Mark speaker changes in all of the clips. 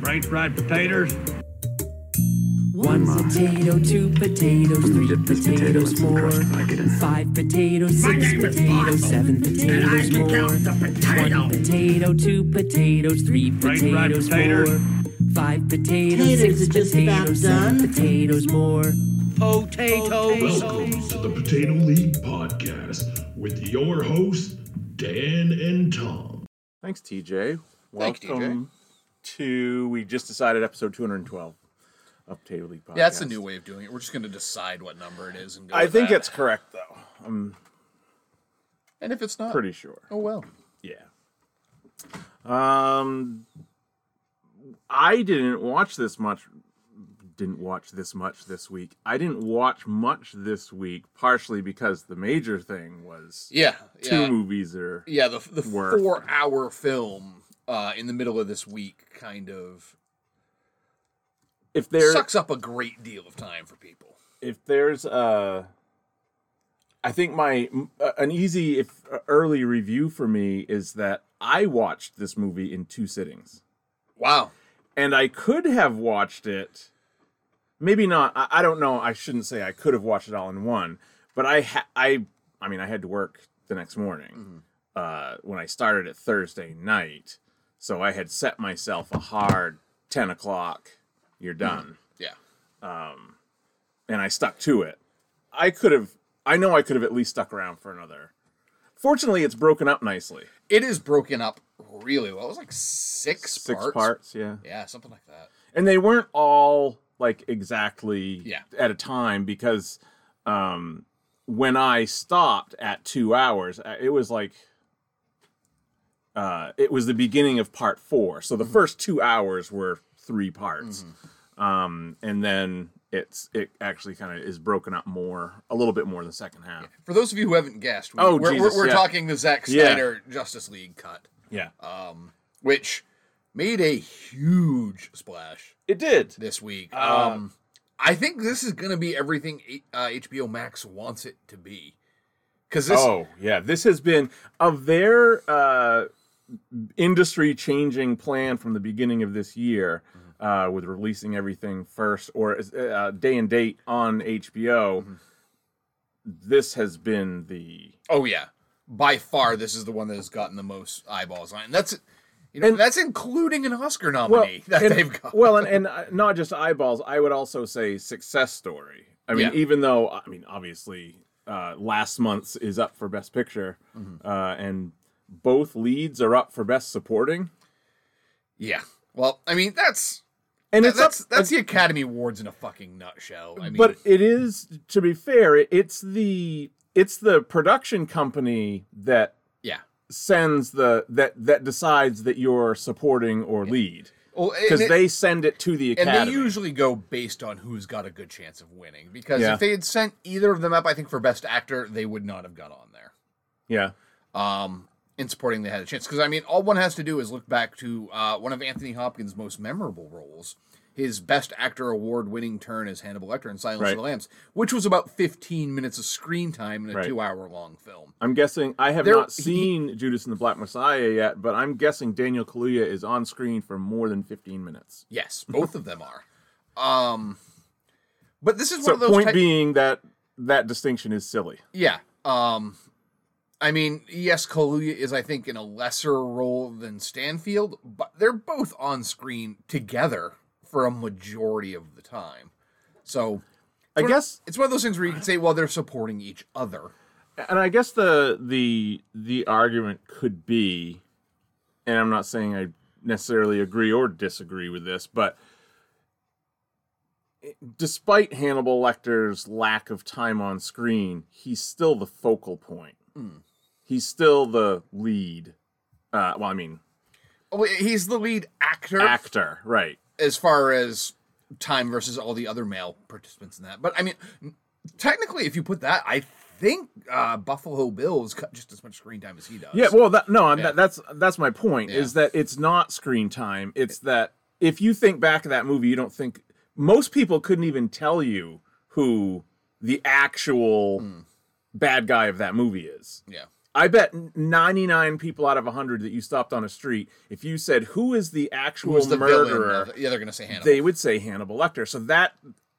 Speaker 1: French fried potatoes.
Speaker 2: One potato, two potatoes,
Speaker 3: gonna
Speaker 2: three
Speaker 3: dip this potato in
Speaker 2: potatoes,
Speaker 3: some
Speaker 2: more.
Speaker 3: crust if I get in.
Speaker 2: Five potatoes, six
Speaker 1: name is
Speaker 2: potatoes,
Speaker 1: Marshall,
Speaker 2: seven
Speaker 1: And I
Speaker 2: potatoes,
Speaker 1: can count
Speaker 2: more.
Speaker 1: the potato.
Speaker 2: One potato, two potatoes, three
Speaker 1: Right, right,
Speaker 2: potatoes,
Speaker 1: potato.
Speaker 2: four. Five potatoes,
Speaker 4: Potatoes
Speaker 2: six
Speaker 4: are just about
Speaker 2: potatoes, seven
Speaker 4: done.
Speaker 2: potatoes, more.
Speaker 5: Welcome to the Potato League Podcast with your hosts, Dan and Tom.
Speaker 6: Thanks, TJ.
Speaker 7: Thanks, TJ.
Speaker 6: Welcome to we just decided episode 212 of Potato League Podcast.
Speaker 7: Yeah, that's the new way of doing it. We're just going to decide what number it is and go.
Speaker 6: I
Speaker 7: with
Speaker 6: think
Speaker 7: that.
Speaker 6: it's correct though. I'm
Speaker 7: and if it's not,
Speaker 6: pretty sure.
Speaker 7: oh well.
Speaker 6: Yeah. Um, I didn't watch this much. Didn't watch this much this week. I didn't watch much this week, partially because the major thing was
Speaker 7: Yeah,
Speaker 6: two
Speaker 7: yeah,
Speaker 6: movies or
Speaker 7: yeah. The the
Speaker 6: Worth.
Speaker 7: four hour film uh, in the middle of this week kind of
Speaker 6: if there
Speaker 7: sucks up a great deal of time for people.
Speaker 6: if there's a I think my uh, an easy if uh, early review for me is that I watched this movie in two sittings.
Speaker 7: Wow.
Speaker 6: And I could have watched it maybe not I, I don't know, I shouldn't say I could have watched it all in one, but I ha- I I mean I had to work the next morning. Uh when I started it Thursday night, so I had set myself a hard 10 o'clock you're done
Speaker 7: Yeah.
Speaker 6: and I stuck to it, I could have. I know I could have at least stuck around for another. Fortunately, it's broken up nicely.
Speaker 7: It is broken up really well. It was like six,
Speaker 6: Six
Speaker 7: parts.
Speaker 6: parts, yeah.
Speaker 7: Yeah, something like that.
Speaker 6: And they weren't all like exactly
Speaker 7: Yeah.
Speaker 6: at a time because um, when I stopped at two hours, uh, it was like uh, it was the beginning of part four. So
Speaker 7: Mm-hmm.
Speaker 6: the first two hours were three parts, um, and then it's it actually kind of is broken up more, a little bit more in the second half.
Speaker 7: For those of you who haven't guessed, we,
Speaker 6: Oh,
Speaker 7: we're,
Speaker 6: Jesus,
Speaker 7: we're, we're
Speaker 6: yeah.
Speaker 7: talking the Zack
Speaker 6: Yeah.
Speaker 7: Snyder Justice League cut,
Speaker 6: yeah.
Speaker 7: which made a huge splash
Speaker 6: It did.
Speaker 7: this week.
Speaker 6: Uh,
Speaker 7: um, I think this is going to be everything H- uh, HBO Max wants it to be. Because this,
Speaker 6: oh yeah, this has been of their uh, industry-changing plan from the beginning of this year,
Speaker 7: Mm-hmm.
Speaker 6: uh, with releasing everything first or uh, day and date on HBO.
Speaker 7: Mm-hmm.
Speaker 6: This has been the
Speaker 7: oh yeah, by far this is the one that has gotten the most eyeballs on, it. and that's, you know,
Speaker 6: And-
Speaker 7: that's including an Oscar
Speaker 6: well,
Speaker 7: nominee that
Speaker 6: and,
Speaker 7: they've got.
Speaker 6: well, and, and uh, not just eyeballs. I would also say success story. I mean,
Speaker 7: Yeah.
Speaker 6: even though I mean, obviously, uh, last month's is up for best picture,
Speaker 7: Mm-hmm.
Speaker 6: uh, and both leads are up for best supporting.
Speaker 7: yeah. Well, I mean that's
Speaker 6: And
Speaker 7: that's
Speaker 6: it's up-
Speaker 7: that's, the Academy Awards in a fucking nutshell. I mean,
Speaker 6: but it is to be fair it, it's the it's the production company that
Speaker 7: yeah.
Speaker 6: sends the that that decides that you're supporting or lead
Speaker 7: Well, and
Speaker 6: because
Speaker 7: it-
Speaker 6: they send it to the
Speaker 7: and
Speaker 6: academy
Speaker 7: they usually go based on who's got a good chance of winning. Because
Speaker 6: Yeah.
Speaker 7: if they had sent either of them up, I think for Best Actor, they would not have got on there.
Speaker 6: yeah
Speaker 7: um, in supporting they had a chance. Because I mean, all one has to do is look back to uh, one of Anthony Hopkins' most memorable roles, his Best Actor award-winning turn as Hannibal Lecter in *Silence
Speaker 6: Right.
Speaker 7: of the Lambs*, which was about 15 minutes of screen time in a
Speaker 6: Right.
Speaker 7: two-hour-long film.
Speaker 6: i'm guessing i have
Speaker 7: There-
Speaker 6: not
Speaker 7: he-
Speaker 6: seen judas and the black messiah yet but i'm guessing daniel kaluuya is on screen for more than 15 minutes
Speaker 7: Yes, both of them are. Um, but this is one
Speaker 6: so
Speaker 7: of those
Speaker 6: point
Speaker 7: type-
Speaker 6: being that that distinction is silly
Speaker 7: Yeah. Um I mean, yes, Kaluuya is I think in a lesser role than Stanfield, but they're both on screen together for a majority of the time. So
Speaker 6: i
Speaker 7: it's one-
Speaker 6: guess
Speaker 7: it's one of those things where you can say, well, they're supporting each other.
Speaker 6: and I guess the the the argument could be, and I'm not saying I necessarily agree or disagree with this, but despite Hannibal Lecter's lack of time on screen, he's still the focal point. He's still the lead. Uh, well, I mean,
Speaker 7: Oh, he's the lead actor
Speaker 6: actor, right?
Speaker 7: as far as time versus all the other male participants in that. But I mean, technically, if you put that, I think uh, Buffalo Bill's got just as much screen time as he does.
Speaker 6: Yeah, well, that, no, I'm,
Speaker 7: Yeah.
Speaker 6: that, that's that's my point. Is that it's not screen time. It's that if you think back to that movie, you don't think most people couldn't even tell you
Speaker 7: Hmm.
Speaker 6: who the actual bad guy of that movie is.
Speaker 7: yeah.
Speaker 6: I bet 99 people out of 100 that you stopped on a street, if you said who is the actual
Speaker 7: Who's the villain?
Speaker 6: murderer,
Speaker 7: Of, yeah, they're gonna say Hannibal.
Speaker 6: they would say Hannibal Lecter. So that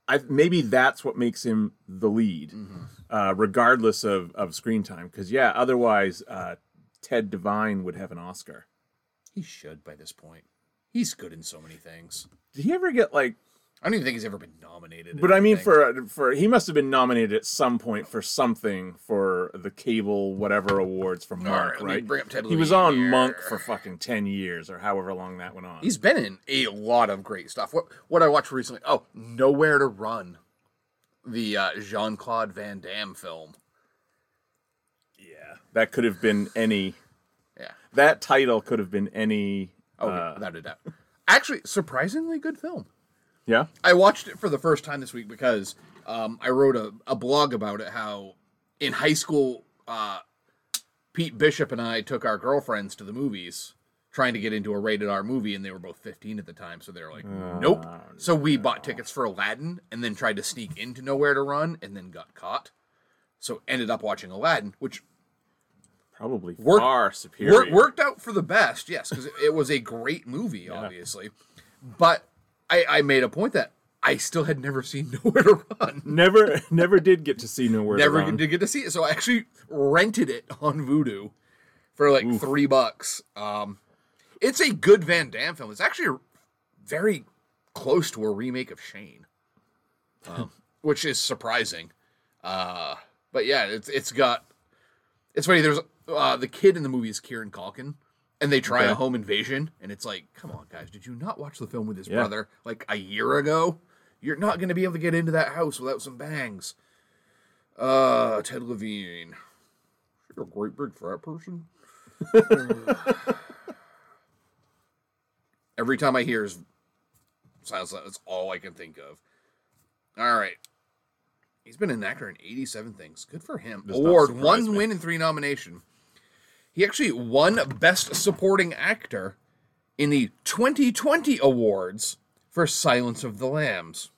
Speaker 6: I maybe that's what makes him the lead,
Speaker 7: Mm-hmm.
Speaker 6: uh, regardless of of screen time. Because yeah, otherwise uh, Ted Devine would have an Oscar.
Speaker 7: he should by this point. He's good in so many things.
Speaker 6: Did he ever get like?
Speaker 7: I don't even think he's ever been nominated. in
Speaker 6: But I mean, for
Speaker 7: anything.
Speaker 6: for he must have been nominated at some point for something for the cable whatever awards for
Speaker 7: right,
Speaker 6: Monk,
Speaker 7: let me
Speaker 6: right?
Speaker 7: bring up Ted
Speaker 6: he was
Speaker 7: Louise
Speaker 6: on
Speaker 7: here.
Speaker 6: Monk for fucking ten years or however long that went on.
Speaker 7: he's been in a lot of great stuff. What what I watched recently? Oh, Nowhere to Run, the uh, Jean Claude Van Damme film.
Speaker 6: yeah, that could have been any.
Speaker 7: Yeah.
Speaker 6: That title could have been any.
Speaker 7: Oh,
Speaker 6: Uh.
Speaker 7: yeah, without a doubt. Actually, surprisingly good film.
Speaker 6: Yeah.
Speaker 7: I watched it for the first time this week because um, I wrote a, a blog about it. How in high school, uh, Pete Bishop and I took our girlfriends to the movies, trying to get into a rated R movie, and they were both 15 at the time, so they were like, "Nope." So we bought tickets for Aladdin, and then tried to sneak into Nowhere to Run, and then got caught. So ended up watching Aladdin, which
Speaker 6: Probably
Speaker 7: Work-
Speaker 6: far superior.
Speaker 7: Wor- worked out for the best, yes, because it was a great movie, obviously. But I, I made a point that I still had never seen Nowhere to Run.
Speaker 6: Never, never did get to see nowhere.
Speaker 7: Never
Speaker 6: to Run.
Speaker 7: did get to see it, so I actually rented it on Vudu for like three bucks. Um, it's a good Van Damme film. It's actually very close to a remake of Shane, um, which is surprising. Uh, but yeah, it's it's got. It's funny. There's uh, the kid in the movie is Kieran Culkin, and they try a
Speaker 6: Okay.
Speaker 7: home invasion, and it's like, come on, guys, did you not watch the film with his
Speaker 6: Yeah.
Speaker 7: brother like a year ago? You're not going to be able to get into that house without some bangs. Uh, Ted Levine. You're a great big fat person. Every time I hear his sounds, that's all I can think of. All right. He's been an actor in 87 things. Good for him.
Speaker 6: Does not
Speaker 7: Award
Speaker 6: surprise
Speaker 7: one
Speaker 6: me.
Speaker 7: win and three nomination. He actually won Best Supporting Actor in the 2020 awards for Silence of the Lambs.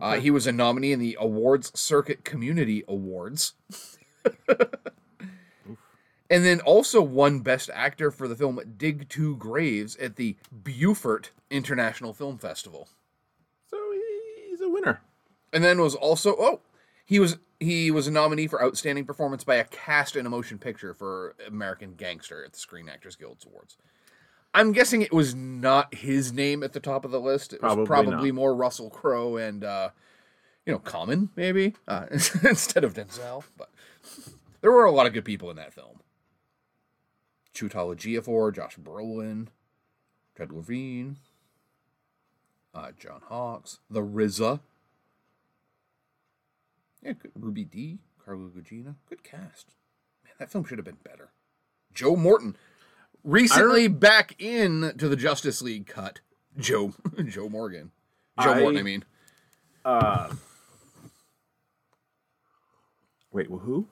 Speaker 7: Uh, he was a nominee in the Awards Circuit Community Awards. and then also won Best Actor for the film Dig Two Graves at the Beaufort International Film Festival.
Speaker 6: So he's a winner.
Speaker 7: And then was also oh, he was he was a nominee for outstanding performance by a cast in a motion picture for American Gangster at the Screen Actors Guild Awards. I'm guessing it was not his name at the top of the list. It
Speaker 6: Probably
Speaker 7: was probably
Speaker 6: not.
Speaker 7: more Russell Crowe and uh, you know Common maybe uh, instead of Denzel. But there were a lot of good people in that film. Chutala for Josh Brolin, Ted Levine, uh, John Hawks, The RZA. Yeah, good. Ruby D, Carlo Gugino. Good cast. Man, that film should have been better. Joe Morton, recently back in to the Justice League cut. Joe Joe Morgan, Joe
Speaker 6: I-
Speaker 7: Morton. I mean,
Speaker 6: Wait, well, who?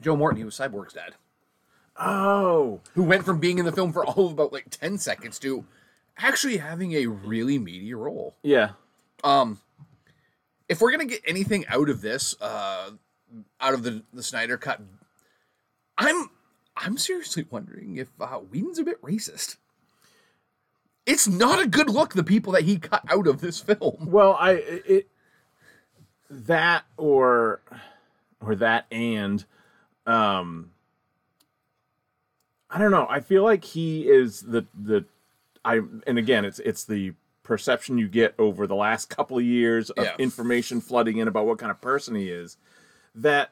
Speaker 7: Joe Morton. He was Cyborg's dad,
Speaker 6: Oh,
Speaker 7: who went from being in the film for all of about like ten seconds to actually having a really meaty role.
Speaker 6: yeah.
Speaker 7: if we're gonna get anything out of this, uh, out of the the Snyder cut, I'm I'm seriously wondering if uh, Whedon's a bit racist. It's not a good look. The people that he cut out of this film.
Speaker 6: Well, I it that or or that and um I don't know. I feel like he is the the I and again it's it's the perception you get over the last couple of years of
Speaker 7: Yeah.
Speaker 6: information flooding in about what kind of person he is that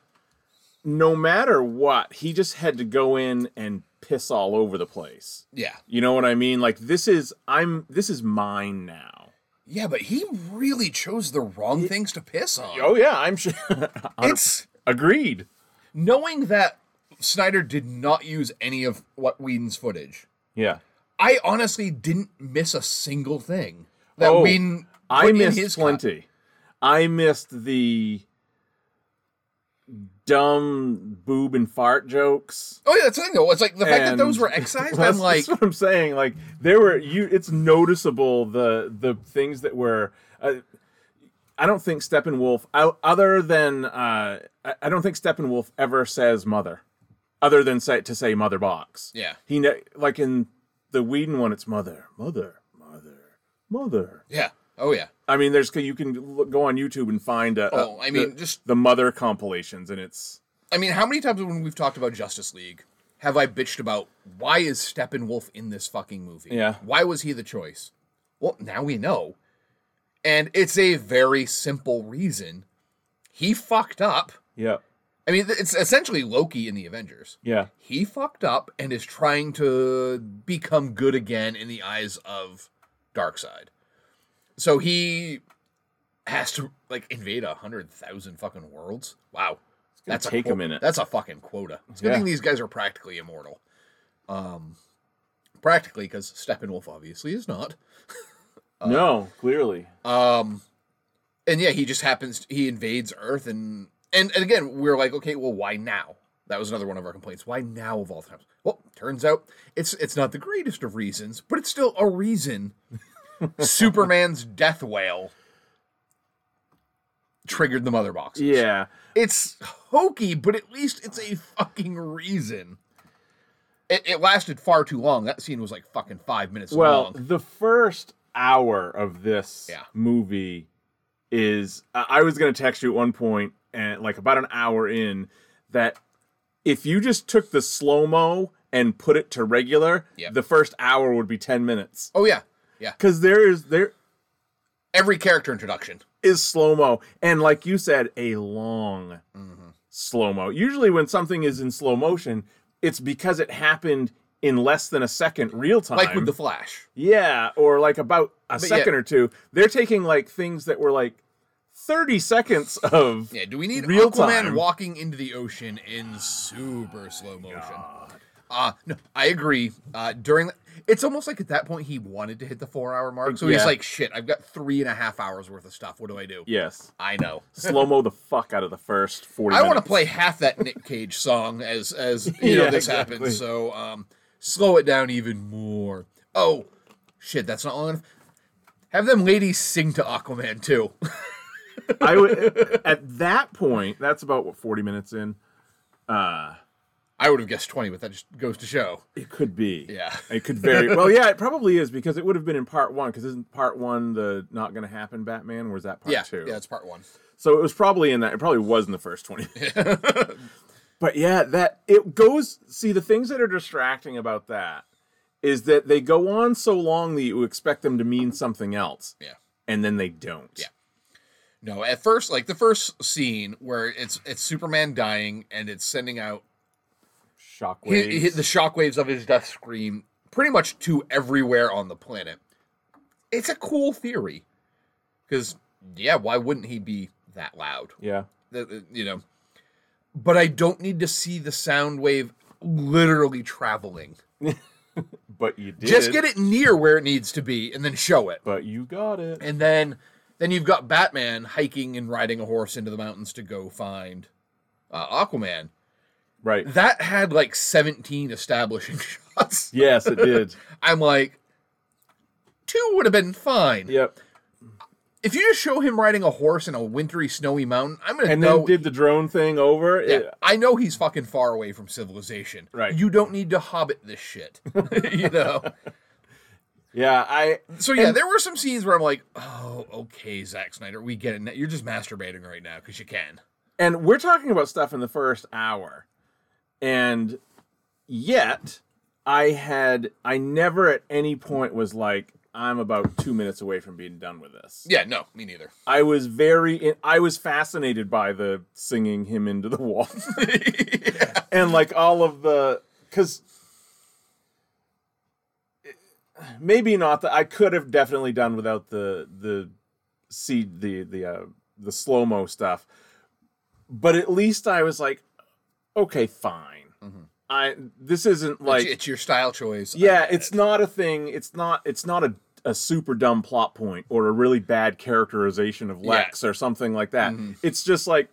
Speaker 6: no matter what he just had to go in and piss all over the place.
Speaker 7: Yeah,
Speaker 6: You know what I mean? Like this is I'm this is mine now.
Speaker 7: yeah, but he really chose the wrong things to piss on.
Speaker 6: Oh yeah, I'm sure.
Speaker 7: It's
Speaker 6: Agreed.
Speaker 7: knowing that Snyder did not use any of what Whedon's footage.
Speaker 6: Yeah.
Speaker 7: I honestly didn't miss a single thing that
Speaker 6: Oh,
Speaker 7: Whedon.
Speaker 6: I
Speaker 7: put in
Speaker 6: missed
Speaker 7: his cut.
Speaker 6: plenty. I missed the dumb boob and fart jokes.
Speaker 7: Oh yeah, that's the thing though. It's like the fact that
Speaker 6: and-
Speaker 7: those were excised.
Speaker 6: Well,
Speaker 7: I'm
Speaker 6: that's,
Speaker 7: like,
Speaker 6: that's what I'm saying. Like there were you. It's noticeable the the things that were. Uh, I don't think Steppenwolf, I, other than uh, I, I don't think Steppenwolf ever says mother, other than say, to say mother box.
Speaker 7: Yeah.
Speaker 6: he ne- like in the Whedon one, it's mother, mother, mother, mother.
Speaker 7: Yeah. Oh yeah.
Speaker 6: I mean, there's you can look, go on YouTube and find. Uh,
Speaker 7: Oh, I mean,
Speaker 6: the,
Speaker 7: just-
Speaker 6: the mother compilations, and it's
Speaker 7: I mean, how many times when we've talked about Justice League have I bitched about why is Steppenwolf in this fucking movie?
Speaker 6: Yeah.
Speaker 7: Why was he the choice? Well, now we know. And it's a very simple reason. He fucked up.
Speaker 6: yeah,
Speaker 7: I mean, it's essentially Loki in the Avengers.
Speaker 6: yeah,
Speaker 7: He fucked up and is trying to become good again in the eyes of Darkseid. So he has to like invade a hundred thousand fucking worlds. Wow, that's
Speaker 6: take a
Speaker 7: quo-
Speaker 6: minute.
Speaker 7: That's a fucking quota. It's a good
Speaker 6: Yeah.
Speaker 7: thing these guys are practically immortal. Um, practically because Steppenwolf obviously is not.
Speaker 6: no, clearly,
Speaker 7: Um, and yeah, he just happens. He invades Earth, and and, and again, we're like, okay, well, why now? That was another one of our complaints. Why now of all times? Well, turns out it's it's not the greatest of reasons, but it's still a reason. Superman's death wail triggered the mother box.
Speaker 6: yeah.
Speaker 7: It's hokey, but at least it's a fucking reason. It, it lasted far too long. That scene was like fucking five minutes
Speaker 6: Well,
Speaker 7: long.
Speaker 6: the first hour of this
Speaker 7: Yeah.
Speaker 6: movie is I I was going to text you at one point and like about an hour in that if you just took the slow-mo and put it to regular,
Speaker 7: Yep.
Speaker 6: the first hour would be 10 minutes
Speaker 7: Oh yeah, yeah.
Speaker 6: cuz there is there
Speaker 7: Every character introduction.
Speaker 6: is slow-mo and like you said a long
Speaker 7: Mm-hmm.
Speaker 6: slow-mo. Usually when something is in slow motion, it's because it happened in less than a second real time.
Speaker 7: like with the Flash.
Speaker 6: Yeah, or like about a
Speaker 7: yeah.
Speaker 6: second or two. They're taking like things that were like 30 seconds of
Speaker 7: Yeah, do we need
Speaker 6: Real
Speaker 7: Aquaman
Speaker 6: time.
Speaker 7: walking into the ocean in super slow motion? Uh no, I agree. Uh during the, it's almost like at that point he wanted to hit the four hour mark, so he's
Speaker 6: Yeah.
Speaker 7: like, "Shit, I've got three and a half hours worth of stuff. What do I do?"
Speaker 6: Yes.
Speaker 7: I know.
Speaker 6: Slow mo the fuck out of the first 40
Speaker 7: I want to
Speaker 6: minutes.
Speaker 7: play half that Nick Cage song as as you know
Speaker 6: Yeah,
Speaker 7: this
Speaker 6: exactly.
Speaker 7: happens. So um, slow it down even more. Oh shit, that's not long enough. Have them ladies sing to Aquaman too.
Speaker 6: I would, at that point, that's about what 40 minutes in.
Speaker 7: I would have guessed twenty, but that just goes to show.
Speaker 6: It could be.
Speaker 7: Yeah.
Speaker 6: It could vary. well, yeah, it probably is because it would have been in part one. Because isn't part one the not going to happen Batman? Where's that part
Speaker 7: yeah,
Speaker 6: two?
Speaker 7: yeah, that's part one.
Speaker 6: So it was probably in that. It probably was in the first 20 minutes. but yeah, that it goes. See, the things that are distracting about that is that they go on so long that you expect them to mean something else,
Speaker 7: Yeah.
Speaker 6: and then they don't. Yeah.
Speaker 7: No, at first, like the first scene where it's it's Superman dying and it's sending out
Speaker 6: Shockwaves.
Speaker 7: hit, the shockwaves of his death scream pretty much to everywhere on the planet. It's a cool theory, because yeah, why wouldn't he be that loud?
Speaker 6: yeah.
Speaker 7: The- the- You know, but I don't need to see the sound wave literally traveling.
Speaker 6: But you did.
Speaker 7: Just get it near where it needs to be and then show it.
Speaker 6: But you got it.
Speaker 7: And then then you've got Batman hiking and riding a horse into the mountains to go find uh, Aquaman.
Speaker 6: Right.
Speaker 7: That had like 17 establishing shots.
Speaker 6: Yes, it did.
Speaker 7: I'm like, two would have been fine.
Speaker 6: yep.
Speaker 7: If you just show him riding a horse in a wintry, snowy mountain, I'm gonna
Speaker 6: And
Speaker 7: know.
Speaker 6: then did the drone thing over.
Speaker 7: Yeah,
Speaker 6: It-
Speaker 7: I know he's fucking far away from civilization.
Speaker 6: Right.
Speaker 7: You don't need to hobbit this shit. you know.
Speaker 6: yeah. I.
Speaker 7: So yeah, there were some scenes where I'm like, oh, okay, Zack Snyder, we get it. You're just masturbating right now because you can.
Speaker 6: and we're talking about stuff in the first hour and yet i had i never at any point was like i'm about two minutes away from being done with this
Speaker 7: Yeah, no, me neither.
Speaker 6: i was very in, i was fascinated by the singing him into the wall and like all of the because maybe not that i could have definitely done without the the seed the the uh the slow mo stuff but at least i was like okay fine i this isn't like
Speaker 7: it's, it's your style choice. Uh, I
Speaker 6: yeah
Speaker 7: get
Speaker 6: it's
Speaker 7: it.
Speaker 6: not a thing it's not it's not a a super dumb plot point or a really bad characterization of Lex or something like that.
Speaker 7: Mm-hmm.
Speaker 6: It's just like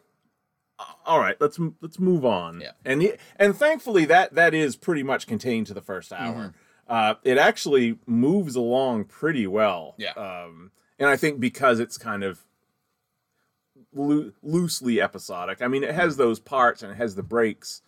Speaker 6: all right, let's m- let's move on.
Speaker 7: Yeah.
Speaker 6: And he, and thankfully that that is pretty much contained to the first
Speaker 7: Mm-hmm.
Speaker 6: hour. Uh, it actually moves along pretty well.
Speaker 7: Yeah.
Speaker 6: Um, and I think because it's kind of loo- loosely episodic. I mean, it has those parts and it has the breaks,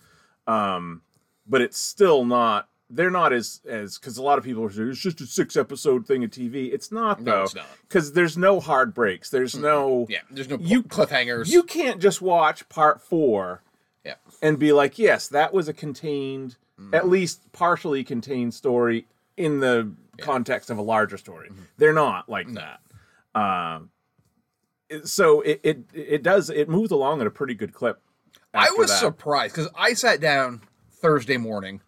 Speaker 6: um, but it's still not. They're not as as because a lot of people are saying it's just a six episode thing of TV. It's not
Speaker 7: No,
Speaker 6: though,
Speaker 7: it's not.
Speaker 6: because there's no hard breaks. There's no
Speaker 7: Yeah, there's no
Speaker 6: You-
Speaker 7: you, cliffhangers.
Speaker 6: You can't just watch part four
Speaker 7: yeah,
Speaker 6: and be like, yes, that was a contained,
Speaker 7: Mm-hmm.
Speaker 6: at least partially contained story in the context of a larger story.
Speaker 7: Mm-hmm.
Speaker 6: They're not like that. Um, it- so it, it it does it moves along at a pretty good clip.
Speaker 7: I
Speaker 6: after
Speaker 7: was
Speaker 6: that.
Speaker 7: surprised because I sat down Thursday morning,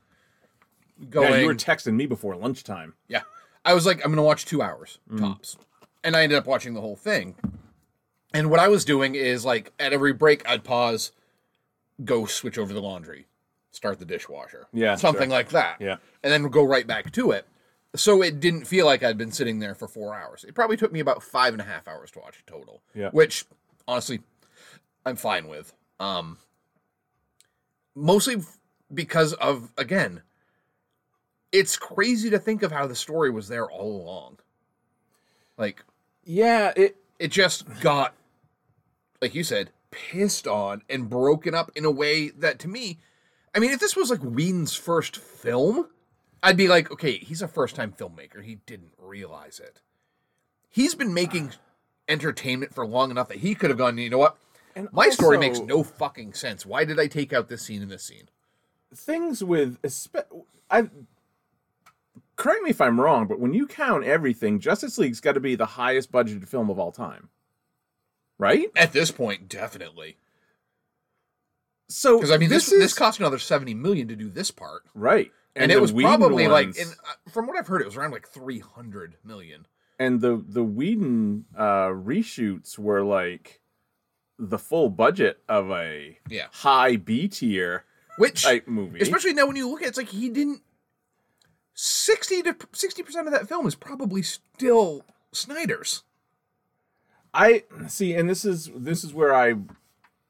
Speaker 7: going,
Speaker 6: Yeah,
Speaker 7: yeah,
Speaker 6: you were texting me before lunchtime.
Speaker 7: I was like, I'm gonna watch two hours tops, and I ended up watching the whole thing. And what I was doing is like at every break, I'd pause, go switch over the laundry, start the dishwasher,
Speaker 6: Yeah,
Speaker 7: something
Speaker 6: sure.
Speaker 7: like that,
Speaker 6: Yeah.
Speaker 7: and then go right back to it. So it didn't feel like I'd been sitting there for four hours. It probably took me about five and a half hours to watch total.
Speaker 6: Yeah.
Speaker 7: Which honestly, I'm fine with. Um mostly f- because of again, it's crazy to think of how the story was there all along. Like
Speaker 6: Yeah, it
Speaker 7: it just got like you said, pissed on and broken up in a way that to me, I mean, if this was like Whedon's first film, I'd be like, okay, he's a first-time filmmaker. He didn't realize it. He's been making entertainment for long enough that he could have gone, you know what?
Speaker 6: and
Speaker 7: My story makes
Speaker 6: also-
Speaker 7: no fucking sense. Why did I take out this scene and this scene?
Speaker 6: things with espe- I correct me if I'm wrong, but when you count everything, Justice League's got to be the highest budgeted film of all time, right?
Speaker 7: At this point, definitely.
Speaker 6: So
Speaker 7: Because I mean, this
Speaker 6: this,
Speaker 7: this,
Speaker 6: is
Speaker 7: cost another seventy million to do this part,
Speaker 6: right,
Speaker 7: and,
Speaker 6: the
Speaker 7: it was
Speaker 6: Whedon
Speaker 7: probably like,
Speaker 6: ones-
Speaker 7: in, uh, from what I've heard, it was around like three hundred million.
Speaker 6: and the the Whedon uh, reshoots were like the full budget of a
Speaker 7: Yeah.
Speaker 6: high B tier
Speaker 7: Which,
Speaker 6: type movie.
Speaker 7: especially now when you look at, it, it's like he didn't. Sixty to sixty percent of that film is probably still Snyder's.
Speaker 6: I see, and this is this is where I,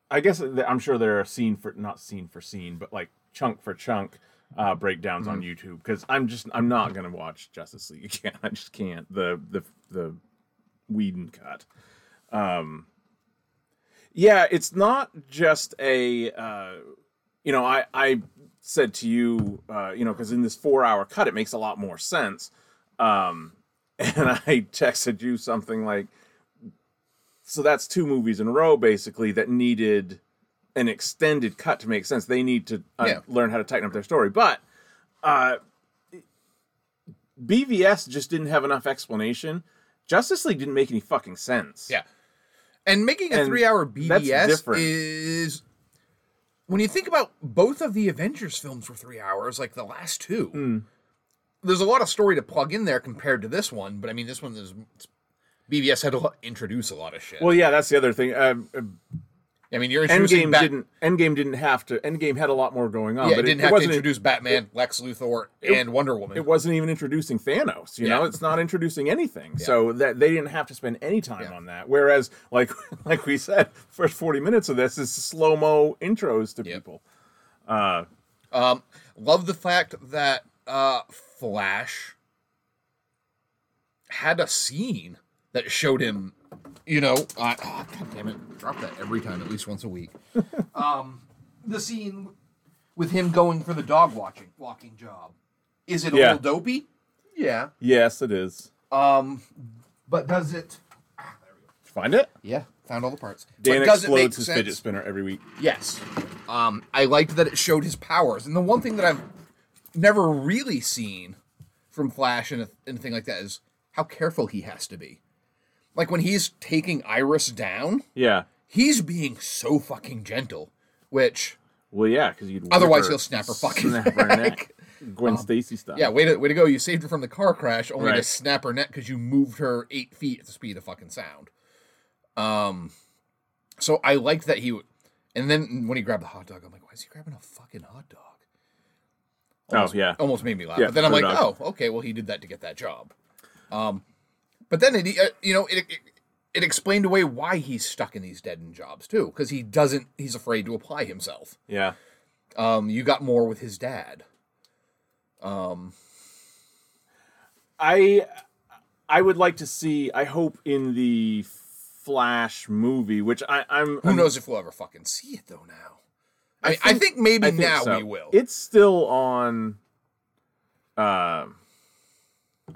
Speaker 6: I guess th- I'm sure there are scene for not scene for scene, but like chunk for chunk uh, breakdowns on YouTube because I'm just I'm not gonna watch Justice League again. I just can't the the the Whedon cut. Um, yeah, it's not just a uh, you know I I said to you uh, you know because in this four hour cut it makes a lot more sense. Um, and I texted you something like so that's two movies in a row basically that needed an extended cut to make sense. They need to uh,
Speaker 7: Yeah.
Speaker 6: learn how to tighten up their story, but uh, BVS just didn't have enough explanation. Justice League didn't make any fucking sense.
Speaker 7: Yeah. And making a
Speaker 6: And
Speaker 7: three hour
Speaker 6: that's
Speaker 7: BBS
Speaker 6: different.
Speaker 7: is when you think about both of the Avengers films were three hours, like the last two.
Speaker 6: Hmm.
Speaker 7: There's a lot of story to plug in there compared to this one, but I mean, this one is BBS had to lo- introduce a lot of shit.
Speaker 6: Well, yeah, that's the other thing. Uh, uh,
Speaker 7: I mean, you're introducing
Speaker 6: Endgame
Speaker 7: Bat-
Speaker 6: didn't. Endgame didn't have to. Endgame had a lot more going on,
Speaker 7: yeah, it
Speaker 6: but it,
Speaker 7: didn't
Speaker 6: it
Speaker 7: have to
Speaker 6: wasn't.
Speaker 7: introduce Batman, Lex Luthor, and Wonder Woman.
Speaker 6: it wasn't even introducing Thanos. You know,
Speaker 7: Yeah.
Speaker 6: it's not introducing anything. So that they didn't have to spend any time on that. Whereas, like like we said, first forty minutes of this is slow mo intros to
Speaker 7: Yep.
Speaker 6: people.
Speaker 7: Um, love the fact that uh, Flash had a scene that showed him, you know, uh, oh, God damn it, drop that every time, at least once a week. um, the scene with him going for the dog watching walking job. Is it a
Speaker 6: Yeah.
Speaker 7: little dopey? Yeah.
Speaker 6: Yes, it is.
Speaker 7: Um, but does it?
Speaker 6: Find it.
Speaker 7: Yeah, found all the parts.
Speaker 6: Dan
Speaker 7: but does it make
Speaker 6: explodes his fidget
Speaker 7: sense?
Speaker 6: spinner every week.
Speaker 7: Yes. Um, I liked that it showed his powers. And the one thing that I've never really seen from Flash and anything like that is how careful he has to be. Like when he's taking Iris down,
Speaker 6: Yeah.
Speaker 7: he's being so fucking gentle, which
Speaker 6: Well, yeah, because you'd
Speaker 7: Otherwise
Speaker 6: whip
Speaker 7: he'll snap her fucking Um,
Speaker 6: snap her neck, Gwen Stacy style.
Speaker 7: yeah, way to way to go. You saved her from the car crash only to
Speaker 6: Right.
Speaker 7: snap her neck because you moved her eight feet at the speed of fucking sound. Um, so I liked that he. w- And then when he grabbed the hot dog, I'm like, why is he grabbing a fucking hot dog?
Speaker 6: Oh yeah.
Speaker 7: almost made me laugh.
Speaker 6: Yeah,
Speaker 7: but then I'm
Speaker 6: fair
Speaker 7: like,
Speaker 6: enough.
Speaker 7: oh, okay, well, he did that to get that job. Um, but then it, uh, you know, it, it it explained away why he's stuck in these dead end jobs too, because he doesn't, he's afraid to apply himself.
Speaker 6: Yeah.
Speaker 7: Um, you got more with his dad. Um,
Speaker 6: I I would like to see. I hope in the Flash movie, which I, I'm
Speaker 7: Who knows if we'll ever fucking see it though now. I, mean, I think, maybe
Speaker 6: Um, I think
Speaker 7: now
Speaker 6: so.
Speaker 7: we will.
Speaker 6: It's still on. Uh, I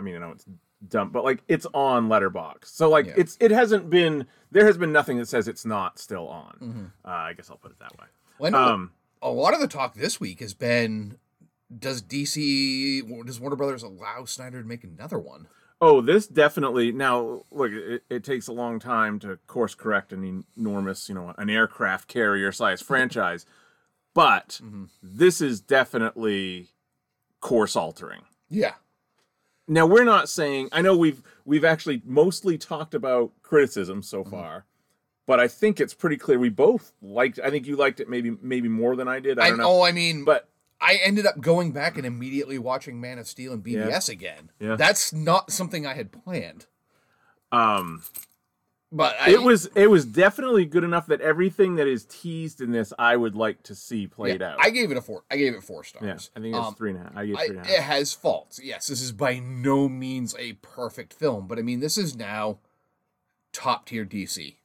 Speaker 6: mean, I know it's dumb, but like it's on Letterbox, so like
Speaker 7: Yeah.
Speaker 6: it's it hasn't been there has been nothing that says it's not still on.
Speaker 7: Mm-hmm.
Speaker 6: Uh, I guess I'll put it that way.
Speaker 7: When-
Speaker 6: Um,
Speaker 7: a lot of the talk this week has been does DC does Warner Brothers allow Snyder to make another one?
Speaker 6: oh, this definitely now look. It, it takes a long time to course correct an enormous, you know, an aircraft carrier
Speaker 7: Mm-hmm.
Speaker 6: size franchise, but this is definitely course altering.
Speaker 7: Yeah.
Speaker 6: Now we're not saying I know we've we've actually mostly talked about criticism so
Speaker 7: Mm-hmm.
Speaker 6: far, but I think it's pretty clear we both liked I think you liked it maybe maybe more than I did. I
Speaker 7: I,
Speaker 6: don't know.
Speaker 7: oh, I mean,
Speaker 6: But
Speaker 7: I ended up going back and immediately watching Man of Steel and BBS again.
Speaker 6: Yeah.
Speaker 7: That's not something I had planned.
Speaker 6: um
Speaker 7: But I,
Speaker 6: it was it was definitely good enough that everything that is teased in this I would like to see
Speaker 7: yeah,
Speaker 6: played out.
Speaker 7: I gave it a four. I gave it four stars.
Speaker 6: yeah, I think it's
Speaker 7: Um,
Speaker 6: three and a half. I gave
Speaker 7: I,
Speaker 6: three and a half.
Speaker 7: it has faults. Yes, this is by no means a perfect film, but I mean, this is now top tier DC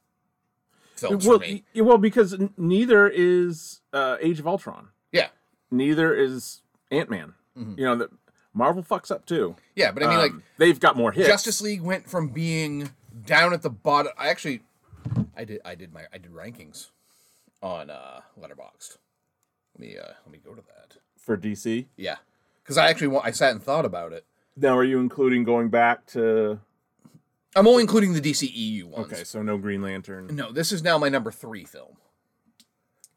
Speaker 7: films
Speaker 6: well,
Speaker 7: for me.
Speaker 6: y- well, because n- neither is uh, Age of Ultron.
Speaker 7: Yeah,
Speaker 6: Neither is Ant Man. You know, the, Marvel fucks up too.
Speaker 7: yeah, Mm-hmm. but I mean, like
Speaker 6: Um, they've got more hits.
Speaker 7: Justice League went from being down at the bottom. I actually, I did, I did my, I did rankings on uh Letterboxd. Let me, uh let me go to that.
Speaker 6: for DC.
Speaker 7: Yeah, because I actually, wa- I sat and thought about it.
Speaker 6: Now, are you including going back to?
Speaker 7: I'm only including the DCEU ones.
Speaker 6: Okay, so no Green Lantern.
Speaker 7: No, this is now my number three film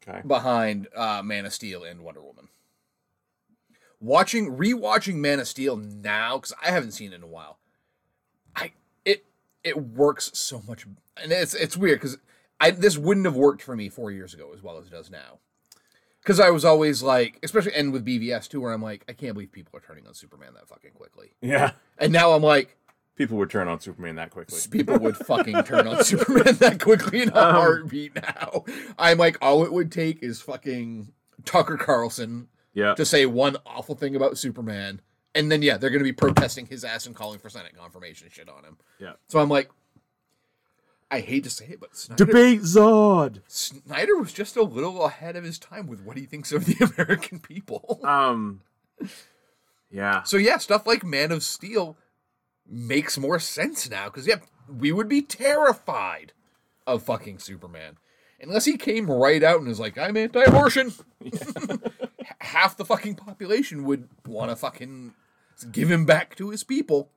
Speaker 6: Okay.
Speaker 7: behind uh, Man of Steel and Wonder Woman. Watching, rewatching Man of Steel now because I haven't seen it in a while. I it it works so much, and it's it's weird because I this wouldn't have worked for me four years ago as well as it does now. Because I was always like, especially and with BVS too, where I'm like, I can't believe people are turning on Superman that fucking quickly.
Speaker 6: Yeah,
Speaker 7: And now I'm like,
Speaker 6: people would turn on Superman that quickly.
Speaker 7: people would fucking turn on Superman that quickly in a heartbeat now. I'm like, all it would take is fucking Tucker Carlson
Speaker 6: Yeah,
Speaker 7: to say one awful thing about Superman. And then, yeah, they're going to be protesting his ass and calling for Senate confirmation shit on him.
Speaker 6: yeah.
Speaker 7: So I'm like, I hate to say it, but Snyder,
Speaker 6: Debate Zod.
Speaker 7: Snyder was just a little ahead of his time with what he thinks of the American people.
Speaker 6: Um. Yeah.
Speaker 7: So yeah, stuff like Man of Steel makes more sense now because yeah, we would be terrified of fucking Superman unless he came right out and was like, "I'm anti-abortion." Half the fucking population would want to fucking give him back to his people.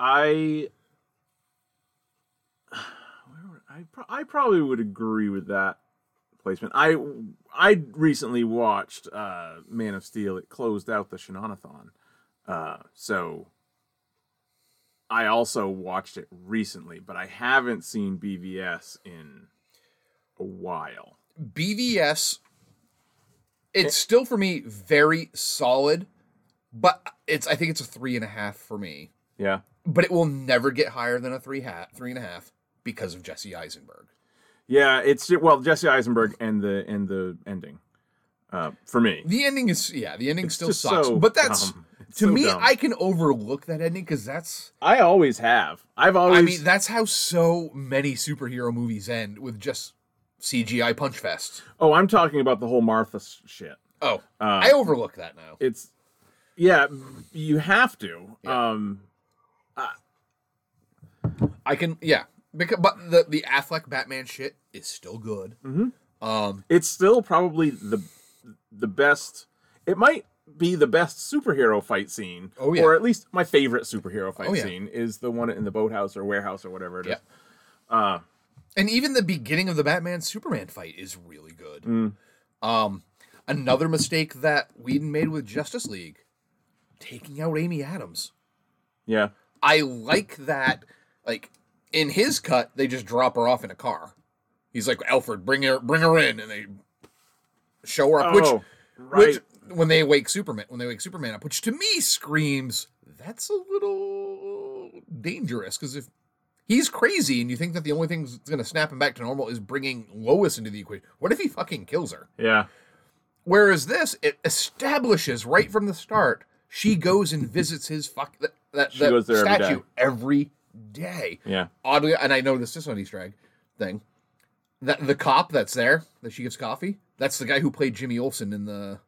Speaker 6: I. Where would- I, pro- I probably would agree with that placement. I I recently watched uh, Man of Steel. It closed out the Shinonathon, uh, so I also watched it recently, but I haven't seen BVS in a while.
Speaker 7: BVS, it's still for me very solid, but it's I think it's a three and a half for me.
Speaker 6: Yeah,
Speaker 7: But it will never get higher than a three hat three and a half because of Jesse Eisenberg.
Speaker 6: yeah. It's well Jesse Eisenberg and the and the ending uh, for me.
Speaker 7: The ending is yeah, the ending still
Speaker 6: just
Speaker 7: sucks.
Speaker 6: so
Speaker 7: but that's
Speaker 6: dumb. It's
Speaker 7: to
Speaker 6: so
Speaker 7: me,
Speaker 6: dumb.
Speaker 7: I can overlook that ending because that's
Speaker 6: I always have. I've always.
Speaker 7: I mean that's how so many superhero movies end with just CGI punch fest.
Speaker 6: Oh, I'm talking about the whole Martha s- shit.
Speaker 7: Oh,
Speaker 6: Uh,
Speaker 7: I overlook that now.
Speaker 6: It's yeah, you have to. Um
Speaker 7: I can yeah, because but the the Affleck Batman shit is still good.
Speaker 6: Mm.
Speaker 7: Um,
Speaker 6: it's still probably the the best it might be the best superhero fight scene.
Speaker 7: Oh, yeah.
Speaker 6: Or at least my favorite superhero fight
Speaker 7: Oh, yeah.
Speaker 6: scene is the one in the boathouse or warehouse or whatever it is.
Speaker 7: Yeah. and even the beginning of the Batman Superman fight is really good.
Speaker 6: Mm.
Speaker 7: Um, another mistake that Whedon made with Justice League, taking out Amy Adams.
Speaker 6: Yeah.
Speaker 7: I like that. Like in his cut, they just drop her off in a car. He's like Alfred, bring her, bring her in, and they show her
Speaker 6: Oh,
Speaker 7: up. which,
Speaker 6: right.
Speaker 7: which when they wake Superman, when they wake Superman up, which to me screams that's a little dangerous because if he's crazy and you think that the only thing that's going to snap him back to normal is bringing Lois into the equation, what if he fucking kills her?
Speaker 6: yeah.
Speaker 7: Whereas this, it establishes right from the start. She goes and visits his fuck that, that,
Speaker 6: She
Speaker 7: that
Speaker 6: goes there every
Speaker 7: statue
Speaker 6: day.
Speaker 7: every day. day.
Speaker 6: Yeah.
Speaker 7: Oddly, and I noticed this on Easter egg thing. That the cop that's there that she gets coffee. That's the guy who played Jimmy Olsen in the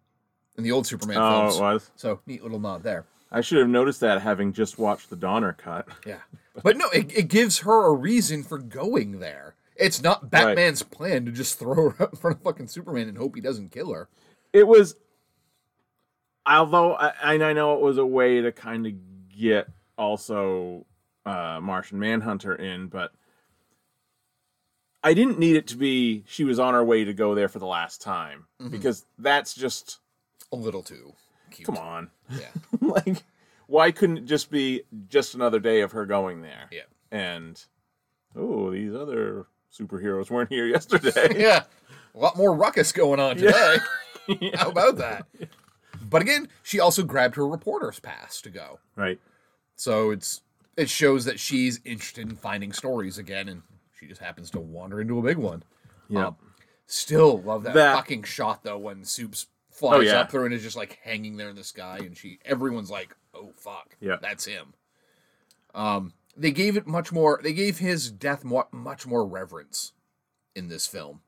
Speaker 7: in the old Superman
Speaker 6: Oh,
Speaker 7: films.
Speaker 6: it was.
Speaker 7: So neat little nod there.
Speaker 6: I should have noticed that having just watched the Donner cut.
Speaker 7: Yeah. But no, it, it gives her a reason for going there. It's not Batman's plan to just throw her out in front of fucking Superman and hope he doesn't kill her.
Speaker 6: It was, although I, and I know it was a way to kind of get also uh, Martian Manhunter in, but I didn't need it to be she was on her way to go there for the last time
Speaker 7: Mm-hmm.
Speaker 6: because that's just
Speaker 7: A little too. Cute.
Speaker 6: come on.
Speaker 7: Yeah.
Speaker 6: like why couldn't it just be just another day of her going there
Speaker 7: Yeah.
Speaker 6: and oh these other superheroes weren't here yesterday
Speaker 7: Yeah. A lot more ruckus going on today. How about that? But again, she also grabbed her reporter's pass to go.
Speaker 6: right
Speaker 7: So it's it shows that she's interested in finding stories again and she just happens to wander into a big one. Um,
Speaker 6: yeah
Speaker 7: Still love that,
Speaker 6: That-
Speaker 7: fucking shot though when Soups flies
Speaker 6: Oh, yeah.
Speaker 7: up through and is just like hanging there in the sky, and she everyone's like, "Oh fuck,
Speaker 6: Yeah.
Speaker 7: that's him." Um, they gave it much more. They gave his death more, much more reverence in this film.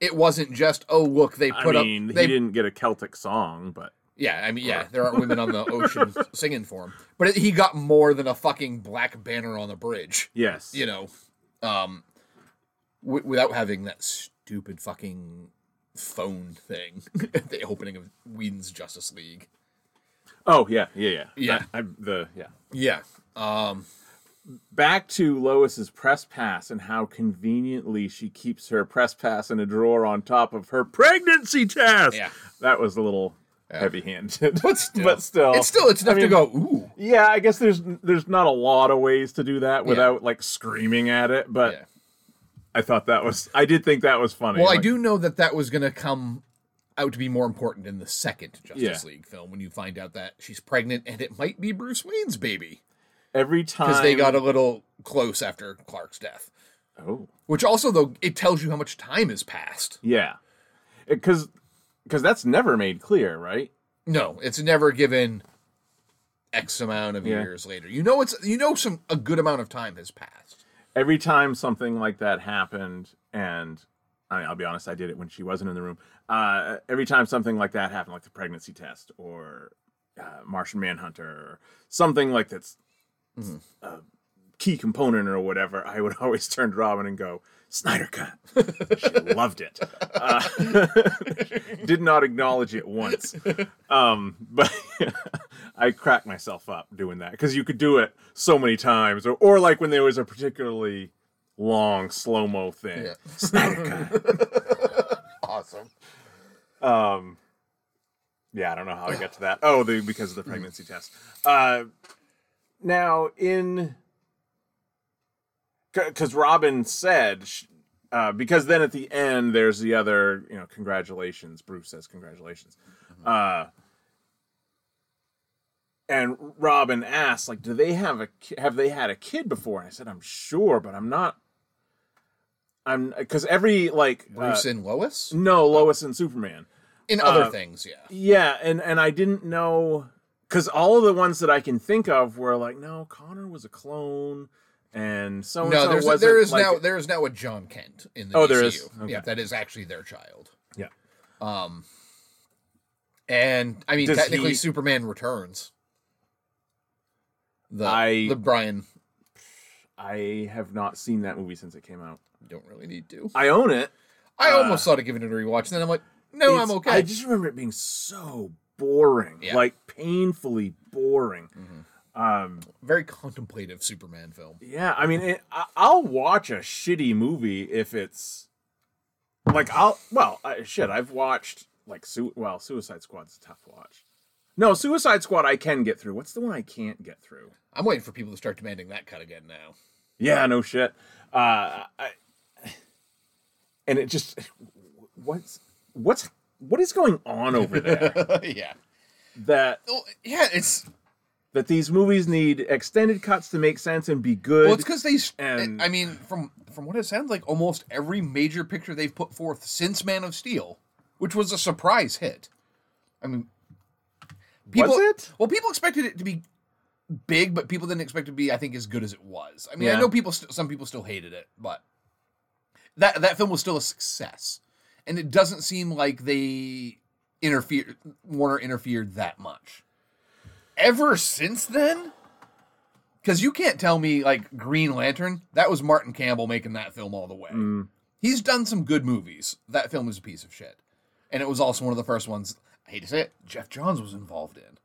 Speaker 7: It wasn't just, "Oh look, they
Speaker 6: i
Speaker 7: put
Speaker 6: mean
Speaker 7: up." They
Speaker 6: he didn't get a celtic song but
Speaker 7: yeah, I mean, yeah, there aren't women on the ocean singing for him, but he got more than a fucking black banner on a bridge
Speaker 6: yes
Speaker 7: you know, um, w- without having that stupid fucking phone thing at the opening of Whedon's Justice League.
Speaker 6: oh yeah yeah yeah
Speaker 7: Yeah.
Speaker 6: I, I- the yeah
Speaker 7: Yeah. Um,
Speaker 6: back to lois's press pass and how conveniently she keeps her press pass in a drawer on top of her pregnancy test
Speaker 7: Yeah.
Speaker 6: that was a little heavy-handed but still,
Speaker 7: it's still it's
Speaker 6: I
Speaker 7: enough to
Speaker 6: mean, uh,
Speaker 7: go. Ooh,
Speaker 6: Yeah, I guess there's there's not a lot of ways to do that without like screaming at it, but
Speaker 7: yeah.
Speaker 6: I thought that was I did think that was funny.
Speaker 7: Well, I
Speaker 6: like,
Speaker 7: do know that that was gonna come out to be more important in the second Justice
Speaker 6: Yeah.
Speaker 7: League film when you find out that she's pregnant and it might be Bruce Wayne's baby
Speaker 6: every time
Speaker 7: because they got a little close after Clark's death.
Speaker 6: Oh.
Speaker 7: Which also though it tells you how much time has passed.
Speaker 6: Yeah. Cuz cuz that's never made clear, right?
Speaker 7: No, it's never given X amount of
Speaker 6: Yeah.
Speaker 7: years later. You know, it's you know some a good amount of time has passed.
Speaker 6: Every time something like that happened and I mean, I'll be honest, I did it when she wasn't in the room. Uh, every time something like that happened, like the pregnancy test or uh, Martian Manhunter or something like that's a key component or whatever, I would always turn to Robin and go, Snyder Cut. she loved it. Uh, did not acknowledge it once. Um, but I cracked myself up doing that because you could do it so many times. Or, or like when there was a particularly long slow mo thing.
Speaker 7: Yeah.
Speaker 6: Snyder Cut.
Speaker 7: Awesome.
Speaker 6: Um, yeah, I don't know how I got to that. Oh, the because of the pregnancy test. Uh, now in because Robin said sh- uh, because then at the end there's the other you know congratulations. Bruce says congratulations. Uh, and Robin asks like, do they have a ki- have they had a kid before? And I said, I'm sure, but I'm not. I'm because every like uh,
Speaker 7: Bruce and Lois
Speaker 6: no Lois and Superman.
Speaker 7: in other
Speaker 6: uh,
Speaker 7: things, yeah.
Speaker 6: Yeah, and and I didn't know because all of the ones that I can think of were like, no, Connor was a clone, and so
Speaker 7: No,
Speaker 6: and
Speaker 7: there's
Speaker 6: so wasn't.
Speaker 7: there is
Speaker 6: like-
Speaker 7: now there is now a John Kent in the
Speaker 6: Oh,
Speaker 7: DCU.
Speaker 6: there is?
Speaker 7: Yeah,
Speaker 6: Okay.
Speaker 7: that is actually their child.
Speaker 6: Yeah.
Speaker 7: Um, and I mean,
Speaker 6: Does
Speaker 7: technically,
Speaker 6: he-
Speaker 7: Superman returns. The
Speaker 6: I-
Speaker 7: the Brian
Speaker 6: I have not seen that movie since it came out.
Speaker 7: don't really need to.
Speaker 6: I own it.
Speaker 7: I almost thought of giving it a rewatch, and then I'm like, no, I'm
Speaker 6: Uh, It's-
Speaker 7: okay.
Speaker 6: I just remember it being so boring,
Speaker 7: Yeah.
Speaker 6: like painfully boring. Um,
Speaker 7: Very contemplative Superman film.
Speaker 6: Yeah, I mean, it, I, I'll watch a shitty movie if it's like I'll. Well, I, shit, I've watched like su- well, Suicide Squad's a tough watch. No, Suicide Squad I can get through. What's the one I can't get through?
Speaker 7: I'm waiting for people to start demanding that cut again now.
Speaker 6: Yeah, no shit. Uh, I, and it just what's what's what is going on over there
Speaker 7: yeah.
Speaker 6: that
Speaker 7: Well, yeah, it's
Speaker 6: that these movies need extended cuts to make sense and be good.
Speaker 7: well, it's because they.
Speaker 6: And-
Speaker 7: And, I mean, from from what it sounds like, almost every major picture they've put forth since Man of Steel, which was a surprise hit. I mean, people.
Speaker 6: Was it?
Speaker 7: Well, people expected it to be big, but people didn't expect it to be, I think, as good as it was. I mean, I
Speaker 6: Yeah.
Speaker 7: know people, st- some people still hated it, but that that film was still a success, and it doesn't seem like they interfered. Warner interfered that much. Ever since then, because you can't tell me like Green Lantern that was Martin Campbell making that film all the way. He's done some good movies. That film was a piece of shit, and it was also one of the first ones. I hate to say it, Jeff Johns was involved in.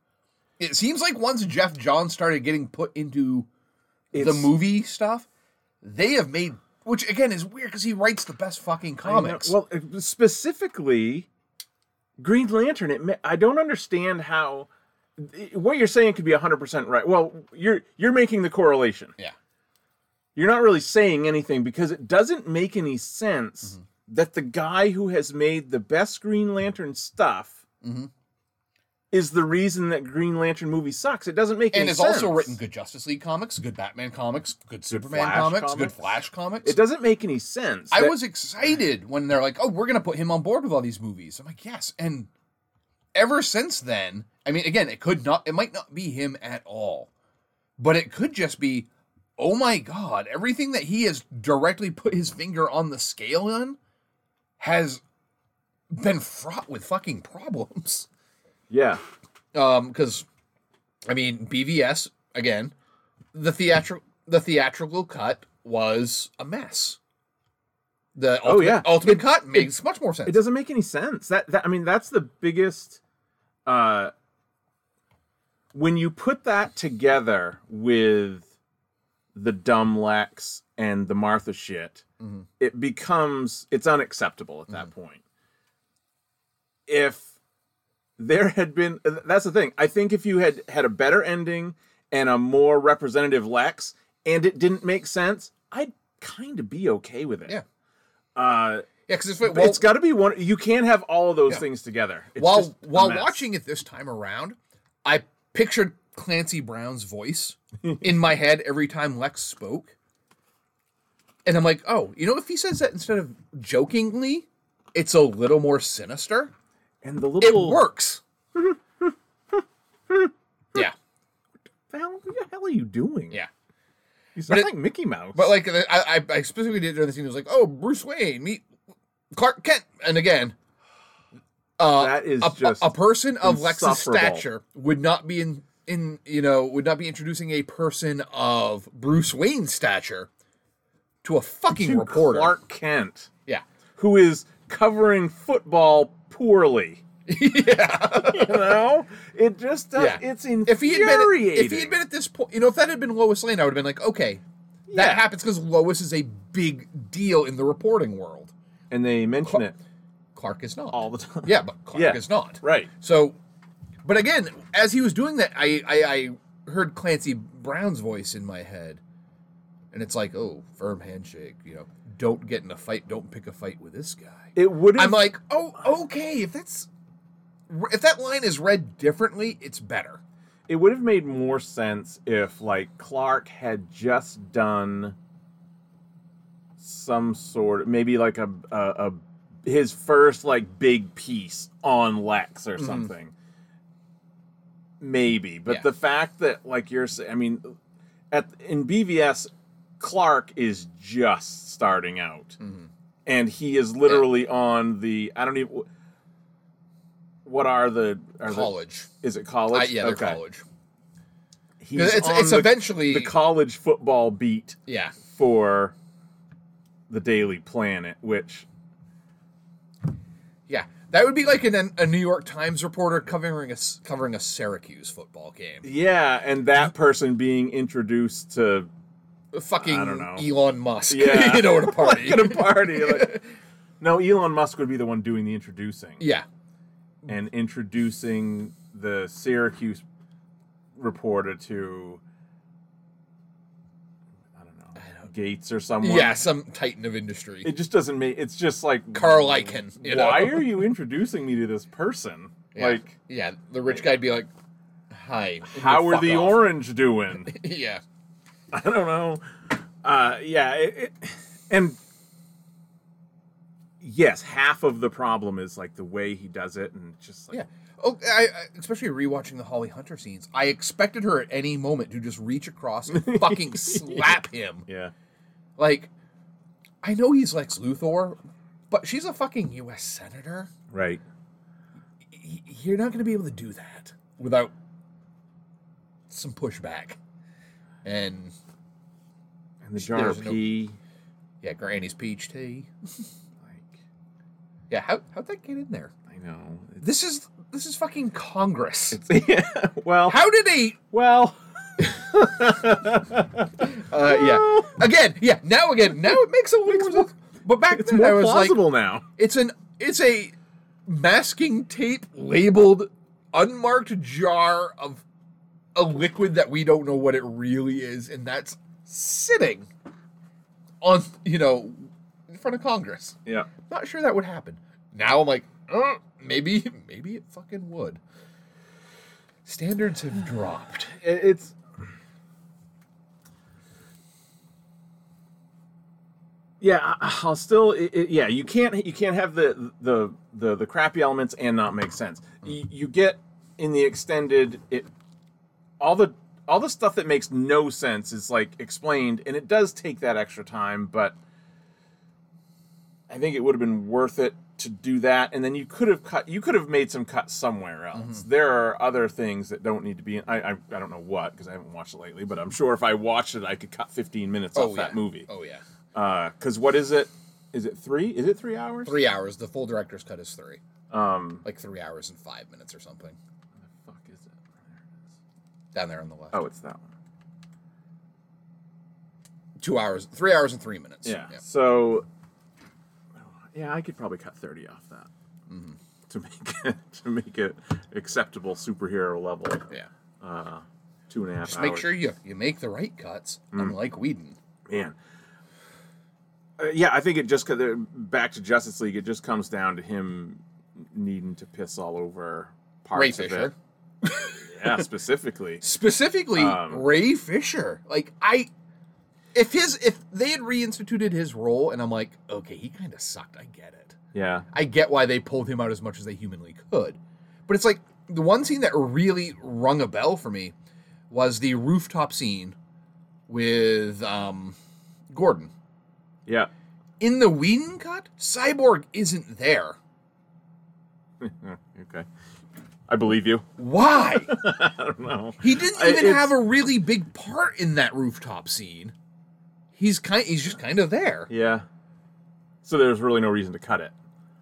Speaker 7: It seems like once Jeff Johns started getting put into the movie stuff, they have made, which again is weird because he writes the best fucking
Speaker 6: I know-
Speaker 7: comics.
Speaker 6: Well, it- specifically, Green Lantern. It, ma- I don't understand how what you're saying could be 100 percent right. Well, you're you're making the correlation.
Speaker 7: yeah,
Speaker 6: You're not really saying anything because it doesn't make any sense
Speaker 7: Mm-hmm.
Speaker 6: that the guy who has made the best Green Lantern stuff
Speaker 7: Mhm.
Speaker 6: is the reason that Green Lantern movie sucks. It doesn't make
Speaker 7: and
Speaker 6: any
Speaker 7: has
Speaker 6: sense.
Speaker 7: also written good Justice League comics, good Batman comics, good Superman
Speaker 6: Flash
Speaker 7: comics, good
Speaker 6: comics.
Speaker 7: Flash comics.
Speaker 6: It doesn't make any sense.
Speaker 7: I
Speaker 6: that-
Speaker 7: was excited when they're like, "Oh, we're gonna put him on board with all these movies." I'm like, "Yes," and ever since then, I mean, again, it could not, it might not be him at all, but it could just be, "Oh my god, everything that he has directly put his finger on the scale on has been fraught with fucking problems."
Speaker 6: yeah.
Speaker 7: Um, because I mean, BVS again, the theatrical the theatrical cut was a mess. The ultimate,
Speaker 6: Oh, yeah.
Speaker 7: ultimate cut makes much more sense.
Speaker 6: it doesn't make any sense that, that i mean that's the biggest uh when you put that together with the dumb lex and the martha shit
Speaker 7: Mm-hmm.
Speaker 6: it becomes it's unacceptable at that point if there had been that's the thing i think if you had had a better ending and a more representative lex and it didn't make sense i'd kind of be okay with it
Speaker 7: Yeah.
Speaker 6: uh
Speaker 7: yeah, because it's, well,
Speaker 6: it's got to be one. You can't have all of those things together. It's
Speaker 7: while
Speaker 6: just a
Speaker 7: while
Speaker 6: mess.
Speaker 7: watching it this time around, I pictured Clancy Brown's voice in my head every time Lex spoke, and I'm like, oh, you know, if he says that instead of jokingly, it's a little more sinister.
Speaker 6: and the
Speaker 7: It
Speaker 6: little
Speaker 7: works. yeah.
Speaker 6: Val, what the hell are you doing?
Speaker 7: Yeah.
Speaker 6: you sound
Speaker 7: it-
Speaker 6: like Mickey Mouse.
Speaker 7: But like I, I- I specifically did during the scene. It was like, oh, Bruce Wayne, meet Clark Kent, and again, uh,
Speaker 6: That is
Speaker 7: a, a-
Speaker 6: just
Speaker 7: a person of Lex's
Speaker 6: insufferable.
Speaker 7: stature would not be in in you know would not be introducing a person of Bruce Wayne's stature to a fucking
Speaker 6: To
Speaker 7: reporter.
Speaker 6: Clark Kent,
Speaker 7: Yeah,
Speaker 6: who is covering football poorly. yeah, you know, it just does,
Speaker 7: yeah.
Speaker 6: it's
Speaker 7: if he had been
Speaker 6: infuriating.
Speaker 7: at, if he had been at this point, you know, if that had been Lois Lane, I would have been like, okay,
Speaker 6: Yeah.
Speaker 7: that happens because Lois is a big deal in the reporting world.
Speaker 6: and they mention it
Speaker 7: Clark is not.
Speaker 6: all the time.
Speaker 7: Yeah, but Clark
Speaker 6: Yeah.
Speaker 7: is not.
Speaker 6: Right.
Speaker 7: So, but again, as he was doing that, I, I I heard Clancy Brown's voice in my head, and it's like, oh, firm handshake. You know, don't get in a fight. Don't pick a fight with this guy.
Speaker 6: It would.
Speaker 7: I'm like, oh, okay. If that's if that line is read differently, it's better.
Speaker 6: it would have made more sense if like Clark had just done some sort of maybe like a a, a his first like big piece on Lex or something. Maybe, but
Speaker 7: Mm-hmm. Yeah.
Speaker 6: the fact that like you're sa- I mean at in BVS Clark is just starting out.
Speaker 7: Mm-hmm.
Speaker 6: And he is literally on the I don't even what are the are the
Speaker 7: College,
Speaker 6: is it college?
Speaker 7: Uh, yeah, they're college.
Speaker 6: He's
Speaker 7: It's
Speaker 6: on
Speaker 7: it's
Speaker 6: the,
Speaker 7: eventually
Speaker 6: the college football beat
Speaker 7: yeah.
Speaker 6: for the Daily Planet, which
Speaker 7: Yeah, that would be like an, a New York Times reporter covering a s- covering a Syracuse football game.
Speaker 6: yeah, and that person being introduced to
Speaker 7: fucking
Speaker 6: I don't know.
Speaker 7: Elon Musk.
Speaker 6: Yeah.
Speaker 7: you know, at a party.
Speaker 6: like at a party. Like, no, Elon Musk would be the one doing the introducing
Speaker 7: yeah.
Speaker 6: and introducing the Syracuse reporter to I don't know, Gates or someone.
Speaker 7: Yeah, some titan of industry.
Speaker 6: It just doesn't make it's just like
Speaker 7: Carl Icahn. You know?
Speaker 6: Why are you introducing me to this person?
Speaker 7: Yeah.
Speaker 6: Like
Speaker 7: Yeah, the rich guy'd be like, hi. and
Speaker 6: How
Speaker 7: go
Speaker 6: are
Speaker 7: fuck
Speaker 6: the
Speaker 7: off.
Speaker 6: orange doing?
Speaker 7: yeah.
Speaker 6: I don't know. Uh, yeah, it, it, and yes, half of the problem is like the way he does it, and just like
Speaker 7: Yeah. Oh, I, I- especially rewatching the Holly Hunter scenes, I expected her at any moment to just reach across and fucking slap him.
Speaker 6: Yeah.
Speaker 7: Like, I know he's Lex Luthor, but she's a fucking U.S. senator.
Speaker 6: Right.
Speaker 7: Y- You're not going to be able to do that without some pushback. And
Speaker 6: And the jar
Speaker 7: There's
Speaker 6: of
Speaker 7: no-
Speaker 6: pee.
Speaker 7: yeah, Granny's peach tea.
Speaker 6: Like,
Speaker 7: Yeah, how how'd that get in there?
Speaker 6: I know. It's,
Speaker 7: This is this is fucking Congress.
Speaker 6: yeah. Well.
Speaker 7: How did a
Speaker 6: well.
Speaker 7: Uh, yeah. Again, yeah. Now again, now it makes a little more sense. But back
Speaker 6: It's
Speaker 7: then, I
Speaker 6: more
Speaker 7: was
Speaker 6: plausible
Speaker 7: like,
Speaker 6: now.
Speaker 7: it's an it's a masking tape labeled unmarked jar of a liquid that we don't know what it really is, and that's sitting on you know in front of Congress.
Speaker 6: Yeah.
Speaker 7: Not sure that would happen. Now I'm like, uh, maybe maybe it fucking would. Standards have dropped.
Speaker 6: It- it's. Yeah, I- I'll still. It, it, yeah, you can't. You can't have the the the the crappy elements and not make sense. You, you get in the extended it. All the all the stuff that makes no sense is like explained, and it does take that extra time. But I think it would have been worth it to do that, and then you could have cut. You could have made some cuts somewhere else. There are other things that don't need to be. In, I, I I don't know what because I haven't watched it lately, but I'm sure if I watched it, I could cut 15 minutes off that
Speaker 7: yeah.
Speaker 6: movie.
Speaker 7: Oh yeah.
Speaker 6: Because what is it? Is it three? Is it three hours?
Speaker 7: three hours. The full director's cut is three. Um, like three hours and five minutes or something.
Speaker 6: Fuck is it?
Speaker 7: Down there on the left.
Speaker 6: Oh, it's that one.
Speaker 7: Two hours, three hours and three minutes.
Speaker 6: Yeah. So, yeah, I could probably cut 30 off that Mm-hmm. to make it to make it acceptable superhero level.
Speaker 7: Yeah.
Speaker 6: Two and a half.
Speaker 7: Just make
Speaker 6: hours.
Speaker 7: sure you you make the right cuts,
Speaker 6: Mm.
Speaker 7: unlike Whedon.
Speaker 6: man. Uh, yeah, I think it just co- the- back to Justice League. It just comes down to him needing to piss all over parts
Speaker 7: Ray
Speaker 6: of
Speaker 7: Fisher,
Speaker 6: it. Yeah, specifically.
Speaker 7: specifically
Speaker 6: Um,
Speaker 7: Ray Fisher. Like I, if his if they had reinstituted his role, and I'm like, okay, he kind of sucked. I get it.
Speaker 6: Yeah,
Speaker 7: I get why they pulled him out as much as they humanly could. But it's like the one scene that really rung a bell for me was the rooftop scene with um, Gordon.
Speaker 6: yeah.
Speaker 7: In the Whedon cut, Cyborg isn't there.
Speaker 6: Okay, I believe you.
Speaker 7: Why?
Speaker 6: I don't know.
Speaker 7: He didn't
Speaker 6: I-
Speaker 7: even
Speaker 6: it's-
Speaker 7: have a really big part in that rooftop scene. He's kind he's just kind of there.
Speaker 6: Yeah. So there's really no reason to cut it.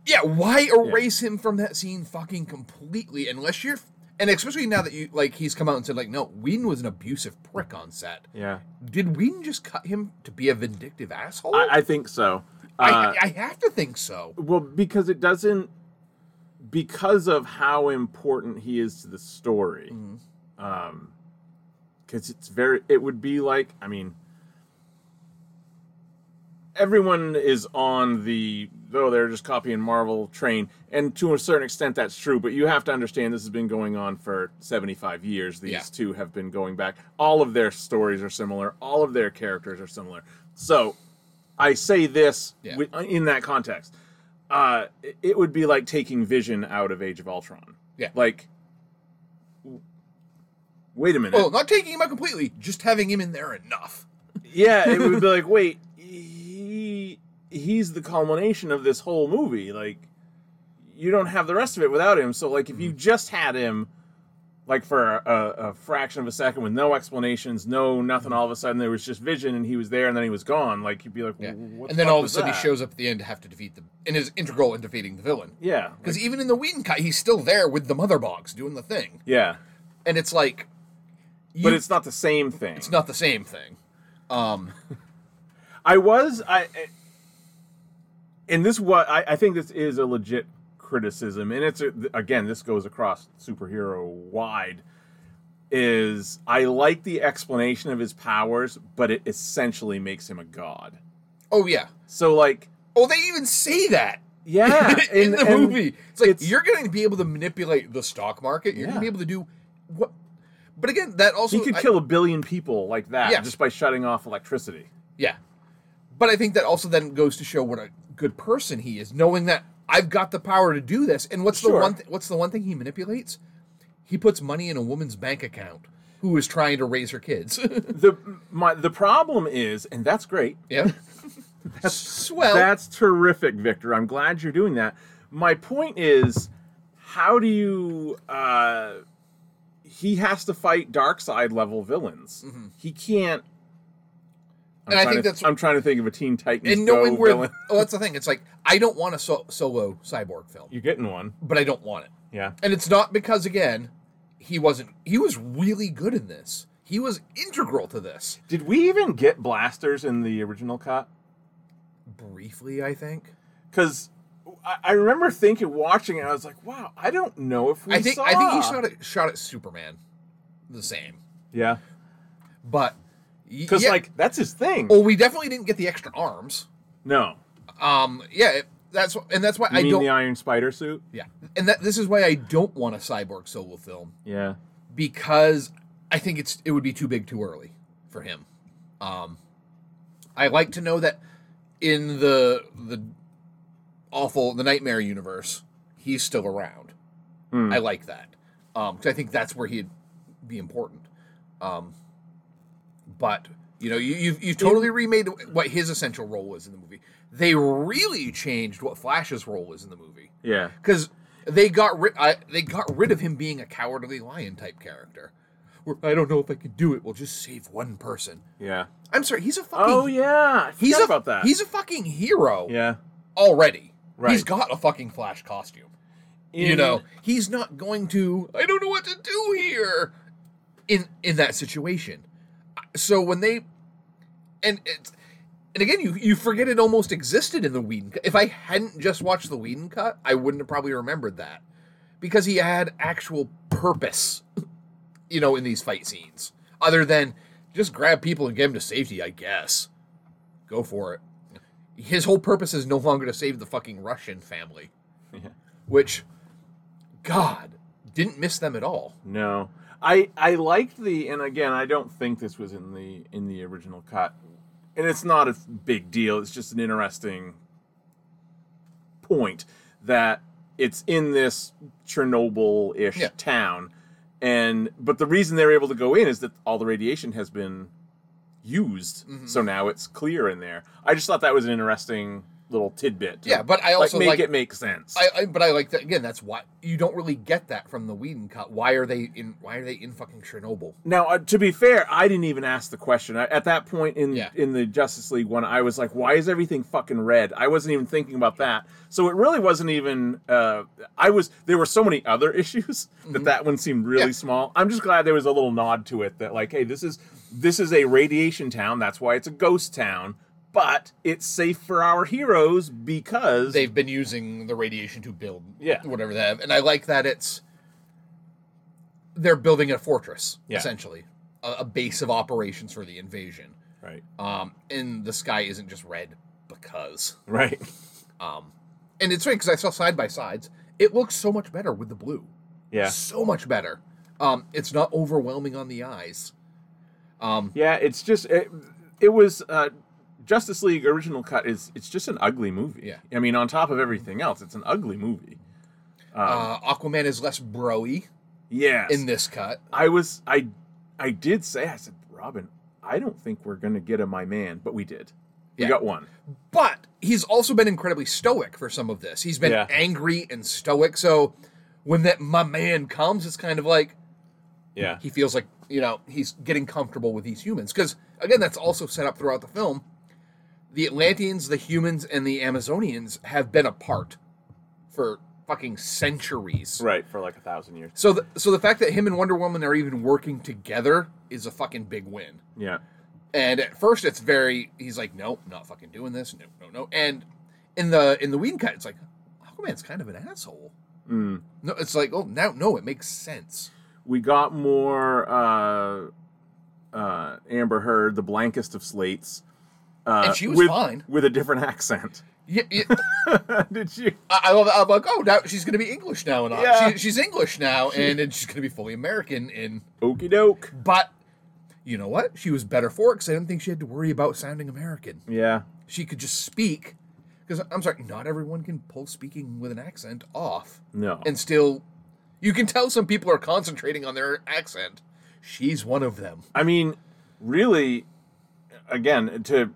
Speaker 7: Yeah, why erase him from that scene fucking completely unless you're and especially now that you like he's come out and said like no, Whedon was an abusive prick on set.
Speaker 6: Yeah,
Speaker 7: Did Whedon just cut him to be a vindictive asshole?
Speaker 6: I, I think so.
Speaker 7: I,
Speaker 6: Uh,
Speaker 7: I have to think so.
Speaker 6: Well, because it doesn't, because of how important he is to the story, Um 'cause because it's very, it would be like, I mean, everyone is on the oh they're just copying Marvel train, and to a certain extent that's true. But you have to understand this has been going on for seventy five years. These
Speaker 7: Yeah.
Speaker 6: two have been going back. All of their stories are similar. All of their characters are similar. So I say this
Speaker 7: Yeah.
Speaker 6: wi- in that context. Uh, it- it would be like taking Vision out of Age of Ultron.
Speaker 7: Yeah.
Speaker 6: Like, w- wait a minute.
Speaker 7: Well, not taking him out completely, just having him in there enough.
Speaker 6: Yeah, it would be like, wait, he he's the culmination of this whole movie. Like, you don't have the rest of it without him. So, like, if
Speaker 7: Mm-hmm.
Speaker 6: you just had him, like for a, a fraction of a second with no explanations, no
Speaker 7: Mm-hmm.
Speaker 6: nothing, all of a sudden there was just vision and he was there and then he was gone. Like, you'd be like,
Speaker 7: Yeah.
Speaker 6: "Wh- what
Speaker 7: and then
Speaker 6: fuck
Speaker 7: all of a
Speaker 6: was
Speaker 7: sudden
Speaker 6: that?"
Speaker 7: he shows up at the end to have to defeat the and is integral in defeating the villain.
Speaker 6: Yeah,
Speaker 7: Because
Speaker 6: like-
Speaker 7: even in the Whedon cut, he's still there with the mother box doing the thing.
Speaker 6: yeah,
Speaker 7: And it's like you,
Speaker 6: but it's not the same thing.
Speaker 7: it's not the same thing. Um
Speaker 6: I was I, I- and this what I, I think this is a legit criticism, and it's a, again this goes across superhero wide. Is I like the explanation of his powers, but it essentially makes him a god.
Speaker 7: oh yeah.
Speaker 6: So like,
Speaker 7: Oh, they even say that.
Speaker 6: yeah,
Speaker 7: in
Speaker 6: and-
Speaker 7: the
Speaker 6: and
Speaker 7: movie. It's like
Speaker 6: it's-
Speaker 7: you're going to be able to manipulate the stock market. You're going to
Speaker 6: Yeah.
Speaker 7: be able to do what. But again, that also
Speaker 6: he could
Speaker 7: I-
Speaker 6: kill a billion people like that
Speaker 7: Yeah.
Speaker 6: just by shutting off electricity.
Speaker 7: yeah. But I think that also then goes to show what a good person he is, knowing that I've got the power to do this. And what's the
Speaker 6: Sure.
Speaker 7: one? Th- what's the one thing he manipulates? He puts money in a woman's bank account who is trying to raise her kids.
Speaker 6: The my the problem is, and that's great.
Speaker 7: yeah, that's swell.
Speaker 6: That's terrific, Victor. I'm glad you're doing that. My point is, how do you? Uh, he has to fight dark side level villains. He can't. I'm
Speaker 7: Mm-hmm. And I
Speaker 6: trying
Speaker 7: think
Speaker 6: to-
Speaker 7: that's-
Speaker 6: I'm trying to think of a Teen Titans.
Speaker 7: and knowing
Speaker 6: Go
Speaker 7: where
Speaker 6: villain.
Speaker 7: oh, that's the thing. It's like I don't want a so- solo cyborg film,
Speaker 6: you're getting one.
Speaker 7: but I don't want it.
Speaker 6: Yeah.
Speaker 7: And it's not because again, he wasn't. He was really good in this. He was integral to this.
Speaker 6: Did we even get blasters in the original cut?
Speaker 7: Briefly, I think.
Speaker 6: Because I, I remember thinking, watching it, I was like, "Wow, I don't know if we
Speaker 7: I think
Speaker 6: saw."
Speaker 7: I think he shot at shot at Superman, the same.
Speaker 6: Yeah,
Speaker 7: But y-
Speaker 6: because
Speaker 7: yeah, Oh,
Speaker 6: like that's his thing.
Speaker 7: well, we definitely didn't get the extra arms.
Speaker 6: No,
Speaker 7: Um, yeah, it, that's wh- and that's why
Speaker 6: you
Speaker 7: I
Speaker 6: mean
Speaker 7: don't.
Speaker 6: the Iron Spider suit?
Speaker 7: yeah, and that this is why I don't want a cyborg solo film
Speaker 6: Yeah.
Speaker 7: because I think it's it would be too big too early for him. Um, I like to know that in the the awful the nightmare universe, he's still around. I like that because I think that's where he'd be important. Um, but you know, you, you've you've totally remade what his essential role was in the movie. They really changed what Flash's role was in the movie
Speaker 6: Yeah.
Speaker 7: because they got rid I, they got rid of him being a cowardly lion type character. Where, I don't know if I can do it. We'll just save one person.
Speaker 6: Yeah.
Speaker 7: I'm sorry, he's a fucking
Speaker 6: Oh yeah. I
Speaker 7: he's
Speaker 6: forgot
Speaker 7: a,
Speaker 6: about that.
Speaker 7: He's a fucking hero
Speaker 6: yeah.
Speaker 7: already.
Speaker 6: Right.
Speaker 7: He's got a fucking flash costume. you
Speaker 6: In-
Speaker 7: know, he's not going to I don't know what to do here in in that situation. So when they and it's and again, you, you forget it almost existed in the Whedon. cut. If I hadn't just watched the Whedon cut, I wouldn't have probably remembered that because he had actual purpose, you know, in these fight scenes. Other than just grab people and get them to safety, I guess. Go for it. His whole purpose is no longer to save the fucking Russian family, which, God, didn't miss them at all.
Speaker 6: No. I I liked the and again I don't think this was in the in the original cut. And it's not a big deal. It's just an interesting point that it's in this Chernobyl-ish
Speaker 7: Yeah.
Speaker 6: town. And but the reason they're able to go in is that all the radiation has been used.
Speaker 7: Mm-hmm.
Speaker 6: So now it's clear in there. I just thought that was an interesting little tidbit. to,
Speaker 7: Yeah, but I also
Speaker 6: like
Speaker 7: like-
Speaker 6: make it make sense.
Speaker 7: I, I but I like that again. That's why you don't really get that from the Whedon cut. Why are they in? Why are they in fucking Chernobyl?
Speaker 6: Now, uh, to be fair, I didn't even ask the question. I, at that point in
Speaker 7: Yeah.
Speaker 6: in the Justice League one, I was like, "Why is everything fucking red?" I wasn't even thinking about that. So it really wasn't even. Uh, I was. There were so many other issues that that one seemed really
Speaker 7: Mm-hmm. Yeah.
Speaker 6: small. I'm just glad there was a little nod to it that like, hey, this is this is a radiation town. That's why it's a ghost town. But it's safe for our heroes because
Speaker 7: They've been using the radiation to build
Speaker 6: Yeah.
Speaker 7: whatever they have, and I like that it's they're building a fortress
Speaker 6: Yeah.
Speaker 7: essentially, a, a base of operations for the invasion.
Speaker 6: right,
Speaker 7: Um, and the sky isn't just red because,
Speaker 6: right,
Speaker 7: and it's funny because I saw side by sides. It looks so much better with the blue.
Speaker 6: yeah,
Speaker 7: So much better. Um, it's not overwhelming on the eyes.
Speaker 6: yeah. It's just it, it was. Uh, Justice League original cut is it's just an ugly movie.
Speaker 7: Yeah.
Speaker 6: I mean, on top of everything else, it's an ugly movie.
Speaker 7: Uh, Aquaman is less broy
Speaker 6: Yes.
Speaker 7: in this cut.
Speaker 6: I was I I did say I said Robin, I don't think we're gonna get a my man, but we did.
Speaker 7: Yeah.
Speaker 6: We got one.
Speaker 7: But he's also been incredibly stoic for some of this. He's been
Speaker 6: Yeah.
Speaker 7: angry and stoic. So when that my man comes, it's kind of like
Speaker 6: Yeah.
Speaker 7: he feels like, you know, he's getting comfortable with these humans. Because again, that's also set up throughout the film. The Atlanteans, the humans, and the Amazonians have been apart for fucking centuries.
Speaker 6: Right for like a thousand years.
Speaker 7: So, the, so the fact that him and Wonder Woman are even working together is a fucking big win.
Speaker 6: Yeah.
Speaker 7: And at first, it's very. He's like, nope, not fucking doing this. No, no, no. And in the in the Whedon cut, it's like, Aquaman's kind of an asshole. No, it's like, oh, now no, it makes sense.
Speaker 6: We got more uh uh Amber Heard, the blankest of slates. Uh,
Speaker 7: And she was
Speaker 6: with,
Speaker 7: fine.
Speaker 6: With a different accent.
Speaker 7: Yeah, yeah.
Speaker 6: did you
Speaker 7: I, I love. it. I'm like, oh, now she's gonna be English now, and all.
Speaker 6: Yeah.
Speaker 7: She, she's English now, and, and she's gonna be fully American. And
Speaker 6: Okey doke.
Speaker 7: but, you know what? She was better for it because I didn't think she had to worry about sounding American.
Speaker 6: Yeah.
Speaker 7: She could just speak. Because I'm sorry, not everyone can pull speaking with an accent off
Speaker 6: No.
Speaker 7: and still. You can tell some people are concentrating on their accent. She's one of them.
Speaker 6: I mean, really, again, to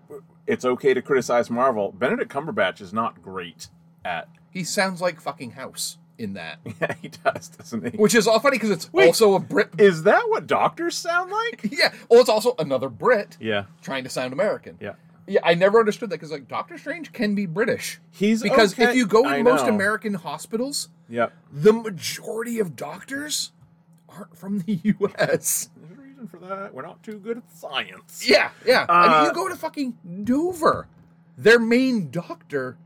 Speaker 6: it's okay to criticize Marvel. Benedict Cumberbatch is not great at.
Speaker 7: He sounds like fucking House in that,
Speaker 6: Yeah, he does, doesn't he?
Speaker 7: which is all funny because it's
Speaker 6: Wait.
Speaker 7: also a Brit.
Speaker 6: Is that what doctors sound like?
Speaker 7: Yeah. Well, it's also another Brit
Speaker 6: Yeah,
Speaker 7: trying to sound American.
Speaker 6: yeah.
Speaker 7: Yeah, I never understood that because like Doctor Strange can be British.
Speaker 6: He's
Speaker 7: because if
Speaker 6: okay-
Speaker 7: you go in
Speaker 6: I
Speaker 7: most
Speaker 6: know.
Speaker 7: American hospitals,
Speaker 6: Yep.
Speaker 7: the majority of doctors aren't from the U.S.
Speaker 6: There's a reason for that. We're not too good at science.
Speaker 7: Yeah, yeah. I mean,
Speaker 6: Uh,
Speaker 7: you go to fucking Dover, their main doctor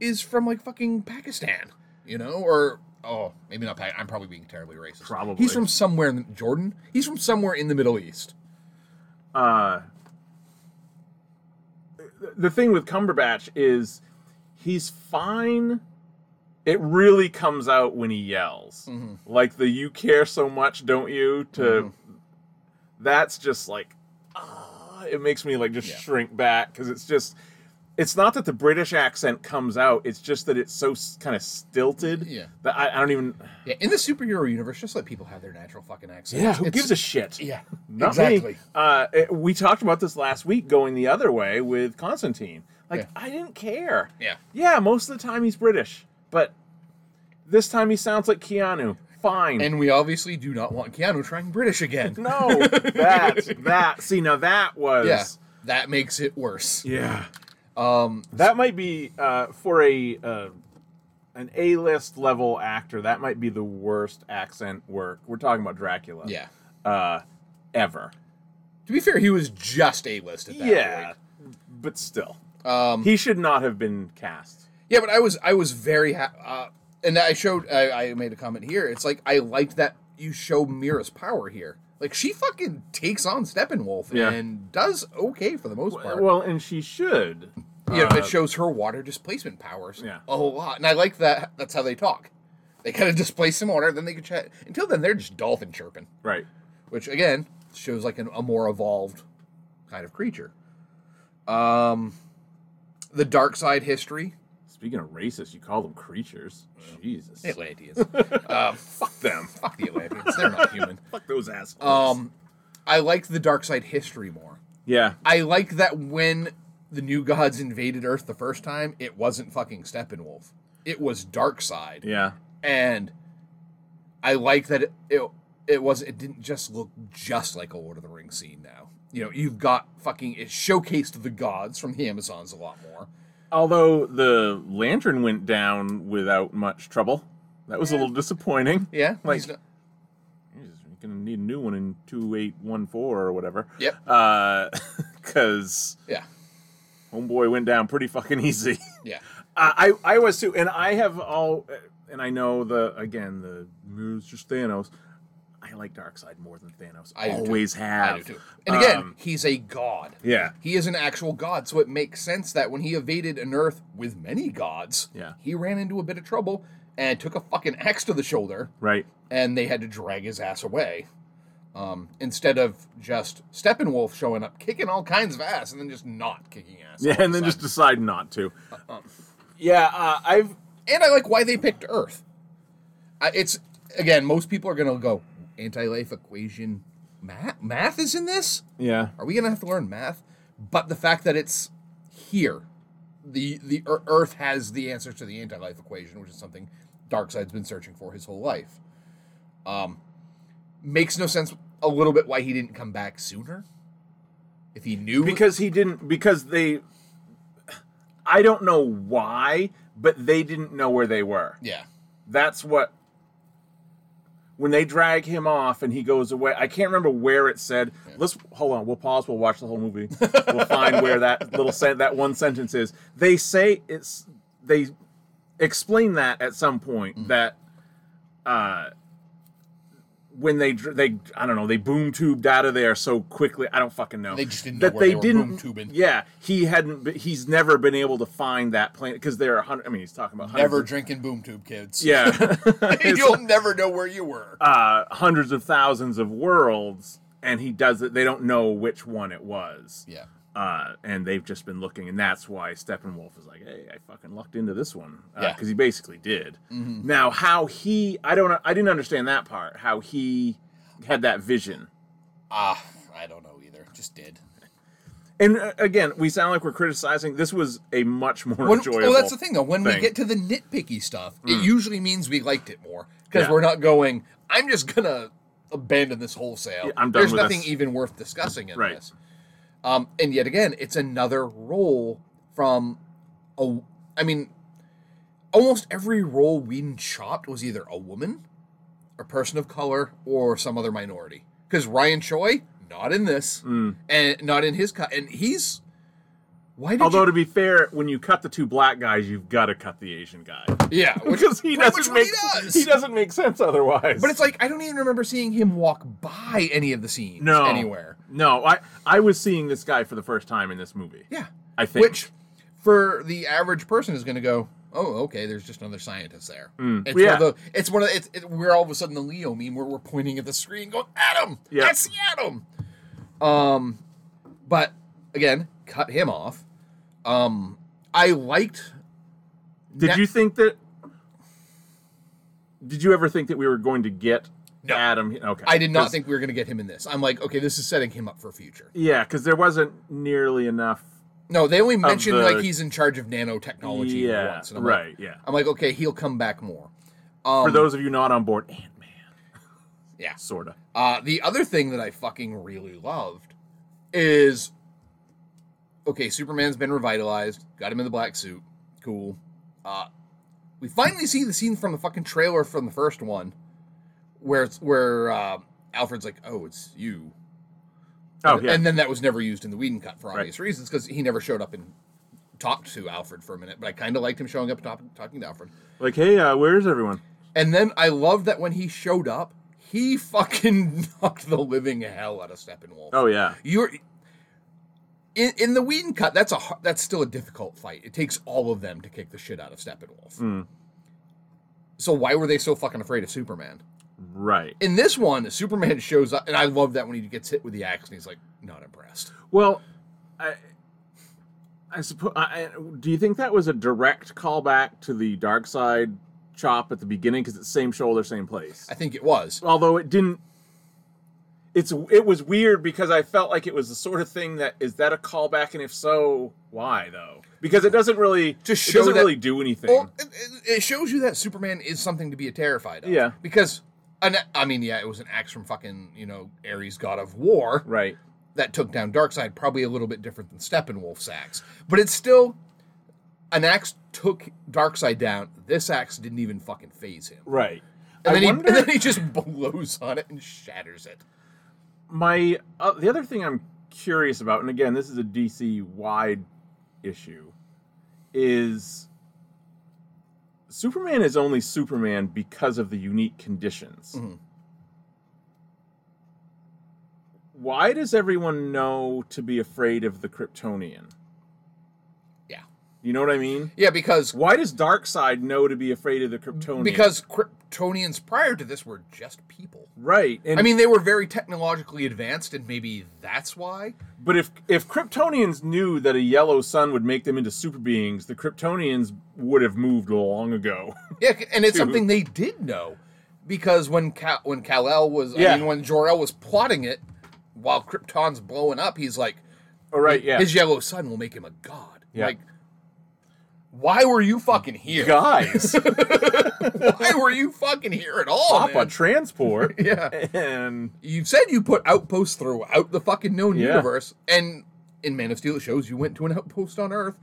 Speaker 7: is from like fucking Pakistan, you know, or oh, maybe not. Pakistan. I'm probably being terribly racist.
Speaker 6: Probably.
Speaker 7: he's from somewhere in Jordan. He's from somewhere in the Middle East.
Speaker 6: uh, the- the thing with Cumberbatch is he's fine. It really comes out when he yells,
Speaker 7: Mm-hmm.
Speaker 6: like the "You care so much, don't you?" To that's just like ah, it makes me like just shrink back because it's just it's not that the British accent comes out; it's just that it's so kind of stilted
Speaker 7: Yeah.
Speaker 6: that I, I don't even
Speaker 7: Yeah, in the superhero universe, just let people have their natural fucking accent.
Speaker 6: yeah who
Speaker 7: It's-
Speaker 6: gives a shit
Speaker 7: yeah
Speaker 6: Not me.
Speaker 7: exactly.
Speaker 6: Uh, it- we talked about this last week going the other way with Constantine. Like,
Speaker 7: Yeah.
Speaker 6: I didn't care.
Speaker 7: Yeah.
Speaker 6: Yeah, most of the time he's British, but this time he sounds like Keanu. Fine.
Speaker 7: And we obviously do not want Keanu trying British again.
Speaker 6: no, that, that, see, now that was.
Speaker 7: Yeah, that makes it worse.
Speaker 6: Yeah. Um, that might be uh, for a uh, an A list level actor. That might be the worst accent work. We're talking about Dracula.
Speaker 7: Yeah.
Speaker 6: Uh, ever.
Speaker 7: To be fair, he was just A list at that
Speaker 6: yeah,
Speaker 7: point.
Speaker 6: but still,
Speaker 7: Um,
Speaker 6: he should not have been cast.
Speaker 7: Yeah, but I was I was very happy. Uh, and I showed I, I made a comment here. It's like I liked that you show Mira's power here. Like she fucking takes on Steppenwolf
Speaker 6: Yeah.
Speaker 7: and does okay for the most part.
Speaker 6: Well, and she should.
Speaker 7: yeah, it shows her water displacement powers
Speaker 6: Yeah.
Speaker 7: a whole lot. And I like that. That's how they talk. They kind of displace some water, then they can chat. Until then, they're just dolphin chirping.
Speaker 6: Right.
Speaker 7: which again shows like an, a more evolved kind of creature. Um, the dark side history.
Speaker 6: Speaking of racist, you call them creatures. Jesus.
Speaker 7: Atlanteans. uh, fuck them. Fuck the Atlanteans. They're not human.
Speaker 6: Fuck those assholes.
Speaker 7: Um, I liked the dark side history more.
Speaker 6: yeah.
Speaker 7: I like that when the new gods invaded Earth the first time, it wasn't fucking Steppenwolf. It was dark side.
Speaker 6: Yeah.
Speaker 7: and I like that it, it it was it didn't just look just like a Lord of the Rings scene now. You know, you've got fucking it showcased the gods from the Amazons a lot more.
Speaker 6: Although the lantern went down without much trouble, that was a little disappointing.
Speaker 7: Yeah,
Speaker 6: Like,
Speaker 7: he's not-
Speaker 6: Jesus, you're gonna need a new one in two eight one four or whatever.
Speaker 7: Yep.
Speaker 6: Uh, because
Speaker 7: yeah,
Speaker 6: homeboy went down pretty fucking easy.
Speaker 7: yeah,
Speaker 6: Uh, I I was too, and I have all, and I know the again the it's just Thanos. I like Darkseid more than Thanos.
Speaker 7: I do too.
Speaker 6: always have.
Speaker 7: I do too. And again,
Speaker 6: Um,
Speaker 7: he's a god.
Speaker 6: yeah,
Speaker 7: He is an actual god, so it makes sense that when he evaded an Earth with many gods,
Speaker 6: Yeah.
Speaker 7: he ran into a bit of trouble and took a fucking axe to the shoulder.
Speaker 6: right.
Speaker 7: and they had to drag his ass away. Um, instead of just Steppenwolf showing up, kicking all kinds of ass, and then just not kicking ass.
Speaker 6: Yeah,
Speaker 7: all
Speaker 6: and
Speaker 7: the
Speaker 6: then
Speaker 7: time.
Speaker 6: just decide not to.
Speaker 7: um.
Speaker 6: Yeah, uh, I've
Speaker 7: and I like why they picked Earth. I, it's again, most people are gonna go anti-life equation. Math, math is in this.
Speaker 6: yeah
Speaker 7: Are we gonna have to learn math? But the fact that it's here, the the Ear- Earth has the answer to the anti-life equation, which is something Darkseid's been searching for his whole life. Um, makes no sense a little bit why he didn't come back sooner. If he knew,
Speaker 6: because he didn't because they. I don't know why, but they didn't know where they were.
Speaker 7: yeah,
Speaker 6: that's what when they drag him off and he goes away i can't remember where it said let's hold on we'll pause we'll watch the whole movie we'll find where that little sen- that one sentence is they say it's they explain that at some point
Speaker 7: Mm.
Speaker 6: that uh when they dr- they I don't know they boom tubed out of there so quickly I don't fucking know
Speaker 7: They just didn't know where they were boom tubing.
Speaker 6: yeah he hadn't be- he's never been able to find that planet because there are hundred I mean he's talking about hundreds
Speaker 7: never
Speaker 6: of-
Speaker 7: drinking boom tube kids.
Speaker 6: yeah
Speaker 7: you'll never know where you were.
Speaker 6: uh, hundreds of thousands of worlds, and he does it. They don't know which one it was.
Speaker 7: yeah,
Speaker 6: Uh, and they've just been looking, and that's why Steppenwolf is like, "Hey, I fucking lucked into this one," because
Speaker 7: Yeah. Mm-hmm.
Speaker 6: he basically did. Now, how he, I don't, I didn't understand that part. How he had that vision,
Speaker 7: Ah, I don't know either. Just did.
Speaker 6: and uh, again, we sound like we're criticizing. This was a much more
Speaker 7: When,
Speaker 6: enjoyable.
Speaker 7: well, that's the thing though. When we
Speaker 6: thing. Mm.
Speaker 7: get to the nitpicky stuff, it usually means we liked it more because
Speaker 6: Yeah.
Speaker 7: we're not going. I'm just gonna abandon this wholesale.
Speaker 6: Yeah, I'm done
Speaker 7: There's
Speaker 6: with
Speaker 7: nothing
Speaker 6: this."
Speaker 7: even worth discussing in
Speaker 6: Right.
Speaker 7: this. Um, and yet again, it's another role from a. I mean, almost every role we chopped was either a woman, a person of color, or some other minority. Because Ryan Choi not in this,
Speaker 6: Mm.
Speaker 7: and not in his cut, and he's. Why did
Speaker 6: Although
Speaker 7: you
Speaker 6: to be fair, when you cut the two black guys, you've got to cut the Asian guy
Speaker 7: Yeah, which
Speaker 6: because he
Speaker 7: pretty much
Speaker 6: doesn't
Speaker 7: what
Speaker 6: make
Speaker 7: he
Speaker 6: he,
Speaker 7: does.
Speaker 6: doesn't make sense otherwise.
Speaker 7: But it's like I don't even remember seeing him walk by any of the scenes
Speaker 6: no
Speaker 7: anywhere.
Speaker 6: No, I I was seeing this guy for the first time in this movie.
Speaker 7: Yeah,
Speaker 6: I think.
Speaker 7: which for the average person is going to go, oh, okay, there's just another scientist there. It's
Speaker 6: Yeah.
Speaker 7: one of the, it's one of the, it's, it, we're all of a sudden the Leo meme where we're pointing at the screen, going, Adam,
Speaker 6: Yeah.
Speaker 7: that's the Adam. Um, but again, cut him off. Um, I liked
Speaker 6: did
Speaker 7: that-
Speaker 6: you think that? Did you ever think that we were going to get
Speaker 7: No.
Speaker 6: Adam? Okay,
Speaker 7: I did not
Speaker 6: 'Cause-
Speaker 7: think we were going to get him in this. I'm like, okay, this is setting him up for future.
Speaker 6: Yeah, because there wasn't nearly enough.
Speaker 7: No, they only mentioned
Speaker 6: the-
Speaker 7: like he's in charge of nanotechnology
Speaker 6: Yeah,
Speaker 7: Oh, once. I'm
Speaker 6: right.
Speaker 7: Like,
Speaker 6: yeah,
Speaker 7: I'm like, okay, he'll come back more.
Speaker 6: for those of you not on board, Ant Man,
Speaker 7: Um, Yeah.
Speaker 6: sorta.
Speaker 7: Uh, the other thing that I fucking really loved is okay, Superman's been revitalized, got him in the black suit. Cool. Uh, we finally see the scene from the fucking trailer from the first one where it's where uh, Alfred's like, oh, it's you.
Speaker 6: Oh yeah,
Speaker 7: And then that was never used in the Whedon cut for obvious reasons because he never showed up and talked to Alfred for a minute. But I kind of liked him showing up and talk, talking to Alfred.
Speaker 6: like hey, uh, where's everyone?
Speaker 7: And then I love that when he showed up, he fucking knocked the living hell out of Steppenwolf.
Speaker 6: Oh yeah,
Speaker 7: You're in, in the Whedon cut. That's a har- that's still a difficult fight. It takes all of them to kick the shit out of Steppenwolf. So why were they so fucking afraid of Superman?
Speaker 6: right.
Speaker 7: In this one, Superman shows up, and I love that when he gets hit with the axe and he's like, not impressed.
Speaker 6: Well, I, I suppose. I, I- do you think that was a direct callback to the dark side chop at the beginning? Because it's same shoulder, same place.
Speaker 7: I think it was.
Speaker 6: Although it didn't. It's it was weird because I felt like it was the sort of thing that is that a callback, and if so, why though? Because it doesn't really
Speaker 7: Just
Speaker 6: it
Speaker 7: show
Speaker 6: doesn't
Speaker 7: that-
Speaker 6: really do anything.
Speaker 7: Well, it, it- it shows you that Superman is something to be terrified of.
Speaker 6: Yeah.
Speaker 7: Because, an, I mean, yeah, it was an axe from fucking, you know, Ares, god of war,
Speaker 6: right.
Speaker 7: that took down Darkseid, probably a little bit different than Steppenwolf's axe. But it's still, an axe took Darkseid down. This axe didn't even fucking phase him.
Speaker 6: Right.
Speaker 7: And,
Speaker 6: I
Speaker 7: then,
Speaker 6: wonder,
Speaker 7: he, and then he just blows on it and shatters it.
Speaker 6: my uh, the other thing I'm curious about, and again, this is a DC wide issue, is Superman is only Superman because of the unique conditions.
Speaker 7: Mm-hmm.
Speaker 6: Why does everyone know to be afraid of the Kryptonian?
Speaker 7: Yeah.
Speaker 6: You know what I mean?
Speaker 7: Yeah, because
Speaker 6: Why does Darkseid know to be afraid of the Kryptonian?
Speaker 7: because Kryptonians prior to this were just people.
Speaker 6: right, and
Speaker 7: I mean, they were very technologically advanced, and maybe that's why.
Speaker 6: But if if Kryptonians knew that a yellow sun would make them into super beings, the Kryptonians would have moved long ago.
Speaker 7: Yeah, and it's something they did know because when Ka- when Kal El was,
Speaker 6: Yeah.
Speaker 7: I mean, when Jor El was plotting it, while Krypton's blowing up, he's like,
Speaker 6: All right, yeah.
Speaker 7: his yellow sun will make him a god.
Speaker 6: Yeah.
Speaker 7: Like, why were you fucking here?
Speaker 6: Guys,
Speaker 7: Why were you fucking here at all?
Speaker 6: hop
Speaker 7: man?
Speaker 6: on transport.
Speaker 7: Yeah.
Speaker 6: and
Speaker 7: you said you put outposts throughout the fucking known
Speaker 6: Yeah.
Speaker 7: universe, and in Man of Steel it shows you went to an outpost on Earth.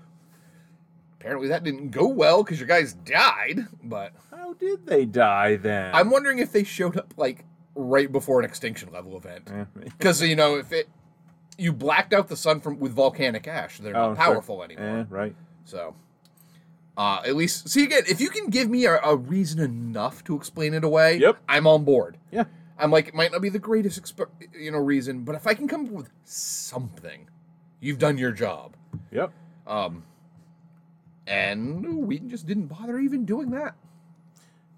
Speaker 7: Apparently that didn't go well because your guys died, but.
Speaker 6: how did they die then?
Speaker 7: I'm wondering if they showed up like right before an extinction level event, because you know if it you blacked out the sun from with volcanic ash, they're
Speaker 6: Oh,
Speaker 7: not
Speaker 6: sure.
Speaker 7: powerful anymore.
Speaker 6: Eh, right.
Speaker 7: So, uh, at least see again if you can give me a, a reason enough to explain it away.
Speaker 6: Yep.
Speaker 7: I'm on board.
Speaker 6: Yeah.
Speaker 7: I'm like it might not be the greatest exp- you know reason, but if I can come up with something, you've done your job.
Speaker 6: Yep.
Speaker 7: And we just didn't bother even doing that.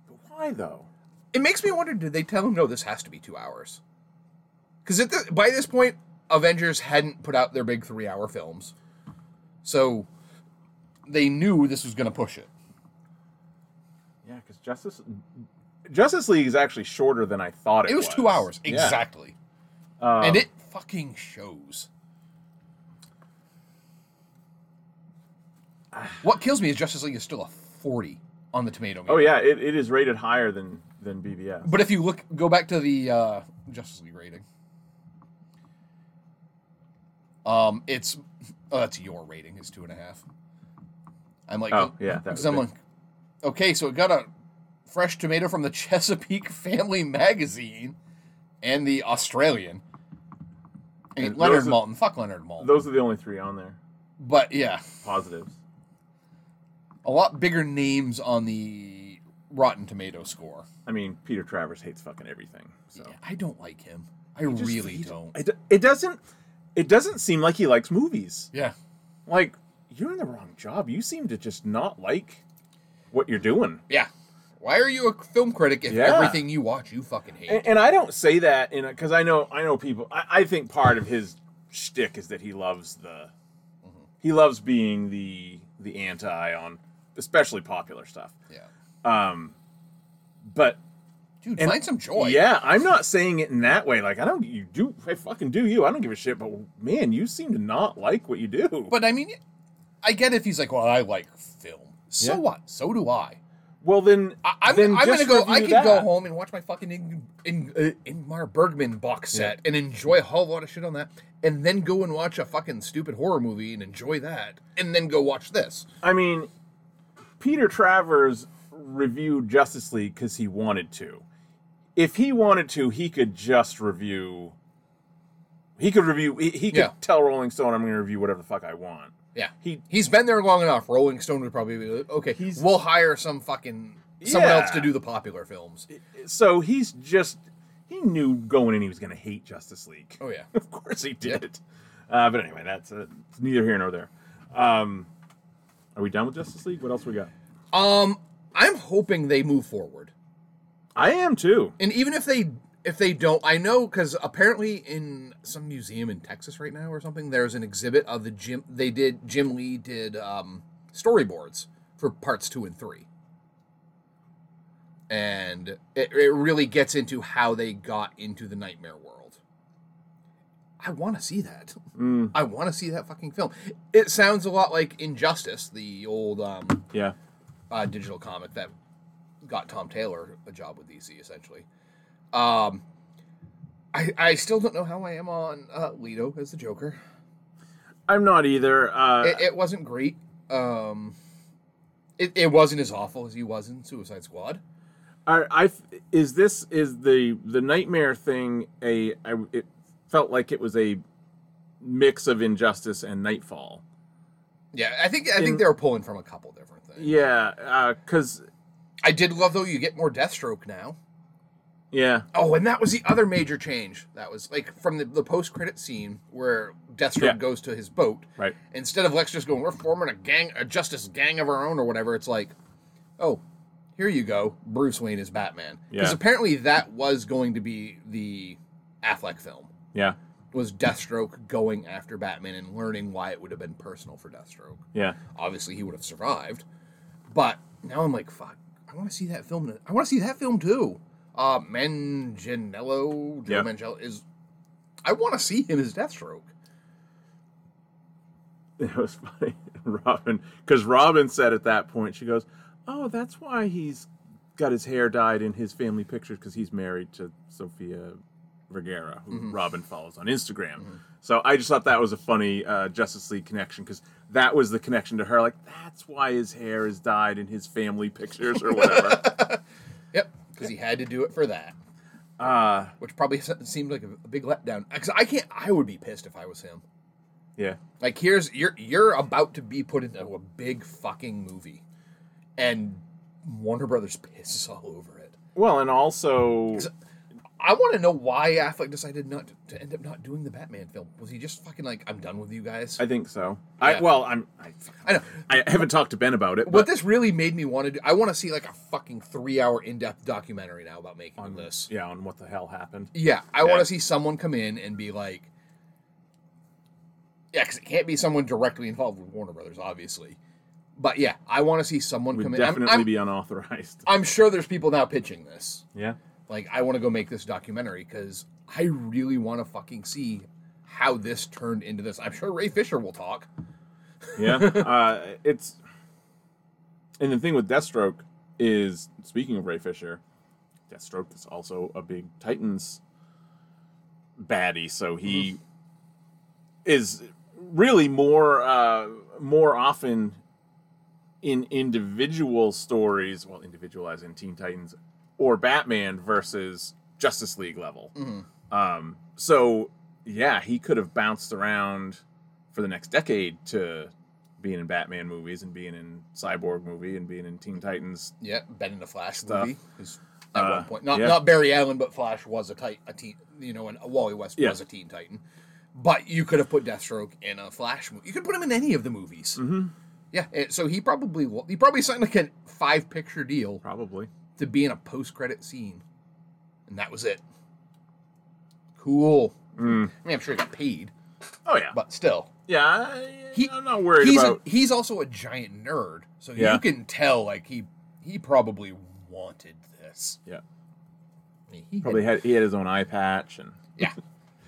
Speaker 6: But why though?
Speaker 7: It makes me wonder: Did they tell him no? This has to be two hours. Because by this point, Avengers hadn't put out their big three hour films. So they knew this was going to push it.
Speaker 6: Yeah, because Justice Justice League is actually shorter than I thought it,
Speaker 7: It was two hours.
Speaker 6: Yeah. Um,
Speaker 7: Exactly. and it fucking shows. what kills me is Justice League is still a 40 on the tomato meter.
Speaker 6: Oh yeah, it, it is rated higher than than BBS.
Speaker 7: But if you look, go back to the uh, Justice League rating. Um, it's oh, that's your rating is two and a half. I'm like,
Speaker 6: Oh, yeah, that
Speaker 7: because
Speaker 6: was
Speaker 7: I'm
Speaker 6: big.
Speaker 7: like, okay, so it got a fresh tomato from the Chesapeake Family Magazine and the Australian. I mean,
Speaker 6: And
Speaker 7: Leonard
Speaker 6: those are-
Speaker 7: Maltin, fuck Leonard Maltin,
Speaker 6: Those are the only three on there.
Speaker 7: but yeah,
Speaker 6: Positives.
Speaker 7: a lot bigger names on the Rotten Tomato score.
Speaker 6: I mean, Peter Travers hates fucking everything. So
Speaker 7: I don't like him. I
Speaker 6: Just-
Speaker 7: really
Speaker 6: he-
Speaker 7: don't.
Speaker 6: It, it doesn't. It doesn't seem like he likes movies.
Speaker 7: yeah.
Speaker 6: Like you're in the wrong job. You seem to just not like what you're doing.
Speaker 7: Yeah. Why are you a film critic if
Speaker 6: Yeah.
Speaker 7: everything you watch you fucking hate?
Speaker 6: And, and I don't say that in because I know I know people. I, I think part of his shtick is that he loves the
Speaker 7: Mm-hmm.
Speaker 6: he loves being the the anti on especially popular stuff.
Speaker 7: yeah.
Speaker 6: But
Speaker 7: Dude,
Speaker 6: and-
Speaker 7: find some joy.
Speaker 6: yeah, I'm not saying it in that way. Like I don't you do I fucking do you. I don't give a shit. But man, you seem to not like what you do.
Speaker 7: But I mean, I get if he's like, well, I like film. So
Speaker 6: Yeah.
Speaker 7: what? So do I.
Speaker 6: well then,
Speaker 7: I I'm,
Speaker 6: then
Speaker 7: I'm gonna
Speaker 6: just
Speaker 7: go. I
Speaker 6: review
Speaker 7: can go
Speaker 6: that.
Speaker 7: home and watch my fucking in, in, uh, Ingmar Bergman box set
Speaker 6: Yeah.
Speaker 7: and enjoy a whole lot of shit on that, and then go and watch a fucking stupid horror movie and enjoy that, and then go watch this.
Speaker 6: I mean, Peter Travers reviewed Justice League because he wanted to. If he wanted to, he could just review. He could review. He, he could
Speaker 7: Yeah.
Speaker 6: tell Rolling Stone, "I'm going to review whatever the fuck I want."
Speaker 7: Yeah,
Speaker 6: He-
Speaker 7: he's been there long enough. Rolling Stone would probably be like, okay.
Speaker 6: He's-
Speaker 7: we'll hire some fucking someone else
Speaker 6: Yeah.
Speaker 7: to do the popular films.
Speaker 6: So he's just. He knew going in he was going to hate Justice League.
Speaker 7: Oh yeah.
Speaker 6: Of course he did. Uh, but anyway, that's uh, it's neither here nor there. Um, are we done with Justice League? What else we got?
Speaker 7: Um, I'm hoping they move forward,
Speaker 6: I am too.
Speaker 7: and even if they if they don't, I know because apparently in some museum in Texas right now or something, there's an exhibit of the Jim. They did Jim Lee did um, storyboards for parts two and three, and it, it really gets into how they got into the nightmare world. I want to see that.
Speaker 6: Mm,
Speaker 7: I want to see that fucking film. It sounds a lot like Injustice, the old um,
Speaker 6: yeah.
Speaker 7: uh, digital comic that got Tom Taylor a job with DC essentially. Um, I I still don't know how I am on uh, Leto as the Joker.
Speaker 6: I'm not either. Uh,
Speaker 7: It, it wasn't great. Um, it, it wasn't as awful as he was in Suicide Squad.
Speaker 6: Are, I is this is the the nightmare thing a I, it felt like it was a mix of injustice and nightfall.
Speaker 7: Yeah, I think I
Speaker 6: In-
Speaker 7: think they were pulling from a couple different things.
Speaker 6: Yeah, uh, because
Speaker 7: I did love though you get more Deathstroke now.
Speaker 6: yeah,
Speaker 7: Oh, and that was the other major change. That was like from the, the post credit scene where Deathstroke
Speaker 6: Yeah.
Speaker 7: goes to his boat.
Speaker 6: Right.
Speaker 7: Instead of Lex just going, "We're forming a gang, a justice gang of our own" or whatever, it's like, "Oh, here you go, Bruce Wayne is Batman." Because
Speaker 6: Yeah.
Speaker 7: apparently that was going to be the Affleck film
Speaker 6: yeah,
Speaker 7: was Deathstroke going after Batman and learning why it would have been personal for Deathstroke.
Speaker 6: yeah.
Speaker 7: Obviously, he would have survived, but now I'm like, "Fuck, I want to see that film. I want to see that film too." Uh, Manganiello, Joe
Speaker 6: Yeah.
Speaker 7: Manganiello is. I want to see him as Deathstroke.
Speaker 6: It was funny, Robin, because Robin said at that point she goes, "Oh, that's why he's got his hair dyed in his family pictures because he's married to Sophia Vergara, who
Speaker 7: Mm-hmm.
Speaker 6: Robin follows on Instagram." So I just thought that was a funny uh, Justice League connection because that was the connection to her. Like that's why his hair is dyed in his family pictures or whatever.
Speaker 7: Yep, because he had to do it for that,
Speaker 6: uh,
Speaker 7: which probably s- seemed like a, a big letdown. Because I can't, I would be pissed if I was him.
Speaker 6: yeah,
Speaker 7: Like, here's you're you're about to be put into a big fucking movie, and Warner Brothers pisses all over it.
Speaker 6: Well, and also,
Speaker 7: I want to know why Affleck decided not to, to end up not doing the Batman film. Was he just fucking like, I'm done with you guys?
Speaker 6: I think so.
Speaker 7: Yeah.
Speaker 6: I well, I'm I,
Speaker 7: I know.
Speaker 6: I haven't talked to Ben about it.
Speaker 7: What
Speaker 6: But
Speaker 7: this really made me want to do, I want to see like a fucking three hour in depth documentary now about making this.
Speaker 6: yeah, on what the hell happened?
Speaker 7: Yeah, I
Speaker 6: Yeah.
Speaker 7: want to see someone come in and be like, Yeah, because it can't be someone directly involved with Warner Brothers, obviously. But yeah, I want to see someone
Speaker 6: Would
Speaker 7: come in. I'm-
Speaker 6: definitely
Speaker 7: I'm-
Speaker 6: be unauthorized.
Speaker 7: I'm sure there's people now pitching this.
Speaker 6: Yeah.
Speaker 7: Like, I want to go make this documentary because I really want to fucking see how this turned into this. I'm sure Ray Fisher will talk.
Speaker 6: yeah uh, it's and the thing with deathstroke is speaking of ray fisher deathstroke is also a big titans baddie so he is really more uh, more often in individual stories well individualized in teen titans or batman versus justice league level um, so yeah he could have bounced around for the next decade to being in Batman movies and being in Cyborg movie and being in Teen Titans.
Speaker 7: Yeah, Ben in the Flash
Speaker 6: Stuff.
Speaker 7: movie. is At
Speaker 6: Uh,
Speaker 7: one point, not
Speaker 6: yeah.
Speaker 7: not Barry Allen, but Flash was a tit- a teen, you know, and Wally West
Speaker 6: Yeah.
Speaker 7: was a Teen Titan. But you could have put Deathstroke in a Flash movie. You could put him in any of the movies. Mm-hmm. Yeah, and so he probably wa- he probably signed like a five picture deal
Speaker 6: Probably.
Speaker 7: to be in a post credit scene, and that was it. Cool.
Speaker 6: Mm.
Speaker 7: I mean, I'm sure he got paid,
Speaker 6: Oh yeah.
Speaker 7: but still,
Speaker 6: yeah, I,
Speaker 7: he,
Speaker 6: I'm not worried
Speaker 7: he's
Speaker 6: about.
Speaker 7: A, he's also a giant nerd, so
Speaker 6: Yeah.
Speaker 7: you can tell like he he probably wanted this.
Speaker 6: yeah,
Speaker 7: I mean, he
Speaker 6: probably had he had his own eye patch and
Speaker 7: Yeah.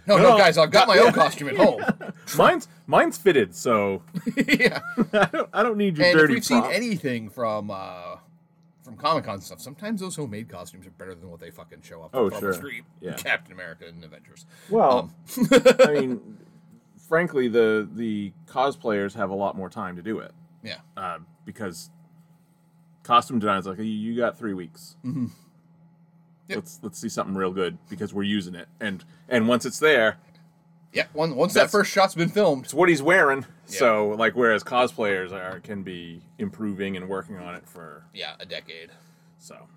Speaker 7: No,
Speaker 6: No,
Speaker 7: no,
Speaker 6: no.
Speaker 7: guys, I've got my own costume at home.
Speaker 6: mine's mine's fitted, so
Speaker 7: yeah.
Speaker 6: I don't I don't need your
Speaker 7: And if
Speaker 6: dirty
Speaker 7: we've
Speaker 6: prop.
Speaker 7: seen anything from uh, from Comic Con stuff, sometimes those homemade costumes are better than what they fucking show up
Speaker 6: Oh,
Speaker 7: on
Speaker 6: sure.
Speaker 7: the street.
Speaker 6: Yeah.
Speaker 7: Captain America and Avengers. Um,
Speaker 6: Well,
Speaker 7: Oh.
Speaker 6: I mean, frankly, the the cosplayers have a lot more time to do it
Speaker 7: Yeah.
Speaker 6: uh, because costume designers like you, you got three weeks.
Speaker 7: Yep.
Speaker 6: Let's let's see something real good because we're using it, and and once it's there,
Speaker 7: Yeah. Once, once
Speaker 6: That's-
Speaker 7: that first shot's been filmed.
Speaker 6: it's what he's wearing. So like, whereas cosplayers are can be improving and working on it for
Speaker 7: Yeah, a decade.
Speaker 6: so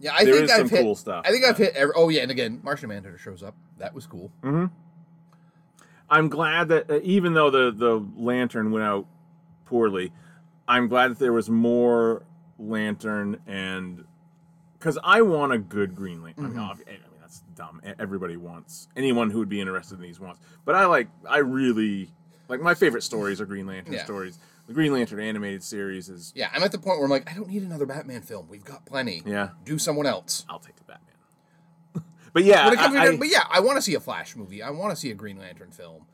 Speaker 7: Yeah, I
Speaker 6: There
Speaker 7: think
Speaker 6: is
Speaker 7: I've
Speaker 6: some
Speaker 7: hit,
Speaker 6: cool stuff,
Speaker 7: I think I've hit. Every, oh yeah, and again, Martian Manhunter shows up. That was cool.
Speaker 6: I'm glad that uh, even though the the lantern went out poorly, I'm glad that there was more lantern and because I want a good Green Lantern.
Speaker 7: Mm-hmm.
Speaker 6: I, mean, obvi- I mean, that's dumb. E- Everybody wants anyone who would be interested in these wants. But I like I really like my favorite stories are Green Lantern
Speaker 7: Yeah.
Speaker 6: stories. The Green Lantern animated series is
Speaker 7: Yeah, I'm at the point where I'm like, I don't need another Batman film. We've got plenty.
Speaker 6: Yeah.
Speaker 7: Do someone else.
Speaker 6: I'll take the Batman. but yeah,
Speaker 7: When it comes
Speaker 6: I-
Speaker 7: to,
Speaker 6: I-
Speaker 7: but yeah, I want to see a Flash movie. I want to see a Green Lantern film.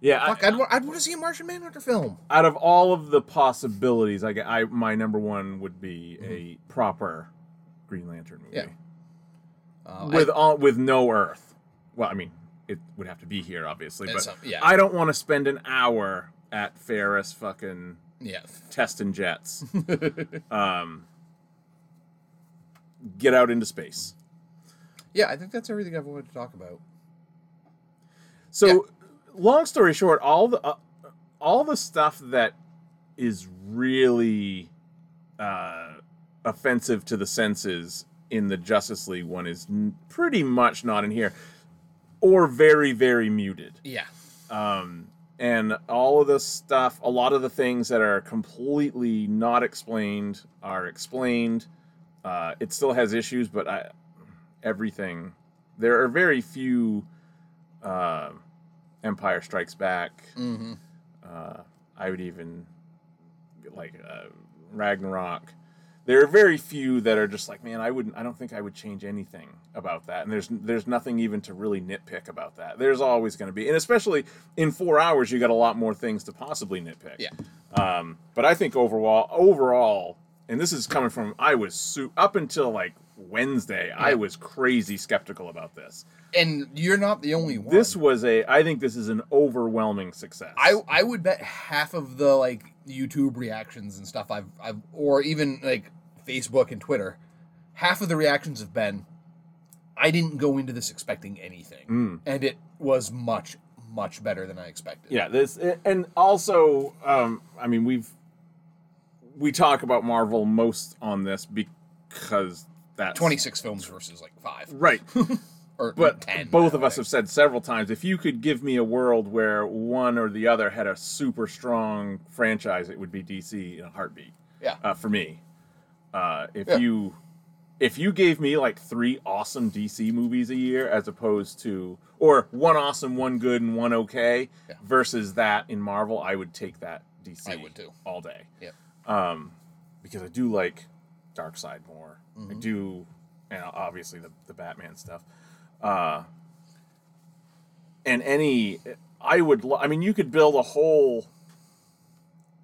Speaker 6: yeah. I-
Speaker 7: Fuck, I'd, wa- I'd want to see a Martian Manhunter film.
Speaker 6: out of all of the possibilities, I, get- I my number one would be a proper Green Lantern movie.
Speaker 7: Mm-hmm. Yeah. Uh,
Speaker 6: with all with no Earth. Well, I mean, it would have to be here, obviously,
Speaker 7: It's
Speaker 6: but
Speaker 7: some- yeah.
Speaker 6: I don't want to spend an hour at Ferris fucking
Speaker 7: Yeah.
Speaker 6: testing jets. um, get out into space.
Speaker 7: Yeah, I think that's everything I've wanted to talk about.
Speaker 6: So,
Speaker 7: Yeah.
Speaker 6: long story short, all the uh, all the stuff that is really uh, offensive to the senses in the Justice League one is n- pretty much not in here, or very very muted.
Speaker 7: Yeah.
Speaker 6: And all of the stuff, a lot of the things that are completely not explained are explained. Uh, it still has issues, but I, everything. There are very few. Uh, Empire Strikes Back.
Speaker 7: Mm-hmm.
Speaker 6: Uh, I would even like uh, Ragnarok. There are very few that are just like, man, I wouldn't. I don't think I would change anything about that. And there's there's nothing even to really nitpick about that. There's always going to be, and especially in four hours, you got a lot more things to possibly nitpick.
Speaker 7: Yeah.
Speaker 6: Um, but I think overall, overall, and this is coming from I was su- up until like Wednesday, I
Speaker 7: Yeah.
Speaker 6: was crazy skeptical about this.
Speaker 7: And you're not the only one.
Speaker 6: This was a. I think this is an overwhelming success.
Speaker 7: I I would bet half of the like YouTube reactions and stuff I've I've or even like Facebook and Twitter, half of the reactions have been I didn't go into this expecting anything. And it was much, much better than I expected.
Speaker 6: Mm. yeah this and also um i mean we've we talk about marvel most on this because that's
Speaker 7: Twenty six films versus like five.
Speaker 6: right
Speaker 7: Or
Speaker 6: but
Speaker 7: ten.
Speaker 6: both of
Speaker 7: nowadays.
Speaker 6: us have said several times if you could give me a world where one or the other had a super strong franchise it would be dc in a heartbeat
Speaker 7: Yeah.
Speaker 6: uh, for me uh if
Speaker 7: Yeah.
Speaker 6: you if you gave me like three awesome DC movies a year as opposed to or one awesome, one good, and one okay
Speaker 7: Yeah.
Speaker 6: versus that in Marvel, I would take that DC.
Speaker 7: I would too.
Speaker 6: all day
Speaker 7: Yep.
Speaker 6: because I do like Dark Side more. I
Speaker 7: Mm-hmm.
Speaker 6: do, and obviously the the Batman stuff. Uh, and any, I would. Lo- I mean, you could build a whole uh,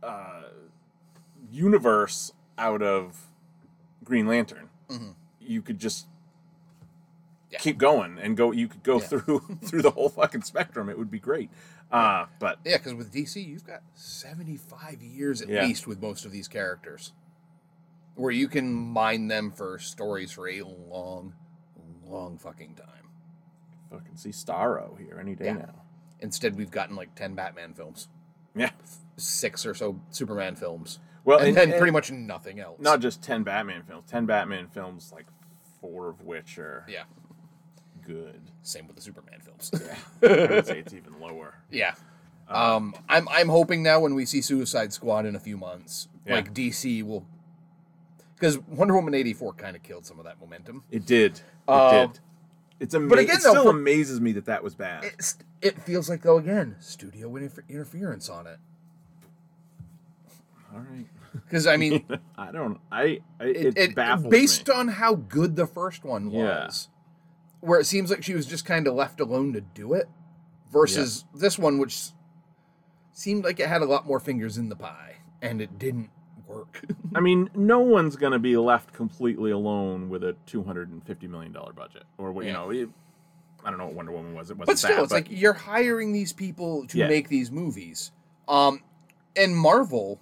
Speaker 6: universe out of Green Lantern. You could just
Speaker 7: Mm-hmm. Yeah.
Speaker 6: keep going and go. You could go
Speaker 7: Yeah.
Speaker 6: through through the whole fucking spectrum. It would be great. Uh, but
Speaker 7: Yeah, because with DC, you've got 75 years at
Speaker 6: Yeah.
Speaker 7: least with most of these characters, where you can mine them for stories for a long, long fucking time.
Speaker 6: fucking see Starro here any day
Speaker 7: Yeah.
Speaker 6: now.
Speaker 7: Instead, we've gotten like 10 Batman films,
Speaker 6: Yeah.
Speaker 7: six or so Superman films,
Speaker 6: Well,
Speaker 7: and,
Speaker 6: and-
Speaker 7: then
Speaker 6: and-
Speaker 7: pretty much nothing else.
Speaker 6: not just 10 Batman films, 10 Batman films, like four of which are
Speaker 7: yeah.
Speaker 6: good.
Speaker 7: Same with the Superman films.
Speaker 6: I would say it's even lower.
Speaker 7: Yeah. Um, I'm I'm hoping now when we see Suicide Squad in a few months,
Speaker 6: Yeah.
Speaker 7: like DC will, because Wonder Woman eighty four kind of killed some of that momentum.
Speaker 6: It did. It
Speaker 7: Um,
Speaker 6: did. It's ama-
Speaker 7: but again,
Speaker 6: it still
Speaker 7: though, for-
Speaker 6: amazes me that that was bad.
Speaker 7: It's, it feels like though again studio inter- interference on it.
Speaker 6: All right.
Speaker 7: Because I mean,
Speaker 6: I don't. I. I
Speaker 7: it,
Speaker 6: it,
Speaker 7: it-
Speaker 6: baffles
Speaker 7: based
Speaker 6: me.
Speaker 7: on how good the first one
Speaker 6: Yeah.
Speaker 7: was, where it seems like she was just kind of left alone to do it, versus this one, which seemed like it had a lot more fingers in the pie, and it didn't work.
Speaker 6: I mean, no one's gonna be left completely alone with a two hundred and fifty million dollar budget, or what you
Speaker 7: Yeah.
Speaker 6: know. It, I don't know what Wonder Woman was. It wasn't
Speaker 7: but still,
Speaker 6: that.
Speaker 7: it's like you're hiring these people to
Speaker 6: Yeah.
Speaker 7: make these movies. Um, and Marvel,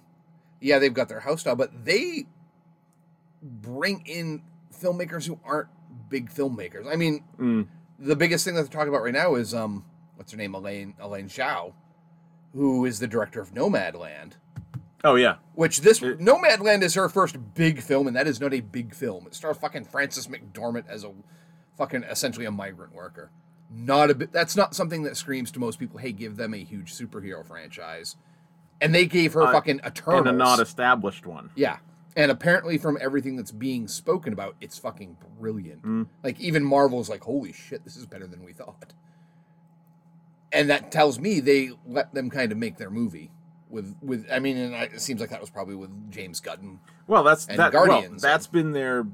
Speaker 7: yeah, they've got their house style, but they bring in filmmakers who aren't big filmmakers. I mean,
Speaker 6: Mm.
Speaker 7: the biggest thing that they're talking about right now is um, what's her name, Elaine Elaine Zhao, who is the director of Nomadland.
Speaker 6: oh yeah,
Speaker 7: Which this
Speaker 6: It-
Speaker 7: Nomadland is her first big film, and that is not a big film. It stars fucking Francis McDormand as a fucking essentially a migrant worker. Not a bit. That's not something that screams to most people. Hey, give them a huge superhero franchise, and they gave her
Speaker 6: Uh,
Speaker 7: fucking Eternals.
Speaker 6: and a not established one.
Speaker 7: yeah, and apparently from everything that's being spoken about, it's fucking brilliant.
Speaker 6: Mm.
Speaker 7: Like even Marvel's like, holy shit, this is better than we thought. And that tells me they let them kind of make their movie. With, with I mean, and I, it seems like that was probably with James Gunn
Speaker 6: Well, that's
Speaker 7: and
Speaker 6: that. Well,
Speaker 7: Guardians.
Speaker 6: that's been their.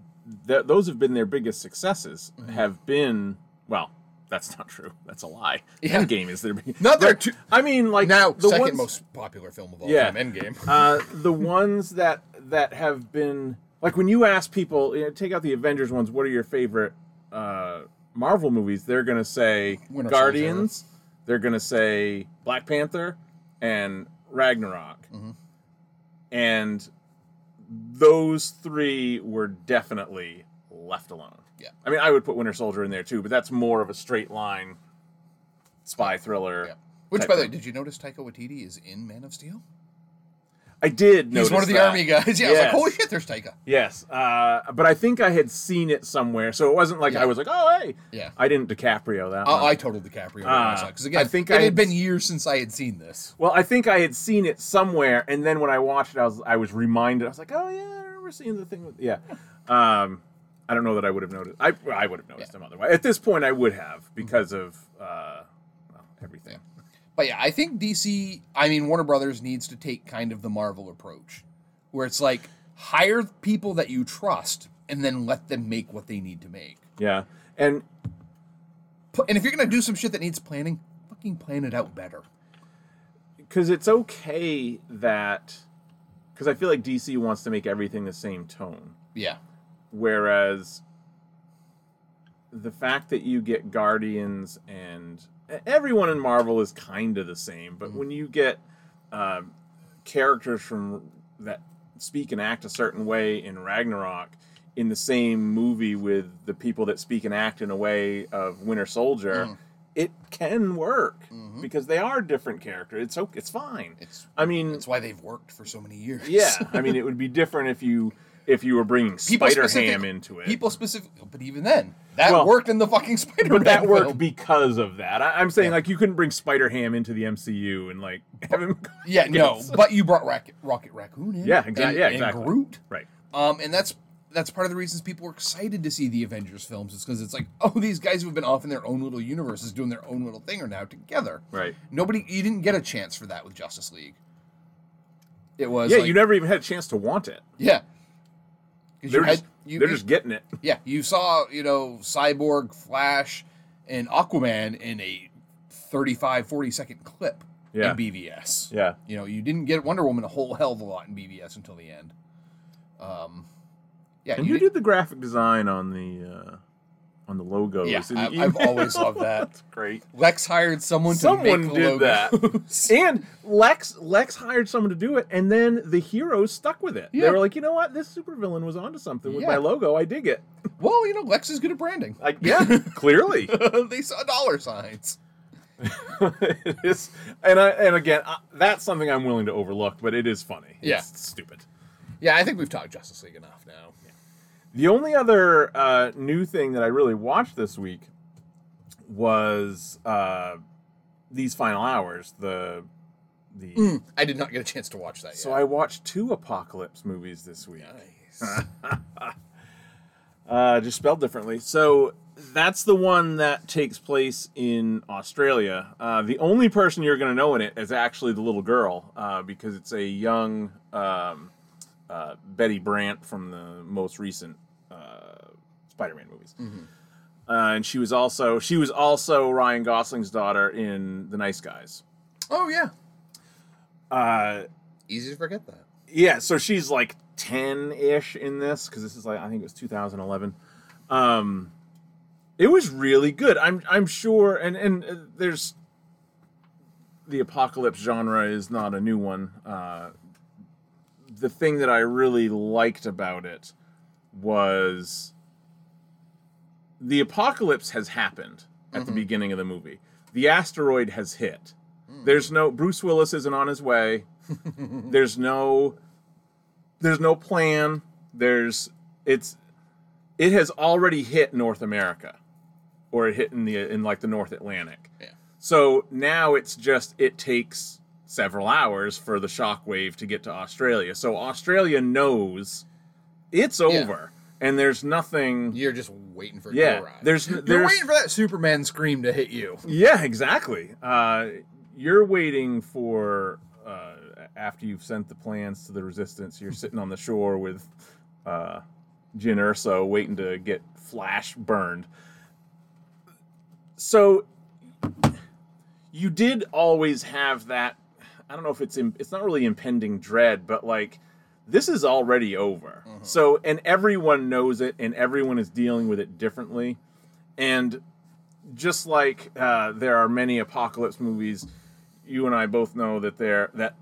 Speaker 6: Th- those have been their biggest successes.
Speaker 7: Mm-hmm.
Speaker 6: Have been well. That's not true. That's a lie.
Speaker 7: Yeah.
Speaker 6: Endgame is their. big-
Speaker 7: Not their
Speaker 6: They're-
Speaker 7: two-
Speaker 6: I mean, like
Speaker 7: now
Speaker 6: the
Speaker 7: second
Speaker 6: ones,
Speaker 7: most popular film of all
Speaker 6: Yeah.
Speaker 7: time, Endgame.
Speaker 6: uh, the ones that that have been like when you ask people, you know, take out the Avengers ones. What are your favorite uh, Marvel movies? They're gonna say
Speaker 7: Winter
Speaker 6: Guardians. They're gonna say Black Panther and Ragnarok,
Speaker 7: Mm-hmm.
Speaker 6: and those three were definitely left alone.
Speaker 7: Yeah.
Speaker 6: I mean, I would put Winter Soldier in there too, but that's more of a straight line spy thriller.
Speaker 7: Yeah. Which,
Speaker 6: type
Speaker 7: by the way,
Speaker 6: thing.
Speaker 7: did you notice Taika Waititi is in Man of Steel?
Speaker 6: I did.
Speaker 7: He's
Speaker 6: notice
Speaker 7: one of the
Speaker 6: that.
Speaker 7: army guys. Yeah, I was like,
Speaker 6: Yes.
Speaker 7: holy shit, there's Taika.
Speaker 6: Yes, uh, but I think I had seen it somewhere, so it wasn't like
Speaker 7: Yeah.
Speaker 6: I was like, "Oh, hey."
Speaker 7: Yeah. Oh,
Speaker 6: I didn't DiCaprio that. one.
Speaker 7: I, I totaled DiCaprio
Speaker 6: Ah,
Speaker 7: because again,
Speaker 6: I think
Speaker 7: it
Speaker 6: I
Speaker 7: had
Speaker 6: had-
Speaker 7: been years since I had seen this.
Speaker 6: well, I think I had seen it somewhere, and then when I watched it, I was I was reminded. I was like, "Oh yeah, I remember seeing the thing with yeah." Um, I don't know that I would have noticed. I well, I would have noticed him otherwise. At this point, I would have because of uh, well, everything.
Speaker 7: But yeah, I think DC, I mean Warner Brothers needs to take kind of the Marvel approach, where it's like hire people that you trust and then let them make what they need to make.
Speaker 6: Yeah, and
Speaker 7: Pl- And if you're gonna do some shit that needs planning, fucking plan it out better.
Speaker 6: because it's okay that because I feel like DC wants to make everything the same tone.
Speaker 7: Yeah.
Speaker 6: Whereas the fact that you get Guardians and e-, everyone in Marvel is kind of the same, but
Speaker 7: Mm-hmm.
Speaker 6: when you get um characters from that speak and act a certain way in Ragnarok in the same movie with the people that speak and act in a way of Winter Soldier,
Speaker 7: Mm.
Speaker 6: it can work because they are different characters. It's okay, it's fine.
Speaker 7: Mm-hmm. It's
Speaker 6: I mean,
Speaker 7: That's why they've worked for so many years.
Speaker 6: yeah, I mean, it would be different if you if you were bringing
Speaker 7: People
Speaker 6: Spider Ham
Speaker 7: specific-
Speaker 6: into it.
Speaker 7: People specific, but even then, that
Speaker 6: Well,
Speaker 7: worked in the fucking Spider-Man.
Speaker 6: but that worked
Speaker 7: film.
Speaker 6: because of that. I, I'm saying
Speaker 7: Yeah.
Speaker 6: like you couldn't bring Spider Ham into the MCU and like have him.
Speaker 7: yeah, no,
Speaker 6: Yes.
Speaker 7: but you brought Rocket, Rocket Raccoon in.
Speaker 6: Yeah, exactly.
Speaker 7: and-
Speaker 6: Yeah,
Speaker 7: and
Speaker 6: exactly.
Speaker 7: Groot.
Speaker 6: right.
Speaker 7: Um, and that's that's part of the reasons people were excited to see the Avengers films is because it's like, oh, these guys who've been off in their own little universes doing their own little thing are now together.
Speaker 6: Right.
Speaker 7: Nobody, you didn't get a chance for that with Justice League. It was
Speaker 6: Yeah,
Speaker 7: like-
Speaker 6: you never even had a chance to want it.
Speaker 7: yeah. 'Cause you
Speaker 6: They're
Speaker 7: had-
Speaker 6: just
Speaker 7: you-
Speaker 6: they're
Speaker 7: you-
Speaker 6: just getting it.
Speaker 7: yeah, you saw, you know, Cyborg, Flash, and Aquaman in a 35, 40 second clip
Speaker 6: Yeah.
Speaker 7: in BVS.
Speaker 6: Yeah.
Speaker 7: You know, you didn't get Wonder Woman a whole hell of a lot in BVS until the end. Um, yeah,
Speaker 6: And you
Speaker 7: did-
Speaker 6: did the graphic design on the uh, on the logos.
Speaker 7: Yeah,
Speaker 6: and
Speaker 7: I,
Speaker 6: you-
Speaker 7: I've always loved that.
Speaker 6: That's great.
Speaker 7: Lex hired someone to
Speaker 6: Someone
Speaker 7: make the
Speaker 6: did
Speaker 7: logos.
Speaker 6: that, and Lex Lex hired someone to do it, and then the heroes stuck with it.
Speaker 7: Yeah.
Speaker 6: They were like, you know what, this supervillain was onto something with
Speaker 7: Yeah.
Speaker 6: my logo. I dig it.
Speaker 7: well, you know, Lex is good at branding.
Speaker 6: Like, yeah, clearly.
Speaker 7: they saw dollar signs.
Speaker 6: it is, and I and again, I, that's something I'm willing to overlook, but it is funny.
Speaker 7: Yeah.
Speaker 6: It's stupid.
Speaker 7: Yeah, I think we've talked Justice League enough now.
Speaker 6: The only other uh, new thing that I really watched this week was uh, these final hours. The the
Speaker 7: I did not get a chance to watch that yet.
Speaker 6: so I watched two apocalypse movies this week.
Speaker 7: nice.
Speaker 6: Uh, just spelled differently. So that's the one that takes place in Australia. Uh, the only person you're going to know in it is actually the little girl uh, because it's a young um, uh, Betty Brant from the most recent uh, Spider-Man movies. Uh, and she was also she was also Ryan Gosling's daughter in The Nice Guys.
Speaker 7: oh yeah,
Speaker 6: Uh,
Speaker 7: easy to forget that.
Speaker 6: yeah, so she's like 10 ish in this because this is like, I think it was 2011. Um, it was really good. I'm, I'm sure, and, and uh, there's the apocalypse genre is not a new one. Uh, the thing that I really liked about it was the apocalypse has happened at the beginning of the movie, the asteroid has hit. There's no Bruce Willis isn't on his way there's no there's no plan there's it's it has already hit north america or it hit in the in like the north atlantic
Speaker 7: Yeah.
Speaker 6: so now it's just it takes several hours for the shockwave to get to australia so australia knows it's over and there's nothing
Speaker 7: You're just waiting for it
Speaker 6: yeah
Speaker 7: to arrive.
Speaker 6: there's
Speaker 7: You're
Speaker 6: there's
Speaker 7: waiting for that Superman scream to hit you.
Speaker 6: yeah, exactly. Uh, you're waiting for uh, after you've sent the plans to the resistance. You're sitting on the shore with uh, Jin Urso, waiting to get Flash burned. So you did always have that. I don't know if it's im it's not really impending dread, but like this is already over. So and everyone knows it, and everyone is dealing with it differently, and just like uh, there are many apocalypse movies, you and I both know that they're that,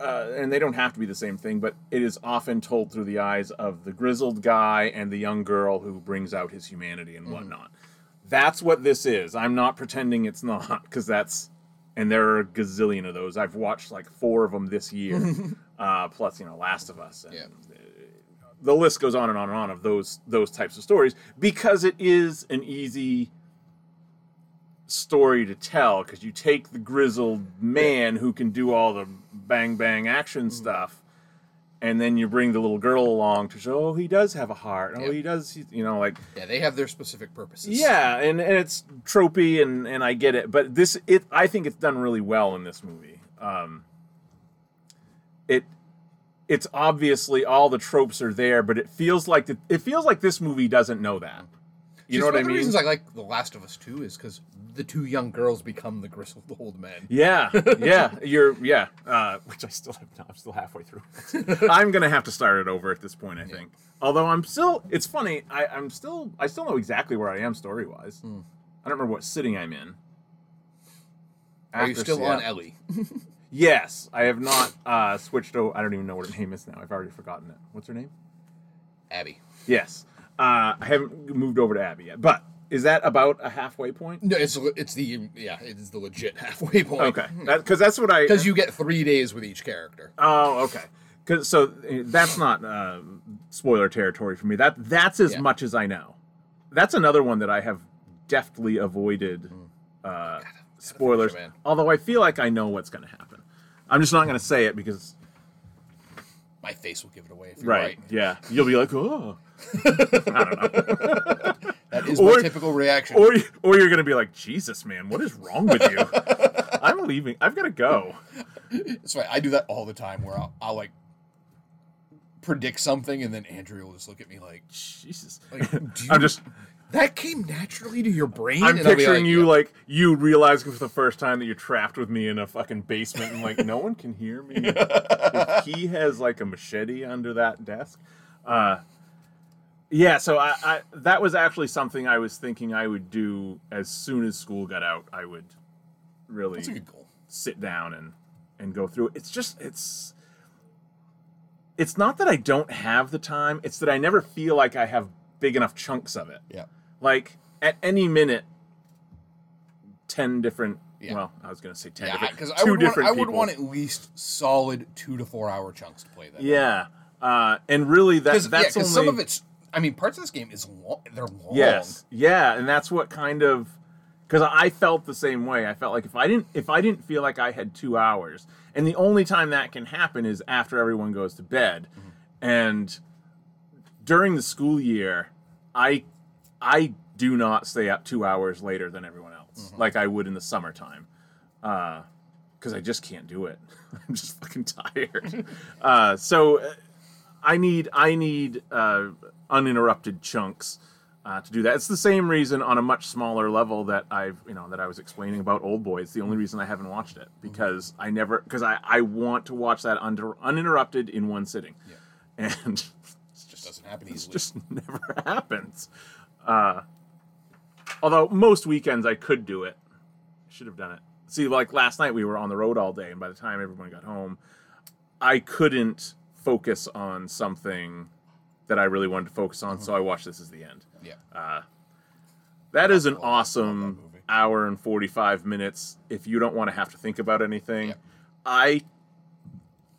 Speaker 6: uh, and they don't have to be the same thing, but it is often told through the eyes of the grizzled guy and the young girl who brings out his humanity and whatnot. That's what this is. I'm not pretending it's not because that's, and there are a gazillion of those. I've watched like four of them this year, uh, plus you know Last of Us and
Speaker 7: Yeah.
Speaker 6: the list goes on and on and on of those those types of stories because it is an easy story to tell because you take the grizzled man who can do all the bang bang action stuff and then you bring the little girl along to show oh he does have a heart oh
Speaker 7: Yep.
Speaker 6: he does he-" you know like
Speaker 7: Yeah, they have their specific purposes.
Speaker 6: yeah and, and it's tropey and and i get it but this it i think it's done really well in this movie um it it's obviously all the tropes are there but it feels like the, it feels like this movie doesn't know that you
Speaker 7: Just
Speaker 6: know what
Speaker 7: one
Speaker 6: i
Speaker 7: of the
Speaker 6: mean
Speaker 7: reasons I like The Last of Us 2 is because the two young girls become the grizzled old men.
Speaker 6: Yeah, yeah, you're yeah. Uh, which I still have not. I'm still halfway through. I'm gonna have to start it over at this point. I think. Although I'm still, it's funny. I, I'm still, I still know exactly where I am story wise.
Speaker 7: Hmm.
Speaker 6: I don't remember what sitting I'm in.
Speaker 7: Are you
Speaker 6: After
Speaker 7: still on
Speaker 6: Seattle.
Speaker 7: Ellie?
Speaker 6: Yes, I have not uh, switched over. I don't even know what her name is now. I've already forgotten it. What's her name?
Speaker 7: Abby.
Speaker 6: Yes, uh, I haven't moved over to Abby yet. But is that about a halfway point?
Speaker 7: No, it's it's the yeah, it is the legit halfway point.
Speaker 6: Okay, because that's what I
Speaker 7: Because you get three days with each character.
Speaker 6: Oh, okay. 'Cause- so uh, that's not uh, spoiler territory for me. That that's as
Speaker 7: Yeah.
Speaker 6: much as I know. That's another one that I have deftly avoided
Speaker 7: Mm.
Speaker 6: uh, spoilers.
Speaker 7: man.
Speaker 6: Although I feel like I know what's going to happen. I'm just not going to say it because
Speaker 7: my face will give it away. If you're
Speaker 6: Right.
Speaker 7: right.
Speaker 6: Yeah. You'll be like, oh.
Speaker 7: That is
Speaker 6: Or-
Speaker 7: my typical reaction.
Speaker 6: Or, or you're going to be like, Jesus, man, what is wrong with you? I'm leaving. I've got to go.
Speaker 7: That's why I do that all the time where I'll, I'll like predict something and then Andrea will just look at me like,
Speaker 6: Jesus.
Speaker 7: like do you,
Speaker 6: I'm just,
Speaker 7: that came naturally to your brain.
Speaker 6: I'm
Speaker 7: And I'll be
Speaker 6: picturing you
Speaker 7: "Yeah."
Speaker 6: like, you realizing for the first time that you're trapped with me in a fucking basement and like, no one can hear me. If he has like a machete under that desk. Uh, yeah, so I, I that was actually something I was thinking I would do as soon as school got out. I would really
Speaker 7: That's a good goal.
Speaker 6: sit down and and go through it. It's just it's it's not that I don't have the time, it's that I never feel like I have big enough chunks of it.
Speaker 7: Yeah.
Speaker 6: Like at any minute 10 different
Speaker 7: Yeah.
Speaker 6: well, I was going to say 10
Speaker 7: Yeah,
Speaker 6: different
Speaker 7: because
Speaker 6: 2
Speaker 7: I would, want,
Speaker 6: different
Speaker 7: I would
Speaker 6: people.
Speaker 7: want at least solid two to four hour chunks to play that.
Speaker 6: Yeah. Uh and really that
Speaker 7: because
Speaker 6: that's only
Speaker 7: some of it's. I mean, parts of this game is long. They're long.
Speaker 6: Yes. Yeah, and that's what kind of because I felt the same way. I felt like if I didn't if I didn't feel like I had two hours, and the only time that can happen is after everyone goes to bed, and during the school year, I I do not stay up two hours later than everyone else, like I would in the summertime, because I just can't do it. I'm just fucking tired. uh, so uh, I need I need uh, uninterrupted chunks uh, to do that. It's the same reason on a much smaller level that I've you know that I was explaining about Old Boy. It's the only reason I haven't watched it because I never because I I want to watch that under uninterrupted in one sitting, and
Speaker 7: It just doesn't happen easily.
Speaker 6: just never happens. Uh, although most weekends I could do it, should have done it. See, like last night we were on the road all day, and by the time everyone got home, I couldn't focus on something that I really wanted to focus on, so I watched this as the end.
Speaker 7: yeah.
Speaker 6: That is an
Speaker 7: love that
Speaker 6: awesome
Speaker 7: movie.
Speaker 6: hour and 45 minutes if you don't want to have to think about anything.
Speaker 7: Yeah.
Speaker 6: I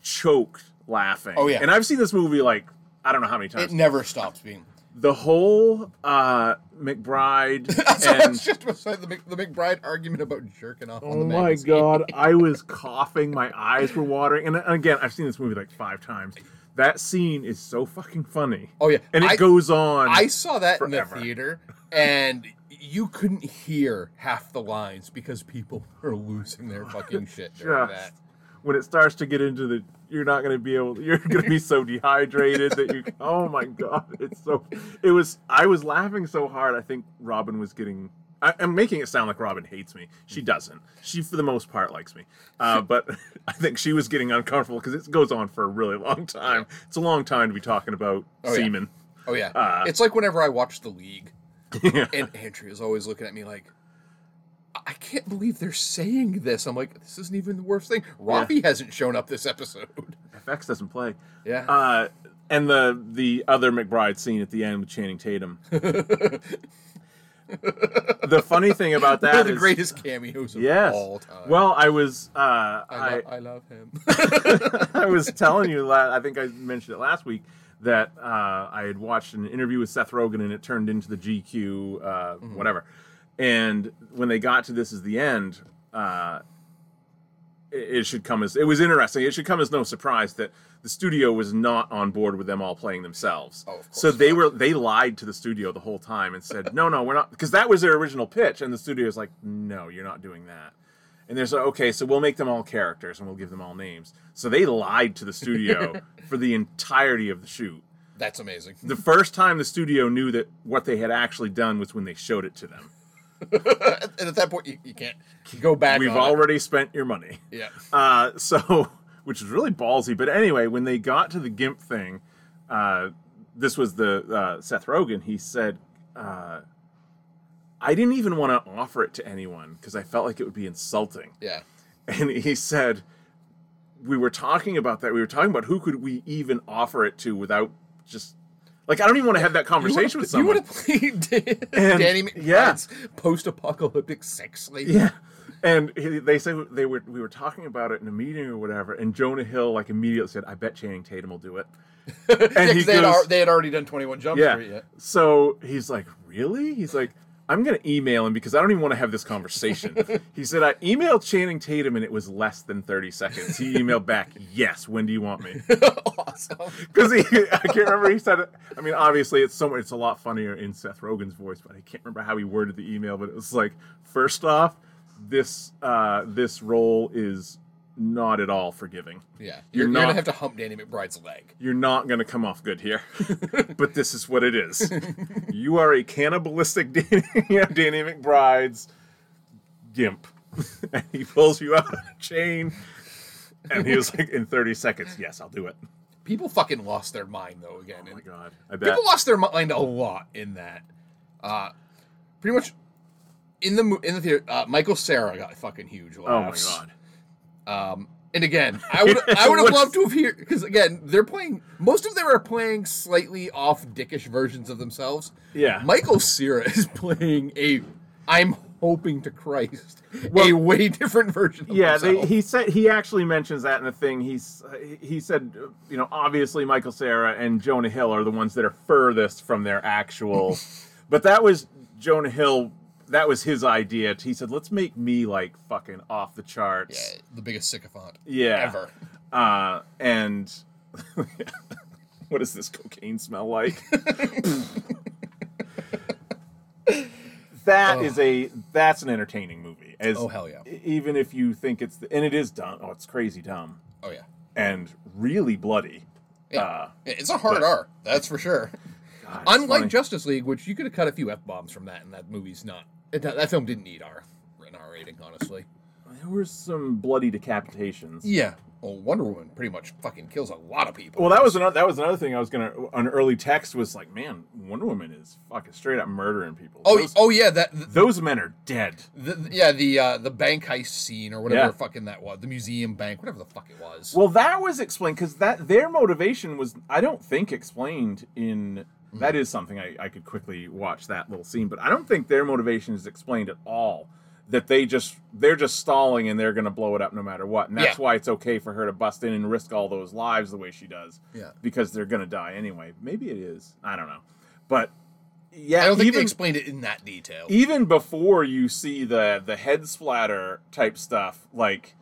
Speaker 6: choked laughing.
Speaker 7: Oh, yeah.
Speaker 6: And I've seen this movie like, I don't know how many times.
Speaker 7: it never stops being.
Speaker 6: the whole uh, McBride
Speaker 7: That's
Speaker 6: and
Speaker 7: just beside the, Mc- the McBride argument about jerking off on
Speaker 6: oh
Speaker 7: the
Speaker 6: my
Speaker 7: magazine.
Speaker 6: god, I was coughing, my eyes were watering, and again, I've seen this movie like five times. That scene is so fucking funny.
Speaker 7: Oh, yeah.
Speaker 6: and it
Speaker 7: I-
Speaker 6: goes on.
Speaker 7: I saw that
Speaker 6: Forever.
Speaker 7: in the theater, and you couldn't hear half the lines because people were losing their fucking shit during
Speaker 6: Just-
Speaker 7: that.
Speaker 6: when it starts to get into the you're not going to be able you're going to be so dehydrated that you oh my god it's so it was i was laughing so hard i think robin was getting I, i'm making it sound like robin hates me she doesn't she for the most part likes me uh, but i think she was getting uncomfortable because it goes on for a really long time it's a long time to be talking about
Speaker 7: Oh, yeah.
Speaker 6: semen
Speaker 7: Oh yeah,
Speaker 6: Uh,
Speaker 7: it's like whenever I watch the league,
Speaker 6: Yeah.
Speaker 7: and Andrew is always looking at me like, "I- "I can't believe they're saying this." I'm like, "This isn't even the worst thing." Ravi hasn't shown up this episode.
Speaker 6: fx doesn't play
Speaker 7: Yeah.
Speaker 6: uh, and the the other McBride scene at the end with Channing Tatum. the funny thing about
Speaker 7: One
Speaker 6: that
Speaker 7: of the
Speaker 6: is-
Speaker 7: greatest cameos of
Speaker 6: yes.
Speaker 7: all time.
Speaker 6: Well, I was uh,
Speaker 7: I,
Speaker 6: I,
Speaker 7: lo- I love him.
Speaker 6: I was telling you la- I think I mentioned it last week that uh, I had watched an interview with Seth Rogen and it turned into the GQ uh,
Speaker 7: Mm-hmm.
Speaker 6: whatever. And when they got to this is the end, uh, it, it should come as it was interesting. It should come as no surprise that the studio was not on board with them all playing themselves.
Speaker 7: Oh, of
Speaker 6: so
Speaker 7: course
Speaker 6: they
Speaker 7: not.
Speaker 6: were they lied to the studio the whole time and said, "No, no, we're not," because that was their original pitch, and the studio's like, "No, you're not doing that." And they're so okay, so we'll make them all characters and we'll give them all names. So they lied to the studio for the entirety of the shoot.
Speaker 7: That's amazing.
Speaker 6: The first time the studio knew that what they had actually done was when they showed it to them.
Speaker 7: and at that point, you, you can't go back.
Speaker 6: We've
Speaker 7: on it.
Speaker 6: already spent your money.
Speaker 7: yeah.
Speaker 6: Uh, so, which is really ballsy. But anyway, when they got to the GIMP thing, uh, this was the uh, Seth Rogen. He said, uh, "I didn't even want to offer it to anyone because I felt like it would be insulting."
Speaker 7: Yeah.
Speaker 6: and he said we were talking about that we were talking about who could we even offer it to without just like i don't even want to have that conversation with
Speaker 7: You
Speaker 6: someone
Speaker 7: would have played Dan-
Speaker 6: And-
Speaker 7: Danny
Speaker 6: yeah.
Speaker 7: McBride's post-apocalyptic sex slave.
Speaker 6: yeah and he, they say they were we were talking about it in a meeting or whatever and jonah hill like immediately said i bet channing tatum will do it and
Speaker 7: Yeah, 'cause they, had, al- they had already done 21 Jump
Speaker 6: yeah
Speaker 7: Street. Yeah.
Speaker 6: so he's like really he's like I'm gonna email him because I don't even want to have this conversation. he said I emailed Channing Tatum and it was less than 30 seconds. He emailed back, "Yes, when do you want me?"
Speaker 7: awesome.
Speaker 6: Because he, I can't remember. He said, it- I mean, obviously, it's so it's a lot funnier in Seth Rogen's voice, but I can't remember how he worded the email. But it was like, first off, this uh, this role is not at all forgiving.
Speaker 7: Yeah,
Speaker 6: You're
Speaker 7: you're, you're gonna
Speaker 6: not-
Speaker 7: have to hump Danny McBride's leg.
Speaker 6: You're not going to come off good here, but this is what it is. you are a cannibalistic Danny, you know, Danny McBride's gimp, and he pulls you out of the chain. And he was like, in 30 seconds, yes, I'll do it.
Speaker 7: People fucking lost their mind though again.
Speaker 6: Oh
Speaker 7: and
Speaker 6: my god, I bet.
Speaker 7: people lost their mind a lot in that. Uh, pretty much in the mo- in the theater, uh, Michael Sarah got fucking huge.
Speaker 6: oh my
Speaker 7: Laughs.
Speaker 6: god.
Speaker 7: Um, and again, I would I would
Speaker 6: What's-
Speaker 7: have loved to have hear because again they're playing most of them are playing slightly off dickish versions of themselves.
Speaker 6: Yeah.
Speaker 7: Michael Cera is playing a I'm hoping to Christ a
Speaker 6: Well-
Speaker 7: way different version. Of
Speaker 6: Yeah, they,
Speaker 7: himself.
Speaker 6: he said he actually mentions that in the thing. He's he said, you know, obviously Michael Sarah and Jonah Hill are the ones that are furthest from their actual. but that was Jonah Hill. That was his idea. He said, "Let's make me like fucking off the charts."
Speaker 7: yeah, the biggest sycophant
Speaker 6: Yeah.
Speaker 7: ever.
Speaker 6: Uh, and what does this cocaine smell like? That is a that's an entertaining movie. As
Speaker 7: Oh, hell yeah.
Speaker 6: e- Even if you think it's the, and it is dumb. Oh, it's crazy dumb
Speaker 7: Oh yeah,
Speaker 6: and really bloody.
Speaker 7: yeah.
Speaker 6: Uh,
Speaker 7: it's a hard R, that's for sure.
Speaker 6: God, it's
Speaker 7: Unlike
Speaker 6: funny.
Speaker 7: Justice League, which you could have cut a few f bombs from that, and that movie's not it, that, that film didn't need R an R rating, honestly.
Speaker 6: there were some bloody decapitations.
Speaker 7: Yeah. Well, Wonder Woman pretty much fucking kills a lot of people.
Speaker 6: Well, that was another that was another thing I was gonna. An early text was like, "Man, Wonder Woman is fucking straight up murdering people."
Speaker 7: Oh,
Speaker 6: those,
Speaker 7: oh yeah, that th
Speaker 6: those men are dead.
Speaker 7: th yeah the uh, the bank heist scene or whatever
Speaker 6: Yeah.
Speaker 7: fucking that was, the museum bank, whatever the fuck it was.
Speaker 6: Well, that was explained because that their motivation was, I don't think, explained in.
Speaker 7: Mm-hmm.
Speaker 6: That is something I, I could quickly watch that little scene, but I don't think their motivation is explained at all. That they just they're just stalling and they're going to blow it up no matter what, and that's
Speaker 7: Yeah.
Speaker 6: why it's okay for her to bust in and risk all those lives the way she does.
Speaker 7: Yeah.
Speaker 6: because they're going to die anyway. Maybe it is. I don't know, but yeah,
Speaker 7: I don't think they
Speaker 6: even-
Speaker 7: explained it in that detail.
Speaker 6: even before you see the the head splatter type stuff, like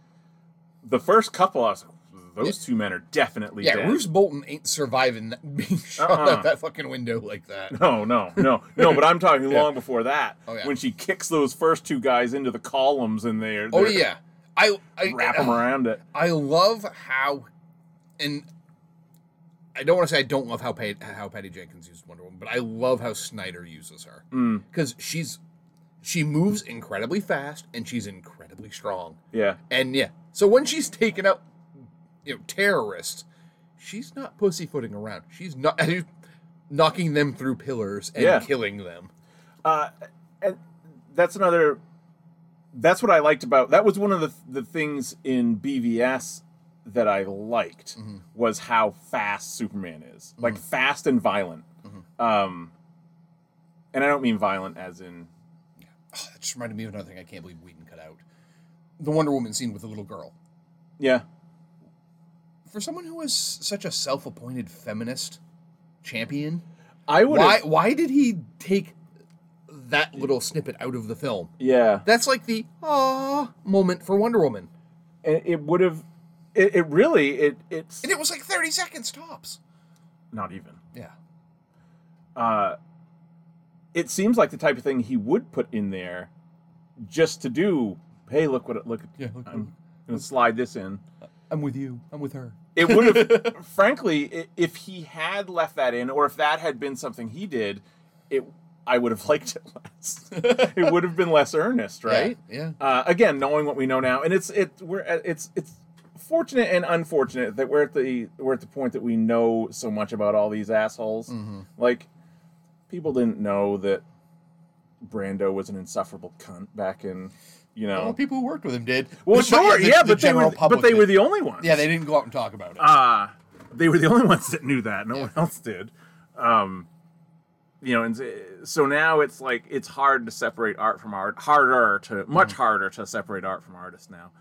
Speaker 6: the first couple, I was like, those two men are definitely
Speaker 7: yeah,
Speaker 6: dead.
Speaker 7: Bruce Bolton ain't surviving that, being shot
Speaker 6: Uh-uh.
Speaker 7: out that fucking window like that.
Speaker 6: no, no, no, no. But I'm talking long before that,
Speaker 7: Oh, yeah.
Speaker 6: when she kicks those first two guys into the columns and they're,
Speaker 7: Oh
Speaker 6: they're-
Speaker 7: yeah, I I
Speaker 6: wrap them around it.
Speaker 7: I love how, and I don't want to say I don't love how Pat, how Patty Jenkins used Wonder Woman, but I love how Snyder uses her
Speaker 6: Mm.
Speaker 7: because she's she moves incredibly fast and she's incredibly strong.
Speaker 6: Yeah,
Speaker 7: And yeah, so when she's taking out you know terrorists, she's not pussyfooting around. She's not knocking them through pillars and
Speaker 6: Yeah.
Speaker 7: killing them.
Speaker 6: and that's another that's what i liked about that was one of the, the things in bvs that i liked
Speaker 7: Mm-hmm.
Speaker 6: was how fast superman is like fast and violent
Speaker 7: Mm-hmm.
Speaker 6: um and i don't mean violent as in
Speaker 7: Oh, that just reminded me of another thing. I can't believe Whedon cut out the Wonder Woman scene with the little girl.
Speaker 6: yeah
Speaker 7: for someone who was such a self-appointed feminist champion,
Speaker 6: i would
Speaker 7: why why did he take that little snippet out of the film?
Speaker 6: yeah
Speaker 7: That's like the ah moment for Wonder Woman,
Speaker 6: it, it would have it, it really it it's
Speaker 7: and it was like thirty seconds tops.
Speaker 6: not even
Speaker 7: Yeah,
Speaker 6: uh, it seems like the type of thing he would put in there just to do. Hey, look what it look.
Speaker 7: Yeah, look-
Speaker 6: I'm gonna slide this in.
Speaker 7: I'm with you. I'm with her.
Speaker 6: It would have, frankly, i- if he had left that in, or if that had been something he did, it I would have liked it less. it would have been less earnest, right?
Speaker 7: Yeah.
Speaker 6: Uh, again, knowing what we know now, and it's it we're at, it's it's fortunate and unfortunate that we're at the we're at the point that we know so much about all these assholes.
Speaker 7: Mm-hmm.
Speaker 6: Like people didn't know that Brando was an insufferable cunt back in you know.
Speaker 7: Well, people who worked with him did.
Speaker 6: well,
Speaker 7: But
Speaker 6: sure,
Speaker 7: the-
Speaker 6: yeah,
Speaker 7: the
Speaker 6: but they were
Speaker 7: general
Speaker 6: but
Speaker 7: public
Speaker 6: they were
Speaker 7: did.
Speaker 6: the only ones.
Speaker 7: Yeah, they didn't go out and talk about it.
Speaker 6: Uh, they were the only ones that knew that. No one else did. Um, you know, and s- so now it's like it's hard to separate art from art. Harder to much
Speaker 7: Mm-hmm.
Speaker 6: harder to separate art from artists now.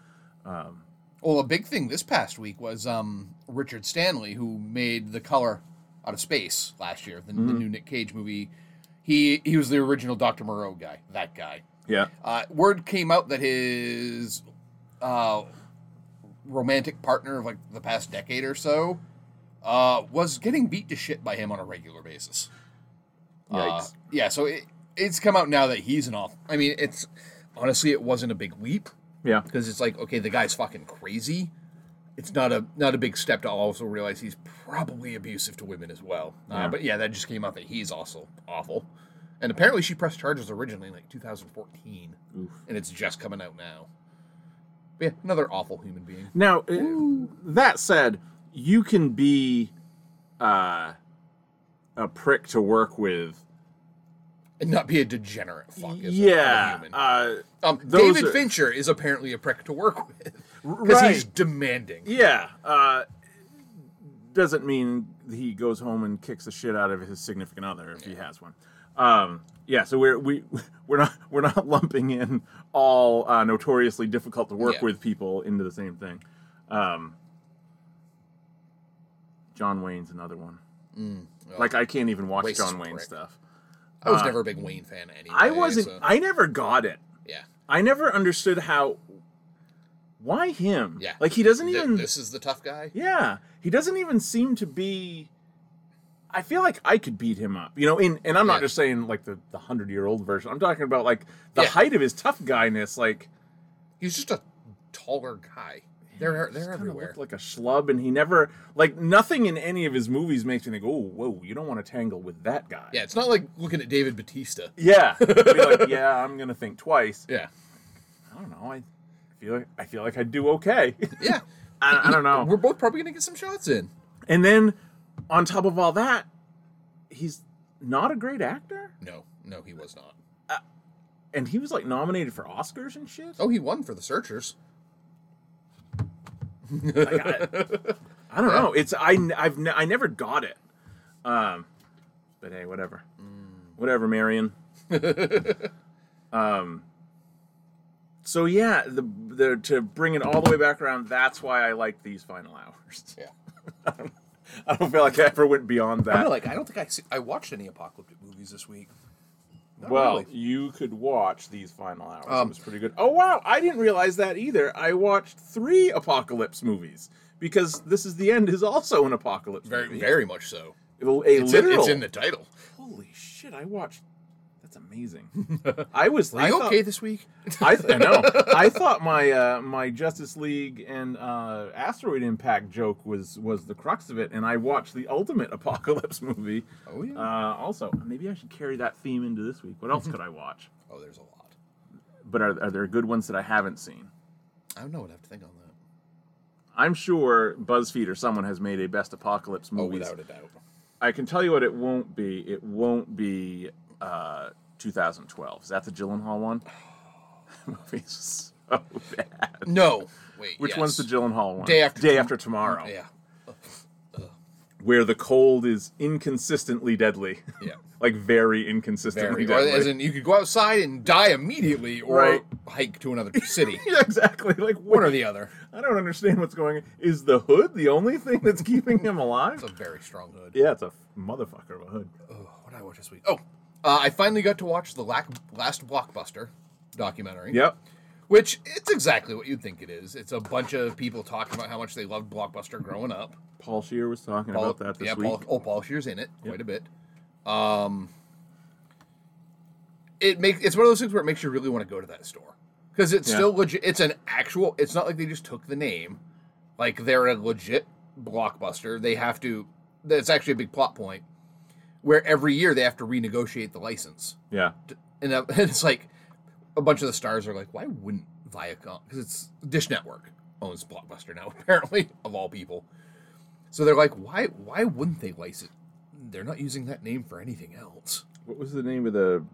Speaker 7: well, a big thing this past week was um, Richard
Speaker 6: Mm-hmm.
Speaker 7: Stanley, who made The Color Out of Space last year, the, the new Nick Cage movie. He he was the original Doctor Moreau guy. That guy.
Speaker 6: Yeah.
Speaker 7: Uh, word came out that his uh, romantic partner of like the past decade or so uh, was getting beat to shit by him on a regular basis. Uh,
Speaker 6: Yikes.
Speaker 7: yeah, so it, it's come out now that he's an off. I mean, it's honestly it wasn't a big leap
Speaker 6: Yeah.
Speaker 7: because it's like okay, the guy's fucking crazy. It's not a not a big step to also realize he's probably abusive to women as well. Uh,
Speaker 6: Yeah.
Speaker 7: but yeah, that just came out that he's also awful. And apparently, she pressed charges originally in like 2014, and it's just coming out now. But yeah, another awful human being.
Speaker 6: Now, uh, that said, you can be uh, a prick to work with.
Speaker 7: and not be a degenerate fuck. Is
Speaker 6: yeah.
Speaker 7: human.
Speaker 6: Uh,
Speaker 7: um,
Speaker 6: those
Speaker 7: David
Speaker 6: are-
Speaker 7: Fincher is apparently a prick to work with because
Speaker 6: right.
Speaker 7: he's demanding.
Speaker 6: yeah. Uh, doesn't mean he goes home and kicks the shit out of his significant other if he has one. Um, yeah, so we're we we're not we're not lumping in all uh, notoriously difficult to work
Speaker 7: Yeah.
Speaker 6: with people into the same thing. Um, John Wayne's another one.
Speaker 7: Mm, oh.
Speaker 6: like I can't even watch
Speaker 7: Racist
Speaker 6: John Wayne
Speaker 7: prick.
Speaker 6: stuff.
Speaker 7: I was never a big Wayne fan anyway.
Speaker 6: Uh, I wasn't.
Speaker 7: so-
Speaker 6: I never got it.
Speaker 7: yeah,
Speaker 6: I never understood how. Why him?
Speaker 7: yeah.
Speaker 6: Like he doesn't
Speaker 7: Th-
Speaker 6: even.
Speaker 7: This is the tough guy.
Speaker 6: Yeah, he doesn't even seem to be. I feel like I could beat him up, you know. In and I'm not
Speaker 7: Yeah.
Speaker 6: just saying like the the hundred year old version. I'm talking about like the
Speaker 7: Yeah.
Speaker 6: height of his tough guyness. Like
Speaker 7: He's just a taller guy. They're
Speaker 6: just
Speaker 7: they're
Speaker 6: kinda
Speaker 7: everywhere.
Speaker 6: looked like a schlub, and he never like nothing in any of his movies makes me think, oh, whoa, you don't want to tangle with that guy.
Speaker 7: yeah, it's not like looking at David Batista.
Speaker 6: yeah, Be like, yeah. I'm gonna think twice.
Speaker 7: Yeah,
Speaker 6: I don't know. I feel like I feel like I'd do okay.
Speaker 7: yeah.
Speaker 6: I, I don't know.
Speaker 7: We're both probably gonna get some shots in.
Speaker 6: And then on top of all that, he's not a great actor.
Speaker 7: No, no, he was not.
Speaker 6: And he was like nominated for Oscars and shit.
Speaker 7: Oh, he won for The Searchers.
Speaker 6: Like, I, I don't know. It's I n- I've ne- I never got it. Um, but hey, whatever, whatever, Marion. um. So yeah, the, the to bring it all the way back around. That's why I like these final hours.
Speaker 7: Yeah.
Speaker 6: I don't feel like I ever went beyond that.
Speaker 1: I know, like I don't think I see, I watched any apocalyptic movies this week. Not
Speaker 6: Well,
Speaker 1: really.
Speaker 6: you could watch these final hours. it
Speaker 7: Um,
Speaker 6: was pretty good. Oh wow, I didn't realize that either. I watched three apocalypse movies because this is the end is also an apocalypse
Speaker 7: Very,
Speaker 6: movie.
Speaker 7: very much so.
Speaker 6: It- a
Speaker 7: It's in,
Speaker 6: literal.
Speaker 7: it's in the title.
Speaker 6: Holy shit! I watched. That's amazing. I was.
Speaker 7: Are
Speaker 6: I
Speaker 7: you
Speaker 6: thought-
Speaker 7: okay this week?
Speaker 6: I, th- I know. I thought my uh, my Justice League and uh, asteroid impact joke was was the crux of it, and I watched the ultimate apocalypse movie.
Speaker 7: Oh, yeah.
Speaker 6: Uh, also, maybe I should carry that theme into this week. What else could I watch?
Speaker 7: Oh, there's a lot.
Speaker 6: but are, are there good ones that I haven't seen?
Speaker 7: I don't know what I have to think on that.
Speaker 6: I'm sure BuzzFeed or someone has made a best apocalypse
Speaker 7: Oh,
Speaker 6: movies.
Speaker 7: a doubt.
Speaker 6: I can tell you what it won't be. It won't be uh, 2012. Is that the Gyllenhaal one? Movie's so bad.
Speaker 7: No. Wait.
Speaker 6: Which
Speaker 7: yes.
Speaker 6: one's the Gyllenhaal one?
Speaker 7: Day After
Speaker 6: Day
Speaker 7: Tom-
Speaker 6: after tomorrow.
Speaker 7: Yeah.
Speaker 6: Where the cold is inconsistently deadly.
Speaker 7: Yeah.
Speaker 6: like very inconsistently
Speaker 7: Very. Or,
Speaker 6: deadly.
Speaker 7: as in, you could go outside and die immediately, or
Speaker 6: Right.
Speaker 7: hike to another city.
Speaker 6: yeah, exactly. Like what?
Speaker 7: One or the other.
Speaker 6: I don't understand what's going on. Is the hood the only thing that's keeping him alive?
Speaker 7: It's a very strong hood.
Speaker 6: Yeah, it's a motherfucker of a hood.
Speaker 7: Oh, what did I watch this week? Oh, uh, I finally got to watch the lack, last blockbuster documentary.
Speaker 6: Yep.
Speaker 7: Which it's exactly what you'd think it is. It's a bunch of people talking about how much they loved blockbuster growing up.
Speaker 6: Paul Shear was talking about that this
Speaker 7: yeah,
Speaker 6: week.
Speaker 7: Paul, oh, Paul Shear's in it quite a bit. Um, it makes it's one of those things where it makes you really want to go to that store because it's
Speaker 6: Yeah.
Speaker 7: still legit. It's an actual. It's not like they just took the name. Like they're a legit blockbuster. They have to. That's actually a big plot point where every year they have to renegotiate the license,
Speaker 6: Yeah.
Speaker 7: and, uh, and it's like a bunch of the stars are like, why wouldn't Viacom? Because it's Dish Network owns Blockbuster now, apparently, of all people. So they're like, why why wouldn't they license? They're not using that name for anything else.
Speaker 6: What was the name of the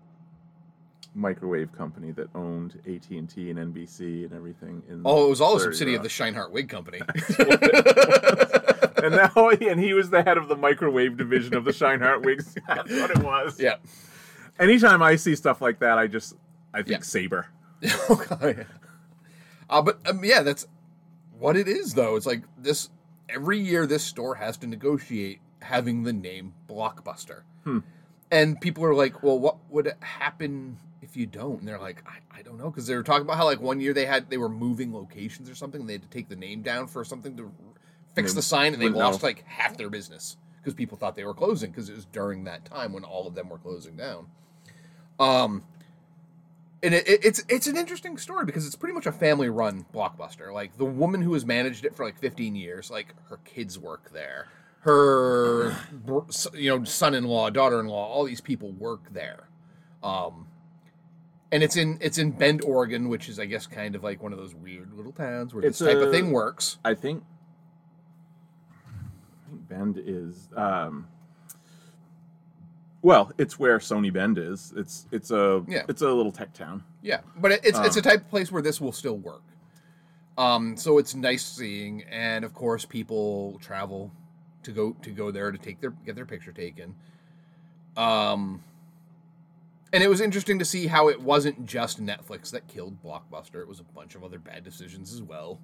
Speaker 6: microwave company that owned AT and T and NBC and everything? In
Speaker 7: Oh, it was all a
Speaker 6: 30
Speaker 7: subsidiary of
Speaker 6: Rock?
Speaker 7: the Scheinhart Wig Company.
Speaker 6: and now, and he was the head of the microwave division of the Scheinhart Wigs. That's what it was.
Speaker 7: yeah.
Speaker 6: Anytime I see stuff like that, I just I think
Speaker 7: Yeah.
Speaker 6: Saber.
Speaker 7: Oh god. Uh, but um, yeah, that's what it is though. It's like this
Speaker 6: Hmm.
Speaker 7: every year this store has to negotiate having the name Blockbuster. and people are like, "Well, what would happen if you don't?" And they're like, "I, I don't know," because they were talking about how like one year they had they were moving locations or something, and they had to take the name down for something to fix
Speaker 6: They
Speaker 7: the sign, and they
Speaker 6: wouldn't know.
Speaker 7: lost like half their business because people thought they were closing because it was during that time when all of them were closing down. Um, and it, it- it's it's an interesting story because it's pretty much a family run blockbuster. Like the woman who has managed it for like 15 years, like her kids work there. Her br- s- you know son-in-law, daughter-in-law, all these people work there. Um and it's in it's in Bend, Oregon, which is I guess kind of like one of those weird little towns where
Speaker 6: It's
Speaker 7: this type
Speaker 6: a-
Speaker 7: of thing works.
Speaker 6: I think I think Bend is um well, it's where Sony Bend is. It's it's a
Speaker 7: Yeah.
Speaker 6: it's a little tech town.
Speaker 7: Yeah, but it, it's it's a type of place where this will still work. Um, so it's nice seeing, and of course, people travel to go to go there to take their get their picture taken. Um, and it was interesting to see how it wasn't just Netflix that killed Blockbuster; it was a bunch of other bad decisions as well.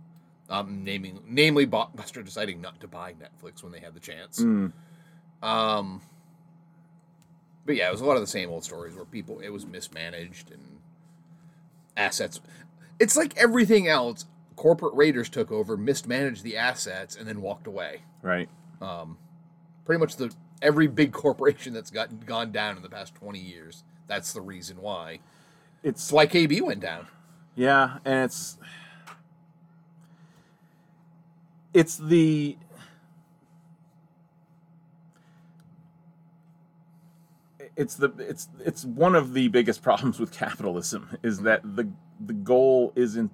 Speaker 7: Um, naming namely, Blockbuster deciding not to buy Netflix when they had the chance. Um, but yeah, it was a lot of the same old stories where people it was mismanaged and assets. It's like everything else. Corporate raiders took over, mismanaged the assets, and then walked away.
Speaker 6: Right.
Speaker 7: Pretty much the every big corporation that's gotten gone down in the past twenty years. That's the reason why.
Speaker 6: It's
Speaker 7: It's why KB went down.
Speaker 6: Yeah, and it's it's the it's the it's it's one of the biggest problems with capitalism is that the the goal isn't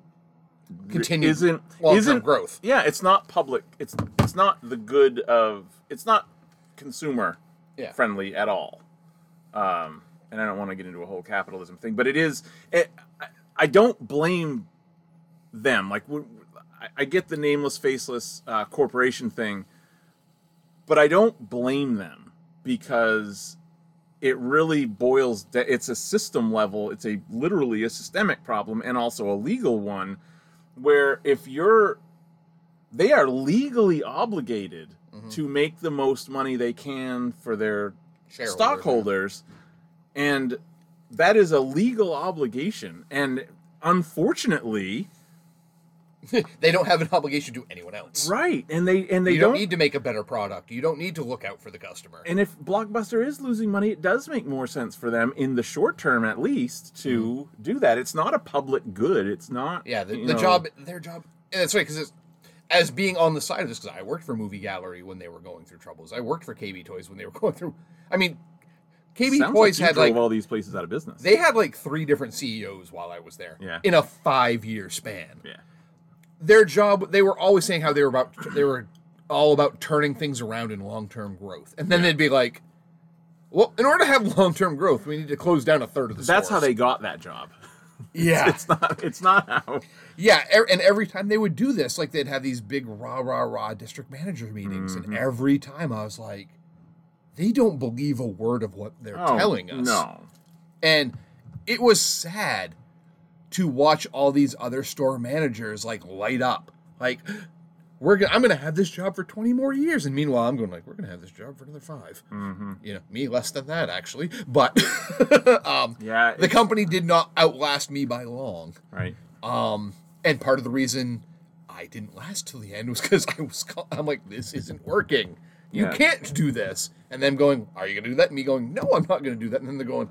Speaker 7: Continued
Speaker 6: isn't
Speaker 7: long-term
Speaker 6: isn't
Speaker 7: growth.
Speaker 6: Yeah, it's not public. It's it's not the good of it's not consumer
Speaker 7: Yeah.
Speaker 6: friendly at all. Um, and I don't want to get into a whole capitalism thing, but it is. It, I, I don't blame them. Like we- I, I get the nameless, faceless uh, corporation thing, but I don't blame them because it really boils. Da- it's a system level. It's a literally a systemic problem and also a legal one, where if you're they are legally obligated
Speaker 7: Mm-hmm.
Speaker 6: to make the most money they can for their
Speaker 7: Shareholders.
Speaker 6: stockholders and that is a legal obligation and unfortunately
Speaker 7: They don't have an obligation to anyone else.
Speaker 6: right and they and they
Speaker 7: You
Speaker 6: don't,
Speaker 7: don't need to make a better product. You don't need to look out for the customer.
Speaker 6: and if blockbuster is losing money it does make more sense for them in the short term at least to do that it's not a public good it's not
Speaker 7: Mm-hmm. Yeah, the,
Speaker 6: you
Speaker 7: the
Speaker 6: know-
Speaker 7: job, their job, and that's right because as being on the side of this, because I worked for Movie Gallery when they were going through troubles. I worked for KB Toys when they were going through. I mean, KB
Speaker 6: sounds like
Speaker 7: Toys
Speaker 6: you
Speaker 7: had
Speaker 6: drove
Speaker 7: like
Speaker 6: all these places out of business
Speaker 7: they had like three different CEOs while I was there.
Speaker 6: Yeah.
Speaker 7: in a five year span,
Speaker 6: yeah
Speaker 7: their job they were always saying how they were about they were all about turning things around in long term growth, and then they'd be like. Well, in order to have long-term growth, we need to close down a third of the
Speaker 6: that's how
Speaker 7: stores."
Speaker 6: they got that job
Speaker 7: Yeah,
Speaker 6: it's not it's not how
Speaker 7: Yeah, er- and every time they would do this, like they'd have these big rah rah rah district manager meetings,
Speaker 6: Mm-hmm.
Speaker 7: and every time I was like, they don't believe a word of what they're
Speaker 6: Oh,
Speaker 7: telling us.
Speaker 6: no
Speaker 7: And it was sad to watch all these other store managers like light up, like we're gonna, I'm gonna have this job for 20 more years, and meanwhile I'm going like we're gonna have this job for another 5 You know, me less than that actually, but um,
Speaker 6: yeah
Speaker 7: the
Speaker 6: it-
Speaker 7: company did not outlast me by long.
Speaker 6: right
Speaker 7: Um, and part of the reason I didn't last till the end was because I was, co- I'm like, this isn't working. You
Speaker 6: Yeah.
Speaker 7: can't do this. And them going, are you going to do that? And me going, no, I'm not going to do that. And then they're going,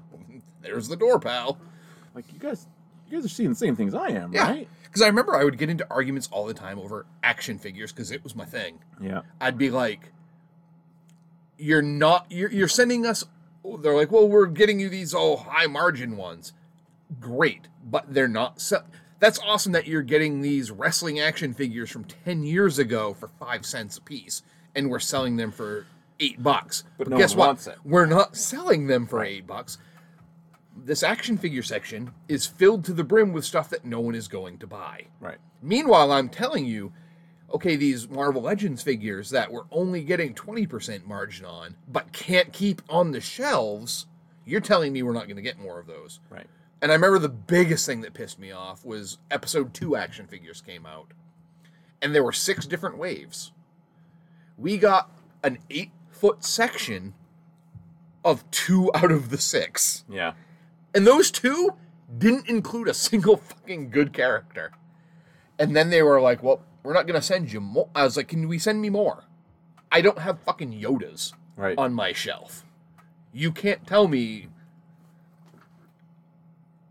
Speaker 7: there's the door, pal.
Speaker 6: like you guys you guys are seeing the same things i am
Speaker 7: Yeah.
Speaker 6: right
Speaker 7: Because I remember I would get into arguments all the time over action figures because it was my thing.
Speaker 6: yeah
Speaker 7: I'd be like, "You're not. You're, you're sending us." They're like, "Well, we're getting you these all high margin ones." Great, but they're not. Se- That's awesome that you're getting these wrestling action figures from ten years ago for five cents a piece, and we're selling them for eight bucks. But,
Speaker 6: no
Speaker 7: guess
Speaker 6: one
Speaker 7: what?
Speaker 6: wants it.
Speaker 7: We're not selling them for eight bucks. This action figure section is filled to the brim with stuff that no one is going to buy.
Speaker 6: right
Speaker 7: Meanwhile, I'm telling you, okay, these Marvel Legends figures that we're only getting 20% margin on, but can't keep on the shelves, you're telling me we're not going to get more of those.
Speaker 6: right
Speaker 7: And I remember the biggest thing that pissed me off was episode two action figures came out, and there were six different waves. We got an eight foot section of two out of the six.
Speaker 6: Yeah.
Speaker 7: And those two didn't include a single fucking good character. And then they were like, well, we're not going to send you more. I was like, can we send me more? I don't have fucking Yodas
Speaker 6: Right.
Speaker 7: on my shelf. You can't tell me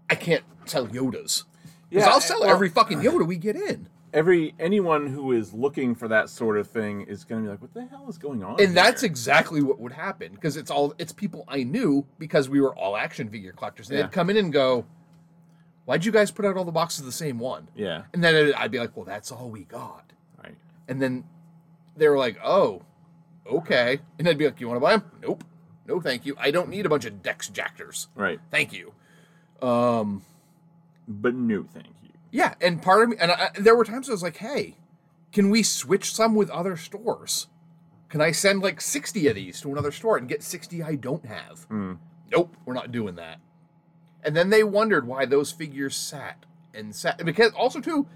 Speaker 7: I can't sell Yodas. Because
Speaker 6: Yeah,
Speaker 7: I'll sell
Speaker 6: well-
Speaker 7: every fucking Yoda we get in.
Speaker 6: Every anyone who is looking for that sort of thing is going to be like, "What the hell is going on?"
Speaker 7: And that's
Speaker 6: here?"
Speaker 7: exactly what would happen because it's all it's people I knew because we were all action figure collectors. And
Speaker 6: Yeah.
Speaker 7: They'd come in and go, "Why'd you guys put out all the boxes of the same one?"
Speaker 6: yeah.
Speaker 7: And then I'd- I'd be like, "Well, that's all we got."
Speaker 6: Right.
Speaker 7: And then they were like, "Oh, okay." And I'd be like, "You want to buy them?" Nope. No, thank you. I don't need a bunch of Dex Jackers.
Speaker 6: Right.
Speaker 7: Thank you.
Speaker 6: But no, thank you.
Speaker 7: Yeah, and part of me, and I, there were times I was like, "Hey, can we switch some with other stores? Can I send like sixty of these to another store and get sixty I don't have?" Nope, we're not doing that. And then they wondered why those figures sat and sat because also too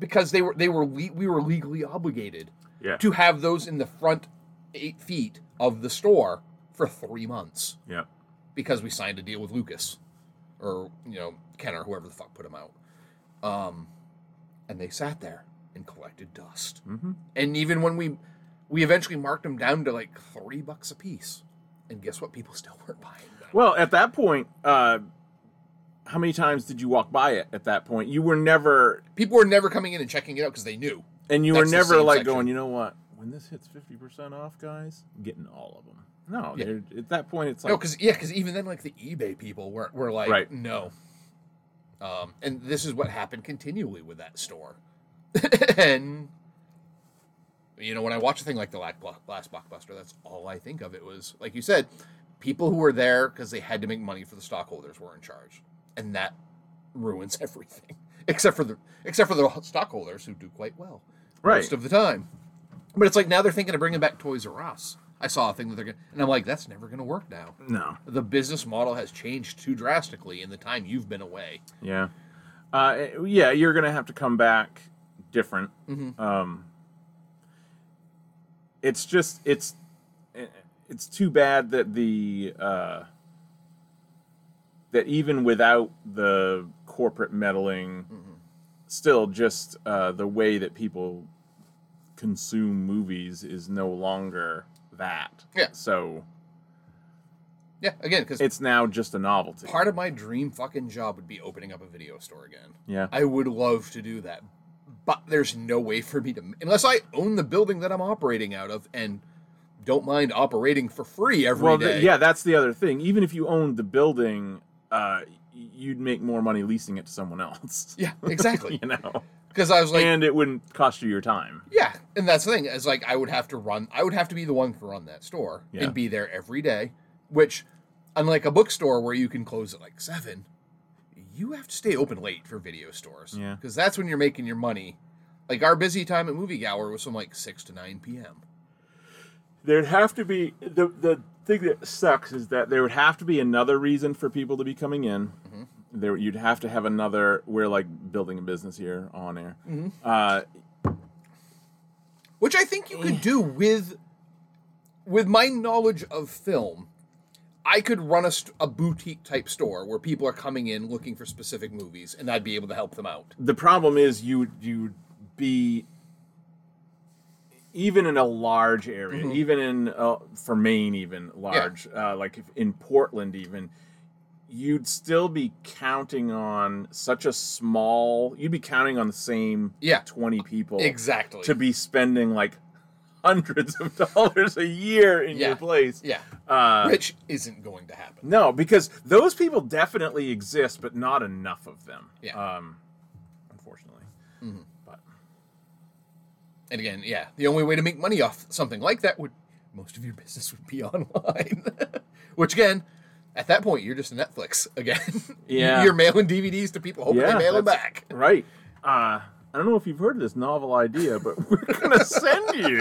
Speaker 7: because they were they were le- we were legally obligated
Speaker 6: Yeah.
Speaker 7: to have those in the front eight feet of the store for three months
Speaker 6: Yep.
Speaker 7: because we signed a deal with Lucas or you know Ken or whoever the fuck put him out. Um, and they sat there and collected dust. Mm-hmm. And even when we we eventually marked them down to like three bucks a piece, and guess what? People still weren't buying them.
Speaker 6: Well, at that point, uh, how many times did you walk by it? At that point, you were never,
Speaker 7: People were never coming in and checking it out because they knew.
Speaker 6: and you
Speaker 7: That's
Speaker 6: were
Speaker 7: the
Speaker 6: never
Speaker 7: same
Speaker 6: like
Speaker 7: section.
Speaker 6: going, you know what? When this hits fifty percent off, guys, I'm getting all of them. No,
Speaker 7: Yeah.
Speaker 6: they're- at that point, it's like
Speaker 7: No, because yeah, because even then, like the eBay people were were like,
Speaker 6: Right.
Speaker 7: no. Um, and this is what happened continually with that store, and you know when I watch a thing like the Lack- Blo- last blockbuster, that's all I think of. It was like you said, people who were there because they had to make money for the stockholders were in charge, and that ruins everything except for the except for the stockholders who do quite well
Speaker 6: Right.
Speaker 7: most of the time. But it's like now they're thinking of bringing back Toys R Us. I saw a thing that they're gonna, and I'm like, that's never gonna work now.
Speaker 6: no,
Speaker 7: The business model has changed too drastically in the time you've been away.
Speaker 6: yeah, uh, yeah, you're gonna have to come back different. Um,
Speaker 7: Mm-hmm.
Speaker 6: it's just it's eh, it's too bad that the uh, that even without the corporate meddling,
Speaker 7: Mm-hmm.
Speaker 6: still just uh, the way that people consume movies is no longer that.
Speaker 7: Yeah.
Speaker 6: So
Speaker 7: Yeah, again, because
Speaker 6: it's now just a novelty.
Speaker 7: part of my dream fucking job would be opening up a video store again.
Speaker 6: Yeah.
Speaker 7: I would love to do that, but there's no way for me to unless I own the building that I'm operating out of and don't mind operating for free every day.
Speaker 6: well, th- yeah, that's the other thing. Even if you owned the building, uh, y- you'd make more money leasing it to someone else.
Speaker 7: yeah, exactly.
Speaker 6: you know,
Speaker 7: Because I was like,
Speaker 6: and it wouldn't cost you your time.
Speaker 7: Yeah, and that's the thing is like I would have to run. I would have to be the one to run that store
Speaker 6: Yeah.
Speaker 7: and be there every day. Which, unlike a bookstore where you can close at like seven, you have to stay open late for video stores.
Speaker 6: Yeah.
Speaker 7: because that's when you're making your money. Like our busy time at movie hour was from like six to nine p.m.
Speaker 6: There'd have to be the the thing that sucks is that there would have to be another reason for people to be coming in.
Speaker 7: Mm-hmm.
Speaker 6: There, you'd have to have another. We're like building a business here on air.
Speaker 7: Mm-hmm.
Speaker 6: Uh,
Speaker 7: which I think you could do with with my knowledge of film. I could run a, st- a boutique type store where people are coming in looking for specific movies, and I'd be able to help them out.
Speaker 6: the problem is you you'd be even in a large area
Speaker 7: Mm-hmm.
Speaker 6: even in uh, for maine even large uh, like if in portland even you'd still be counting on such a small you'd be counting on the same
Speaker 7: Yeah.
Speaker 6: 20 people
Speaker 7: Exactly.
Speaker 6: to be spending like hundreds of dollars a year in
Speaker 7: Yeah.
Speaker 6: your place
Speaker 7: Yeah.
Speaker 6: uh,
Speaker 7: Which isn't going to happen.
Speaker 6: no, because those people definitely exist, but not enough of them.
Speaker 7: Yeah.
Speaker 6: Um, unfortunately. But
Speaker 7: And again, yeah, the only way to make money off something like that would most of your business would be online. Which again, at that point, you're just a Netflix again.
Speaker 6: Yeah.
Speaker 7: you're mailing DVDs to people, hoping
Speaker 6: yeah,
Speaker 7: they mail them
Speaker 6: that's-
Speaker 7: back.
Speaker 6: Right. Uh, I don't know if you've heard of this novel idea, but we're gonna send you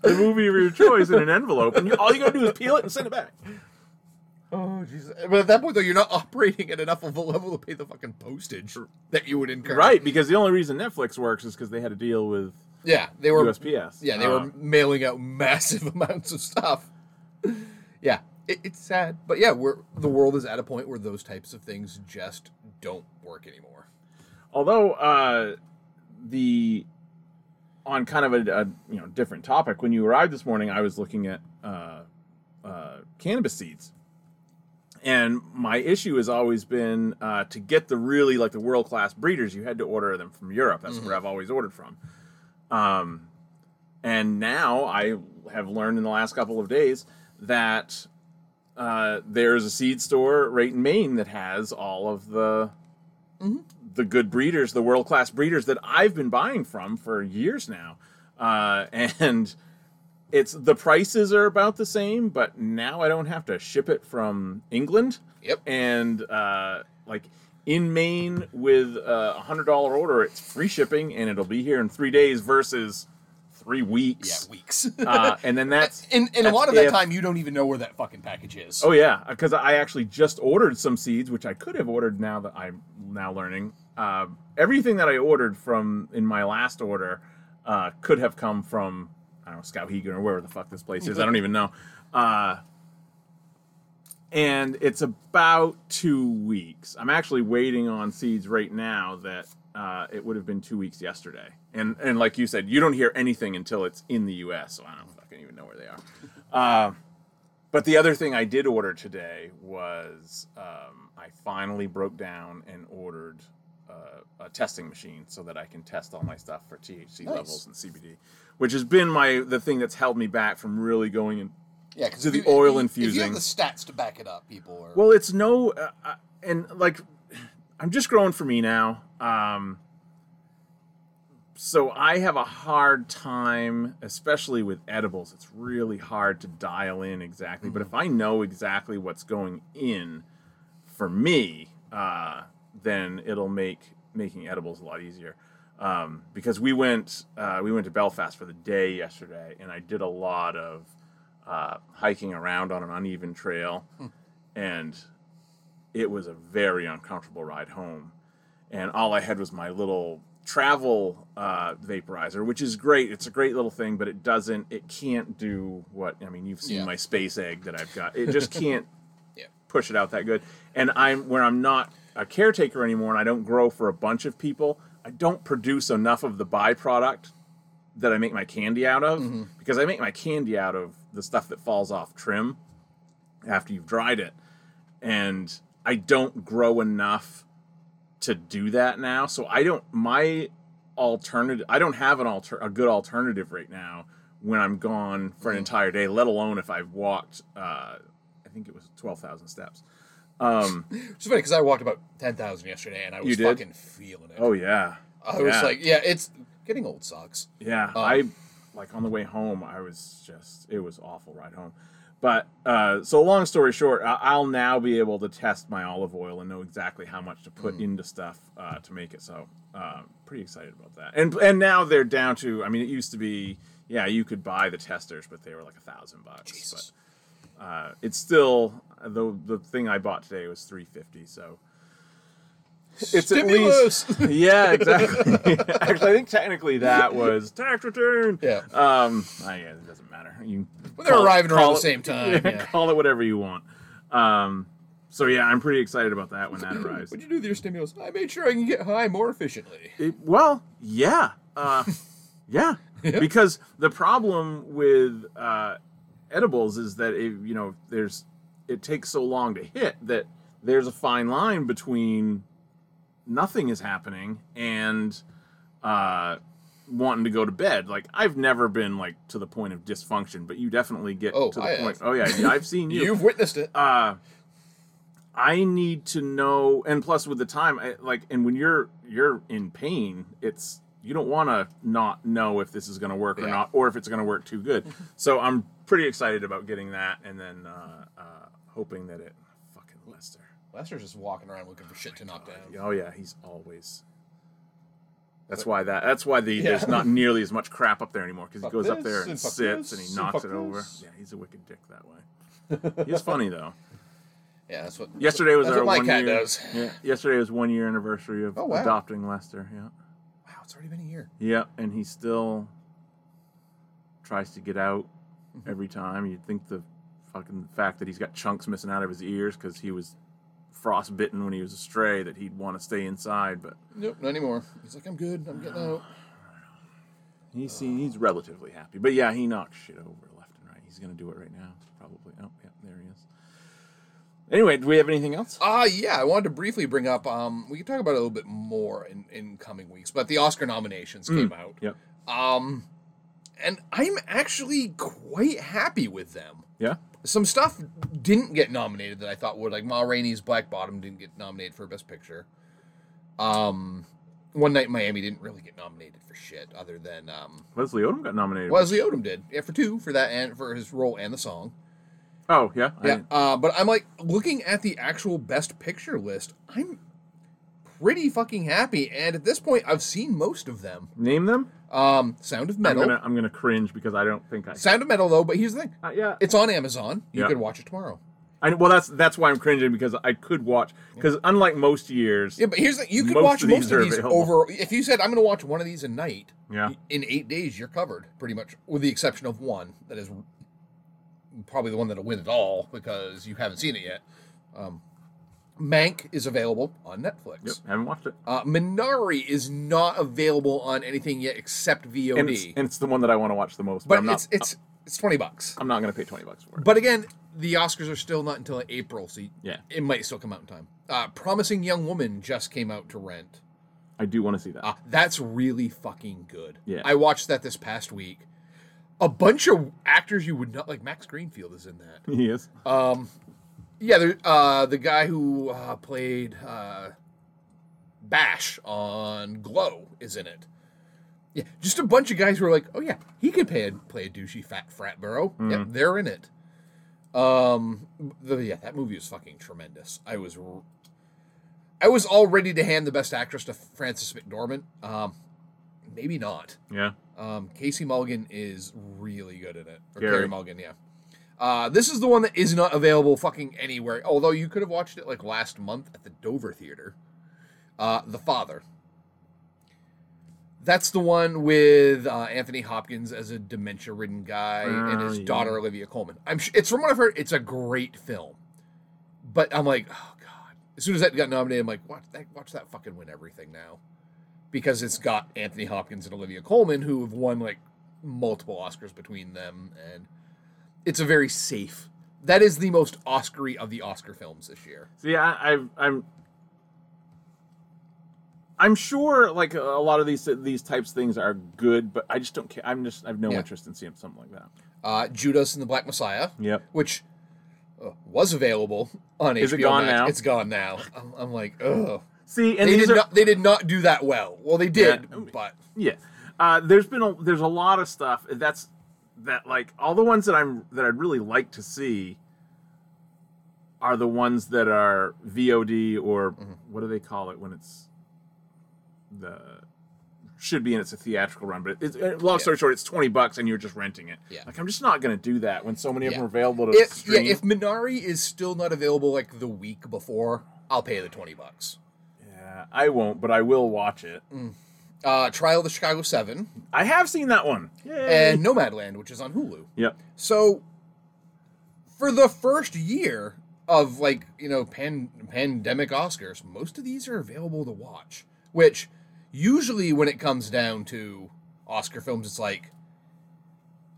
Speaker 6: the movie of your choice in an envelope, and you, all you gotta do is peel it and send it back.
Speaker 7: Oh Jesus! But at that point, though, you're not operating at enough of a level to pay the fucking postage that you would incur.
Speaker 6: Right, because the only reason Netflix works is because they had a deal with
Speaker 7: Yeah, they were.
Speaker 6: USPS.
Speaker 7: Yeah, they
Speaker 6: Uh,
Speaker 7: were mailing out massive amounts of stuff. yeah, it, it's sad, but yeah, we're the world is at a point where those types of things just don't work anymore.
Speaker 6: Although uh, the on kind of a, a you know different topic, when you arrived this morning, I was looking at uh, uh, cannabis seeds, and my issue has always been uh, to get the really like the world class breeders, you had to order them from Europe. That's where I've always ordered from. Um, and now I have learned in the last couple of days that uh, there's a seed store right in Maine that has all of the the good breeders, the world class breeders that I've been buying from for years now, uh, and it's the prices are about the same, but now I don't have to ship it from England.
Speaker 7: Yep.
Speaker 6: and uh, like in Maine with a hundred dollar order, it's free shipping and it'll be here in three days versus three
Speaker 7: Yeah,
Speaker 6: weeks.
Speaker 7: weeks.
Speaker 6: uh, and then that's
Speaker 7: and and a
Speaker 6: that's
Speaker 7: lot of that
Speaker 6: if-
Speaker 7: time, you don't even know where that fucking package is.
Speaker 6: Oh yeah, because I actually just ordered some seeds, which I could have ordered now that I'm now learning. Uh, everything that I ordered from in my last order uh, could have come from I don't know Skowhegan or wherever the fuck this place is. I don't even know. Uh, and it's about two weeks. I'm actually waiting on seeds right now that uh, it would have been two weeks yesterday. And and like you said, you don't hear anything until it's in the U.S. So I don't fucking even know where they are. Uh, but the other thing I did order today was um, I finally broke down and ordered uh, a testing machine so that I can test all my stuff for THC levels and CBD, which has been my the thing that's held me back from really going in.
Speaker 7: Yeah, because
Speaker 6: So the oil
Speaker 7: If you
Speaker 6: infusing.
Speaker 7: have the stats to back it up, people are.
Speaker 6: Well, it's no, uh, uh, and like, I'm just growing for me now. Um, so I have a hard time, especially with edibles. It's really hard to dial in exactly. But if I know exactly what's going in for me, uh, then it'll make making edibles a lot easier. Um, because we went uh, we went to Belfast for the day yesterday, and I did a lot of uh, hiking around on an uneven trail and it was a very uncomfortable ride home. And all I had was my little travel uh, vaporizer, which is great. It's a great little thing, but it doesn't, it can't do what I mean. You've seen
Speaker 7: Yeah.
Speaker 6: my space egg that I've got. It just can't
Speaker 7: Yeah.
Speaker 6: push it out that good. And I'm where I'm not a caretaker anymore, and I don't grow for a bunch of people. I don't produce enough of the byproduct that I make my candy out of
Speaker 7: Mm-hmm.
Speaker 6: because I make my candy out of the stuff that falls off trim after you've dried it. And I don't grow enough to do that now. So I don't my alternative I don't have an alter a good alternative right now when I'm gone for an entire day, let alone if I've walked uh I think it was 12,000 steps. Um
Speaker 7: It's funny because I walked about ten thousand yesterday, and I was
Speaker 6: You did?
Speaker 7: fucking feeling it.
Speaker 6: oh yeah.
Speaker 7: I was
Speaker 6: Yeah.
Speaker 7: like, yeah, it's getting old sucks.
Speaker 6: Yeah,
Speaker 7: Oh.
Speaker 6: I like on the way home. I was just it was awful ride home, but uh, so long story short, I- I'll now be able to test my olive oil and know exactly how much to
Speaker 7: Mm.
Speaker 6: put into stuff uh, to make it. So uh, pretty excited about that. And and now they're down to. I mean, it used to be yeah, you could buy the testers, but they were like a thousand bucks.
Speaker 7: Jesus.
Speaker 6: But uh, it's still the the thing I bought today was three fifty. So. It's at least,
Speaker 7: Stimulus!
Speaker 6: yeah, exactly. Actually, I think technically that was tax return.
Speaker 7: Yeah.
Speaker 6: Um. I yeah, it doesn't matter. You.
Speaker 7: Well, they're
Speaker 6: call it-
Speaker 7: arriving around
Speaker 6: call
Speaker 7: the
Speaker 6: it-
Speaker 7: same time. yeah.
Speaker 6: Call it whatever you want. Um. So yeah, I'm pretty excited about that when that arrives.
Speaker 7: What'd you do with your stimulus? I made sure I can get high more efficiently.
Speaker 6: It- well, yeah. Uh, yeah. Because the problem with uh, edibles is that it, you know there's it takes so long to hit that there's a fine line between nothing is happening and uh, wanting to go to bed. Like I've never been like to the point of dysfunction, but you definitely get
Speaker 7: Oh,
Speaker 6: to the
Speaker 7: I
Speaker 6: point.
Speaker 7: have.
Speaker 6: Oh yeah, I've seen you.
Speaker 7: You've witnessed it.
Speaker 6: uh I need to know and plus with the time I, like and when you're you're in pain it's you don't want to not know if this is going to work or
Speaker 7: Yeah. Mm-hmm.
Speaker 6: not or if it's going to work too good so I'm pretty excited about getting that and then uh, uh hoping that it fucking Lester
Speaker 7: Lester's just walking around looking for shit to knock down.
Speaker 6: oh yeah he's always that's why that that's why the, there's not nearly as much crap up there anymore because he
Speaker 7: Fuck
Speaker 6: goes up there
Speaker 7: this,
Speaker 6: and,
Speaker 7: and fuck
Speaker 6: sits
Speaker 7: this,
Speaker 6: and he
Speaker 7: and
Speaker 6: knocks
Speaker 7: fuck
Speaker 6: it over
Speaker 7: this.
Speaker 6: yeah he's a wicked dick that way he's funny though
Speaker 7: Yeah, that's what.
Speaker 6: Yesterday was
Speaker 7: that's
Speaker 6: our
Speaker 7: what my
Speaker 6: one
Speaker 7: cat
Speaker 6: year.
Speaker 7: does.
Speaker 6: Yeah, yesterday was one year anniversary of
Speaker 7: Oh, wow.
Speaker 6: adopting Lester. Yeah,
Speaker 7: Wow, it's already been a year.
Speaker 6: yeah, and he
Speaker 7: Mm-hmm.
Speaker 6: still tries to get out every time. You'd think the fucking fact that he's got chunks missing out of his ears because he was frostbitten when he was a stray that he'd want to stay inside, but
Speaker 7: Nope, not anymore. He's like, I'm good. I'm getting out.
Speaker 6: he see, he's relatively happy. But yeah, he knocks shit over left and right. He's gonna do it right now, probably. Oh, yeah, there he is. Anyway, do we have anything else?
Speaker 7: Ah, yeah. I wanted to briefly bring up. Um, we can talk about it a little bit more in in coming weeks, but the Oscar nominations
Speaker 6: Mm.
Speaker 7: came out.
Speaker 6: Yep.
Speaker 7: Um, and I'm actually quite happy with them.
Speaker 6: Yeah.
Speaker 7: Some stuff didn't get nominated that I thought would, like Ma Rainey's Black Bottom didn't get nominated for Best Picture. Um, One Night in Miami didn't really get nominated for shit other than um,
Speaker 6: Leslie Odom got nominated.
Speaker 7: Leslie Odom did. Yeah, for two for that and for his role and the song.
Speaker 6: Oh yeah. I
Speaker 7: Yeah,
Speaker 6: didn't-
Speaker 7: uh, but I'm like looking at the actual best picture list. I'm pretty fucking happy, and at this point, I've seen most of them.
Speaker 6: Name them.
Speaker 7: Um, Sound of Metal,
Speaker 6: I'm gonna I'm gonna cringe because I don't think I.
Speaker 7: Sound of Metal, though. But here's the thing:
Speaker 6: Uh, yeah.
Speaker 7: it's on Amazon. You
Speaker 6: Yeah.
Speaker 7: could watch it tomorrow.
Speaker 6: I, well, that's that's why I'm cringing because I could watch because unlike most years,
Speaker 7: Yeah, but here's the you could
Speaker 6: Most
Speaker 7: watch
Speaker 6: of
Speaker 7: most
Speaker 6: these
Speaker 7: of
Speaker 6: are
Speaker 7: these
Speaker 6: available.
Speaker 7: over. If you said I'm going to watch one of these a night,
Speaker 6: Yeah.
Speaker 7: in eight days you're covered pretty much, with the exception of one that is probably the one that'll win it all because you haven't seen it yet. Um, Mank is available on Netflix.
Speaker 6: Yep, haven't watched it,
Speaker 7: Uh, Minari is not available on anything yet except VOD,
Speaker 6: and it's, and it's the one that I want to watch the most. But,
Speaker 7: but
Speaker 6: I'm not.
Speaker 7: it's it's it's twenty bucks.
Speaker 6: I'm not gonna pay twenty bucks for it.
Speaker 7: But again, the Oscars are still not until April, so y-
Speaker 6: Yeah.
Speaker 7: it might still come out in time. Uh, Promising Young Woman just came out to rent.
Speaker 6: I do want to see that.
Speaker 7: Uh, that's really fucking good.
Speaker 6: Yeah.
Speaker 7: I watched that this past week. A bunch of actors you would not like. Max Greenfield is in that.
Speaker 6: he is.
Speaker 7: Ah. Yeah, there, uh, the guy who uh, played uh, Bash on Glow is in it. Yeah, just a bunch of guys who are like, oh yeah, he could play a, play a douchey fat frat bro. Yeah, they're in it. Um, the, yeah, that movie was fucking tremendous. I was, r- I was all ready to hand the best actress to Frances McDormand. Um, maybe not.
Speaker 6: yeah.
Speaker 7: Um, Casey Mulligan is really good in it. Or
Speaker 6: Gary.
Speaker 7: Carey Mulligan, yeah. Uh, this is the one that is not available fucking anywhere. Although you could have watched it like last month at the Dover Theater. Uh, the Father. That's the one with uh, Anthony Hopkins as a dementia-ridden guy and his
Speaker 6: Oh, yeah.
Speaker 7: daughter Olivia Coleman. I'm sh- it's from what I've heard. It's a great film, but I'm like, oh god. As soon as that got nominated, I'm like, watch that, watch that fucking win everything now because it's got Anthony Hopkins and Olivia Colman who have won like multiple Oscars between them, and it's a very safe. That is the most Oscary of the Oscar films this year.
Speaker 6: See, I, I've, I'm, I'm sure like a lot of these these types of things are good, but I just don't care. I'm just I have no
Speaker 7: Yeah.
Speaker 6: interest in seeing something like that.
Speaker 7: Uh, Judas and the Black Messiah,
Speaker 6: Yep.
Speaker 7: which uh, was available on
Speaker 6: Is
Speaker 7: HBO
Speaker 6: it gone
Speaker 7: Max.
Speaker 6: now?
Speaker 7: It's gone now. I'm, I'm like, ugh.
Speaker 6: See, and
Speaker 7: They
Speaker 6: these
Speaker 7: did
Speaker 6: are,
Speaker 7: not. They did not do that well. Well, they did,
Speaker 6: Yeah.
Speaker 7: but
Speaker 6: Yeah, uh, there's been a, there's a lot of stuff that's that like all the ones that I'm that I'd really like to see are the ones that are VOD or
Speaker 7: Mm-hmm.
Speaker 6: what do they call it when it's the should be in it's a theatrical run, but it's uh, long story short, it's twenty bucks and you're just renting it.
Speaker 7: Yeah.
Speaker 6: like I'm just not gonna do that when so many of
Speaker 7: Yeah.
Speaker 6: them are available to
Speaker 7: if yeah,
Speaker 6: stream.
Speaker 7: if Minari is still not available like the week before, I'll pay the twenty bucks.
Speaker 6: Yeah, I won't, but I will watch it.
Speaker 7: Uh, Trial of the Chicago Seven
Speaker 6: I have seen that one. Yay.
Speaker 7: and Nomadland, which is on Hulu.
Speaker 6: yep.
Speaker 7: So for the first year of like, you know, pan- pandemic Oscars, most of these are available to watch, which usually when it comes down to Oscar films it's like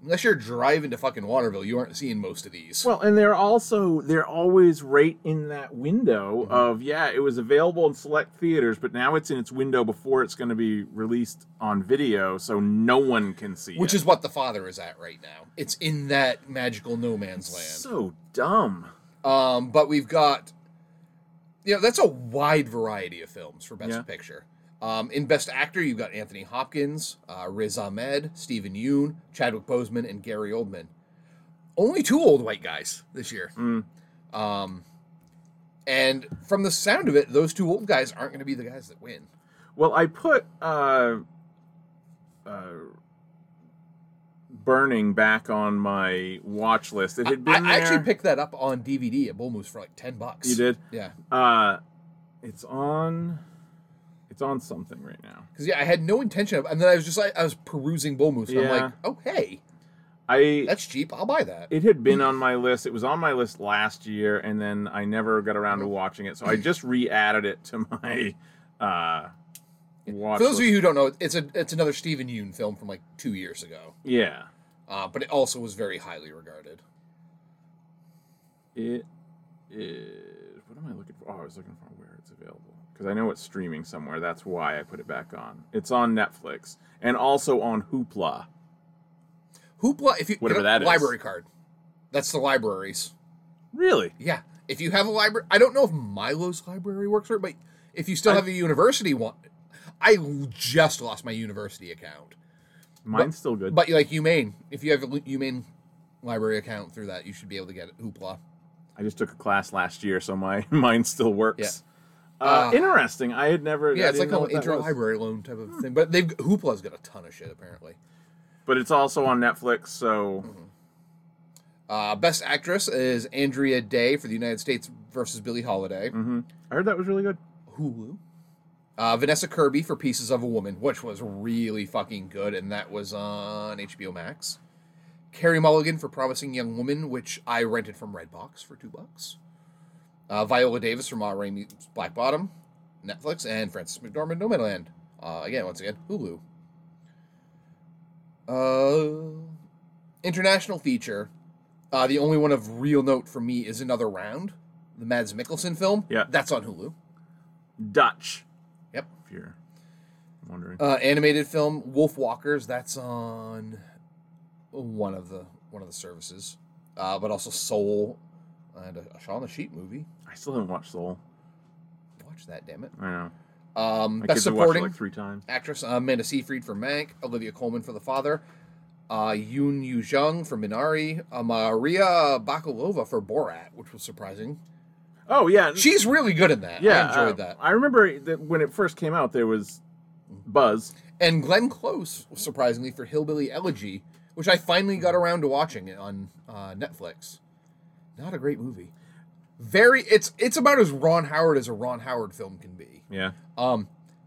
Speaker 7: unless you're driving to fucking Waterville, you aren't seeing most of these.
Speaker 6: Well, and they're also they're always right in that window
Speaker 7: Mm-hmm.
Speaker 6: of yeah, it was available in select theaters, but now it's in its window before it's going to be released on video, so no one can see
Speaker 7: which
Speaker 6: it.
Speaker 7: is what the father is at right now. It's in that magical no man's land.
Speaker 6: so dumb.
Speaker 7: Um, but we've got, you know, that's a wide variety of films for Best
Speaker 6: Yeah.
Speaker 7: Picture. Um, in Best Actor, you've got Anthony Hopkins, uh, Riz Ahmed, Stephen Yoon, Chadwick Boseman, and Gary Oldman. Only two old white guys this year.
Speaker 6: Mm.
Speaker 7: Um, and from the sound of it, those two old guys aren't going to be the guys that win.
Speaker 6: Well, I put uh, uh, burning back on my watch list. It had
Speaker 7: I,
Speaker 6: been
Speaker 7: I actually
Speaker 6: there.
Speaker 7: picked that up on DVD at Bull Moose for like ten bucks.
Speaker 6: You did.
Speaker 7: yeah.
Speaker 6: Uh, it's on. It's on something right now.
Speaker 7: Because yeah, I had no intention of, and then I was just like, I was perusing Bull Moose, and I'm
Speaker 6: Yeah.
Speaker 7: like, oh hey,
Speaker 6: I
Speaker 7: That's cheap. I'll buy that.
Speaker 6: it had been on my list. It was on my list last year, and then I never got around
Speaker 7: Mm-hmm.
Speaker 6: to watching it. So I just re-added it to my uh, watch.
Speaker 7: For those of
Speaker 6: list.
Speaker 7: you who don't know, it's a it's another Stephen Yoon film from like two years ago,
Speaker 6: yeah,
Speaker 7: uh, but it also was very highly regarded.
Speaker 6: it is. What am I looking for? Oh, I was looking for where it's available because I know it's streaming somewhere. That's why I put it back on. It's on Netflix and also on Hoopla.
Speaker 7: Hoopla, if you
Speaker 6: Whatever
Speaker 7: get a
Speaker 6: that is.
Speaker 7: library card, that's the libraries.
Speaker 6: Really?
Speaker 7: Yeah, if you have a library, I don't know if Milo's library works for it, but if you still have a university one, I just lost my university account.
Speaker 6: Mine's still good.
Speaker 7: But like UMaine, if you have a lu- UMaine library account through that, you should be able to get Hoopla.
Speaker 6: I just took a class last year, so my mine still works. Uh, interesting. I had never.
Speaker 7: Yeah,
Speaker 6: I
Speaker 7: it's like
Speaker 6: didn't
Speaker 7: an
Speaker 6: know what that was.
Speaker 7: interlibrary loan type of thing. But they've Hoopla's got a ton of shit apparently.
Speaker 6: But it's also on Netflix, so
Speaker 7: Mm-hmm. Uh, best actress is Andrea Day for the United States versus Billie Holiday.
Speaker 6: I heard that was really good.
Speaker 7: Hulu. Uh, Vanessa Kirby for Pieces of a Woman, which was really fucking good, and that was on HBO Max. Carrie Mulligan for Promising Young Woman, which I rented from Redbox for two bucks. Uh, Viola Davis from Ma Rainey's Black Bottom, Netflix, and Frances McDormand Nomadland. Uh, again, once again, Hulu. Uh, international feature. Uh, the only one of real note for me is Another Round, the Mads Mikkelsen film.
Speaker 6: Yeah.
Speaker 7: that's on Hulu.
Speaker 6: Dutch,
Speaker 7: Yep.
Speaker 6: if you're wondering.
Speaker 7: Uh, animated film Wolf Walkers. That's on one of the one of the services, uh, but also Soul and a, a Shaun the Sheep movie.
Speaker 6: I still haven't watched Soul.
Speaker 7: Watch that, damn it.
Speaker 6: I know.
Speaker 7: Um,
Speaker 6: My
Speaker 7: best
Speaker 6: kids have watched it
Speaker 7: supporting
Speaker 6: like three times.
Speaker 7: actress uh, Amanda Seyfried for Mank, Olivia Colman for The Father, uh, Yoon Yu Jung for Minari, uh, Maria Bakalova for Borat, which was surprising.
Speaker 6: Oh yeah,
Speaker 7: She's really good in that.
Speaker 6: yeah.
Speaker 7: I enjoyed
Speaker 6: uh,
Speaker 7: that.
Speaker 6: I remember that when it first came out, there was buzz.
Speaker 7: and Glenn Close, surprisingly, for Hillbilly Elegy, which I finally got around to watching it on uh, Netflix. Not a great movie. Very, it's it's about as Ron Howard as a Ron Howard film can be.
Speaker 6: Yeah,
Speaker 7: Um,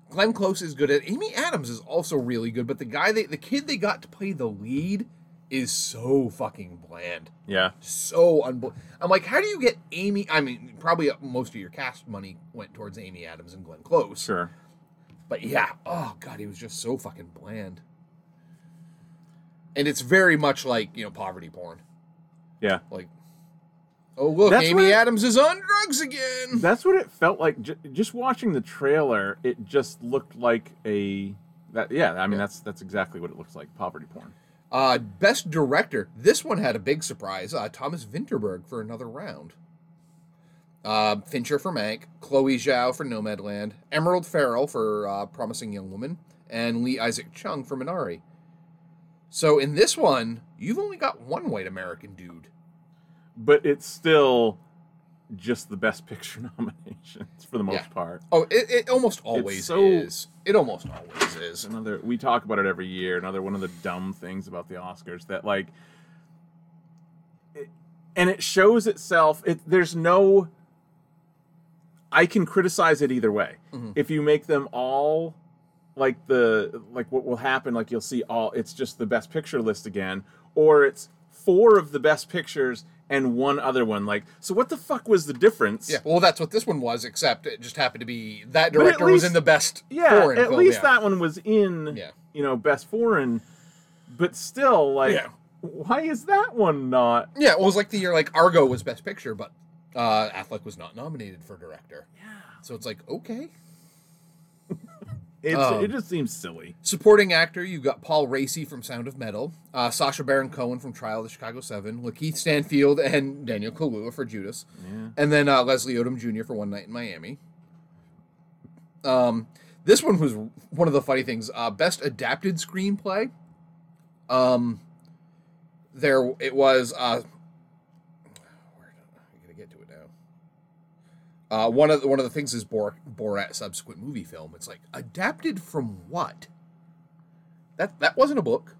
Speaker 7: Glenn Close is good at. Amy Adams is also really good, but the guy they the kid they got to play the lead is so fucking bland,
Speaker 6: yeah.
Speaker 7: so unbel. I'm like, how do you get Amy? I mean, probably most of your cast money went towards Amy Adams and Glenn Close.
Speaker 6: Sure.
Speaker 7: But yeah, oh god, he was just so fucking bland. And it's very much like you know poverty porn.
Speaker 6: Yeah.
Speaker 7: Like, oh look,
Speaker 6: That's
Speaker 7: Amy
Speaker 6: what-
Speaker 7: Adams is on drugs again.
Speaker 6: That's what it felt like. J- just watching the trailer, it just looked like a. That, yeah, I mean that's that's exactly what it looks like. Poverty porn.
Speaker 7: Uh, best director. This one had a big surprise. Uh, Thomas Vinterberg for another round. Uh, Fincher for Mank, Chloe Zhao for Nomadland, Emerald Farrell for uh, Promising Young Woman, and Lee Isaac Chung for Minari. So in this one, you've only got one white American dude.
Speaker 6: but it's still just the best picture nominations for the most
Speaker 7: Yeah.
Speaker 6: part.
Speaker 7: Oh, it, it almost always
Speaker 6: so-
Speaker 7: is. It almost always is.
Speaker 6: Another we talk about it every year. Another one of the dumb things about the Oscars that like, it, and it shows itself. It there's no. I can criticize it either way. If you make them all like the like what will happen like you'll see all it's just the best picture list again or it's four of the best pictures and one other one like so what the fuck was the difference
Speaker 7: Yeah, well, that's what this one was, except it just happened to be that
Speaker 6: at
Speaker 7: director was
Speaker 6: least-
Speaker 7: in the best
Speaker 6: Yeah,
Speaker 7: foreign
Speaker 6: at
Speaker 7: film,
Speaker 6: least
Speaker 7: yeah.
Speaker 6: that one was in.
Speaker 7: Yeah.
Speaker 6: You know, best foreign, but still, like,
Speaker 7: Yeah.
Speaker 6: why is that one not?
Speaker 7: Yeah, it was like the year like Argo was best picture, but uh, Affleck was not nominated for director. Yeah. So it's like okay.
Speaker 6: It's,
Speaker 7: Um,
Speaker 6: it just seems silly.
Speaker 7: Supporting actor, you got Paul Racy from Sound of Metal, uh, Sasha Baron Cohen from Trial of the Chicago Seven, Lakeith Stanfield and Daniel Kaluuya for Judas, and then uh, Leslie Odom Jr. for One Night in Miami. Um, this one was one of the funny things. Uh, best adapted screenplay. Um, there it was. Uh, where am I gonna get to it now? Uh, one of the, one of the things is Bor- Borat subsequent movie film. It's like adapted from what? That that wasn't a book.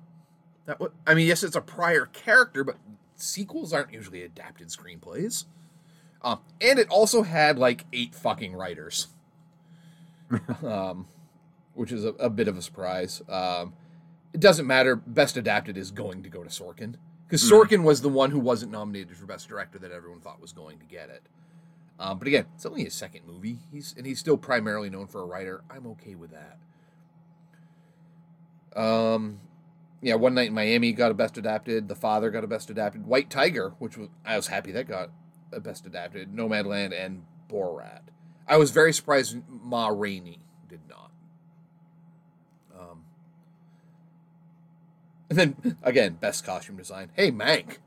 Speaker 7: That was, I mean, yes, it's a prior character, but sequels aren't usually adapted screenplays. Um, and it also had like eight fucking writers, um, which is a, a bit of a surprise. Um, it doesn't matter. Best adapted is going to go to Sorkin. because Sorkin was the one who wasn't nominated for best director that everyone thought was going to get it. Um, but again, it's only his second movie. He's and he's still primarily known for a writer. I'm okay with that. Um, yeah, one night in Miami got a best adapted. The father got a best adapted. White Tiger, which was I was happy that got a best adapted. Nomadland and Borat. I was very surprised Ma Rainey did not. Um, and then again, best costume design. Hey, Mank.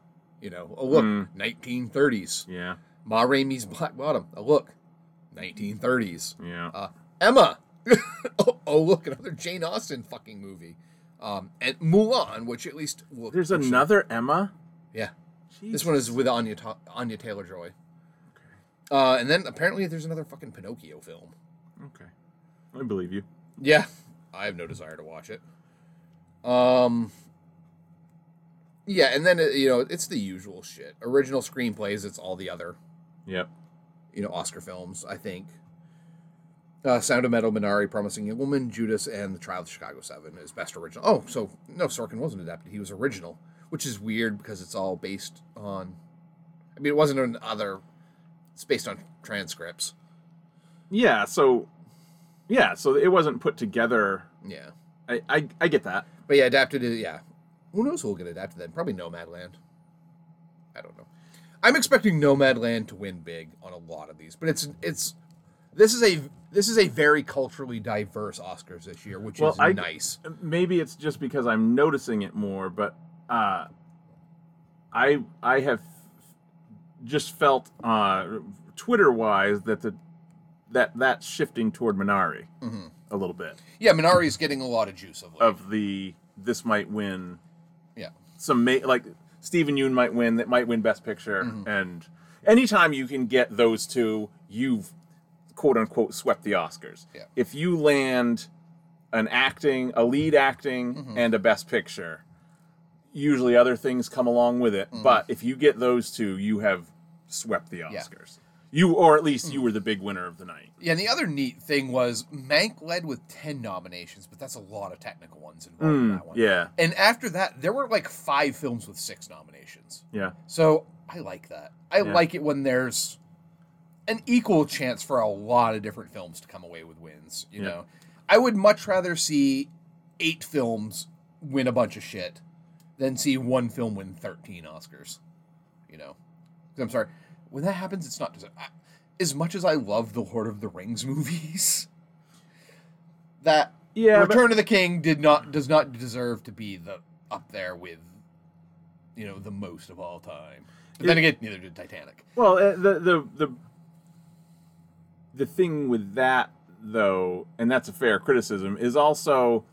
Speaker 7: You know, oh look,
Speaker 6: Mm.
Speaker 7: 1930s.
Speaker 6: Yeah,
Speaker 7: Ma Rainey's Black Bottom. A look, 1930s.
Speaker 6: yeah.
Speaker 7: Uh, Emma. oh, oh, look, another Jane Austen fucking movie. Um, and Mulan, which at least looked.
Speaker 6: There's
Speaker 7: original.
Speaker 6: another Emma.
Speaker 7: Yeah, this one is with Anya Ta- Anya Taylor Joy. Uh, and then apparently there's another fucking Pinocchio film.
Speaker 6: Okay, I believe you.
Speaker 7: Yeah, I have no desire to watch it. Um. Yeah, and then uh, you know it's the usual shit. Original screenplays. It's all the other
Speaker 6: Yep.
Speaker 7: you know Oscar films. I think uh, Sound of Metal, Minari, Promising Young Woman, Judas, and The Trial of the Chicago Seven is best original. Oh, so no, Sorkin wasn't adapted; he was original, which is weird because it's all based on. I mean, it wasn't an other. It's based on transcripts.
Speaker 6: Yeah. So, yeah. So it wasn't put together.
Speaker 7: Yeah,
Speaker 6: I I, I get that.
Speaker 7: but yeah, adapted. It, yeah, who knows who will get adapted then? Probably Nomadland. I don't know. I'm expecting Nomadland to win big on a lot of these, but it's it's this is a this is a very culturally diverse Oscars this year, which
Speaker 6: Well,
Speaker 7: is
Speaker 6: I-
Speaker 7: nice.
Speaker 6: Maybe it's just because I'm noticing it more, but uh, I I have just felt uh, Twitter wise that the that that's shifting toward Minari a little bit
Speaker 7: Yeah, Minari's getting a lot of juice of late.
Speaker 6: of the this might win
Speaker 7: yeah.
Speaker 6: some ma- like Stephen Yoon might win that might win Best Picture, and anytime you can get those two, you've quote unquote swept the Oscars.
Speaker 7: Yeah.
Speaker 6: If you land an acting, a lead acting, and a Best Picture, usually other things come along with it. But if you get those two, you have swept the Oscars. You or at least you were the big winner of the night.
Speaker 7: Yeah, and the other neat thing was Mank led with 10 nominations, but that's a lot of technical ones involved in that one.
Speaker 6: Hmm, yeah.
Speaker 7: And after that, there were like five films with six nominations.
Speaker 6: Yeah.
Speaker 7: So I like that. I
Speaker 6: Yeah.
Speaker 7: like it when there's an equal chance for a lot of different films to come away with wins. You
Speaker 6: Yeah.
Speaker 7: know, I would much rather see eight films win a bunch of shit than see one film win 13 Oscars. You know, 'Cause I'm sorry. When that happens, it's not deser- I- as much as I love the Lord of the Rings movies. That
Speaker 6: Yeah, but-
Speaker 7: Return of the King did not does not deserve to be the up there with you know the most of all time. But then again, neither did Titanic.
Speaker 6: Well, uh, the the the the thing with that though, and that's a fair criticism, is also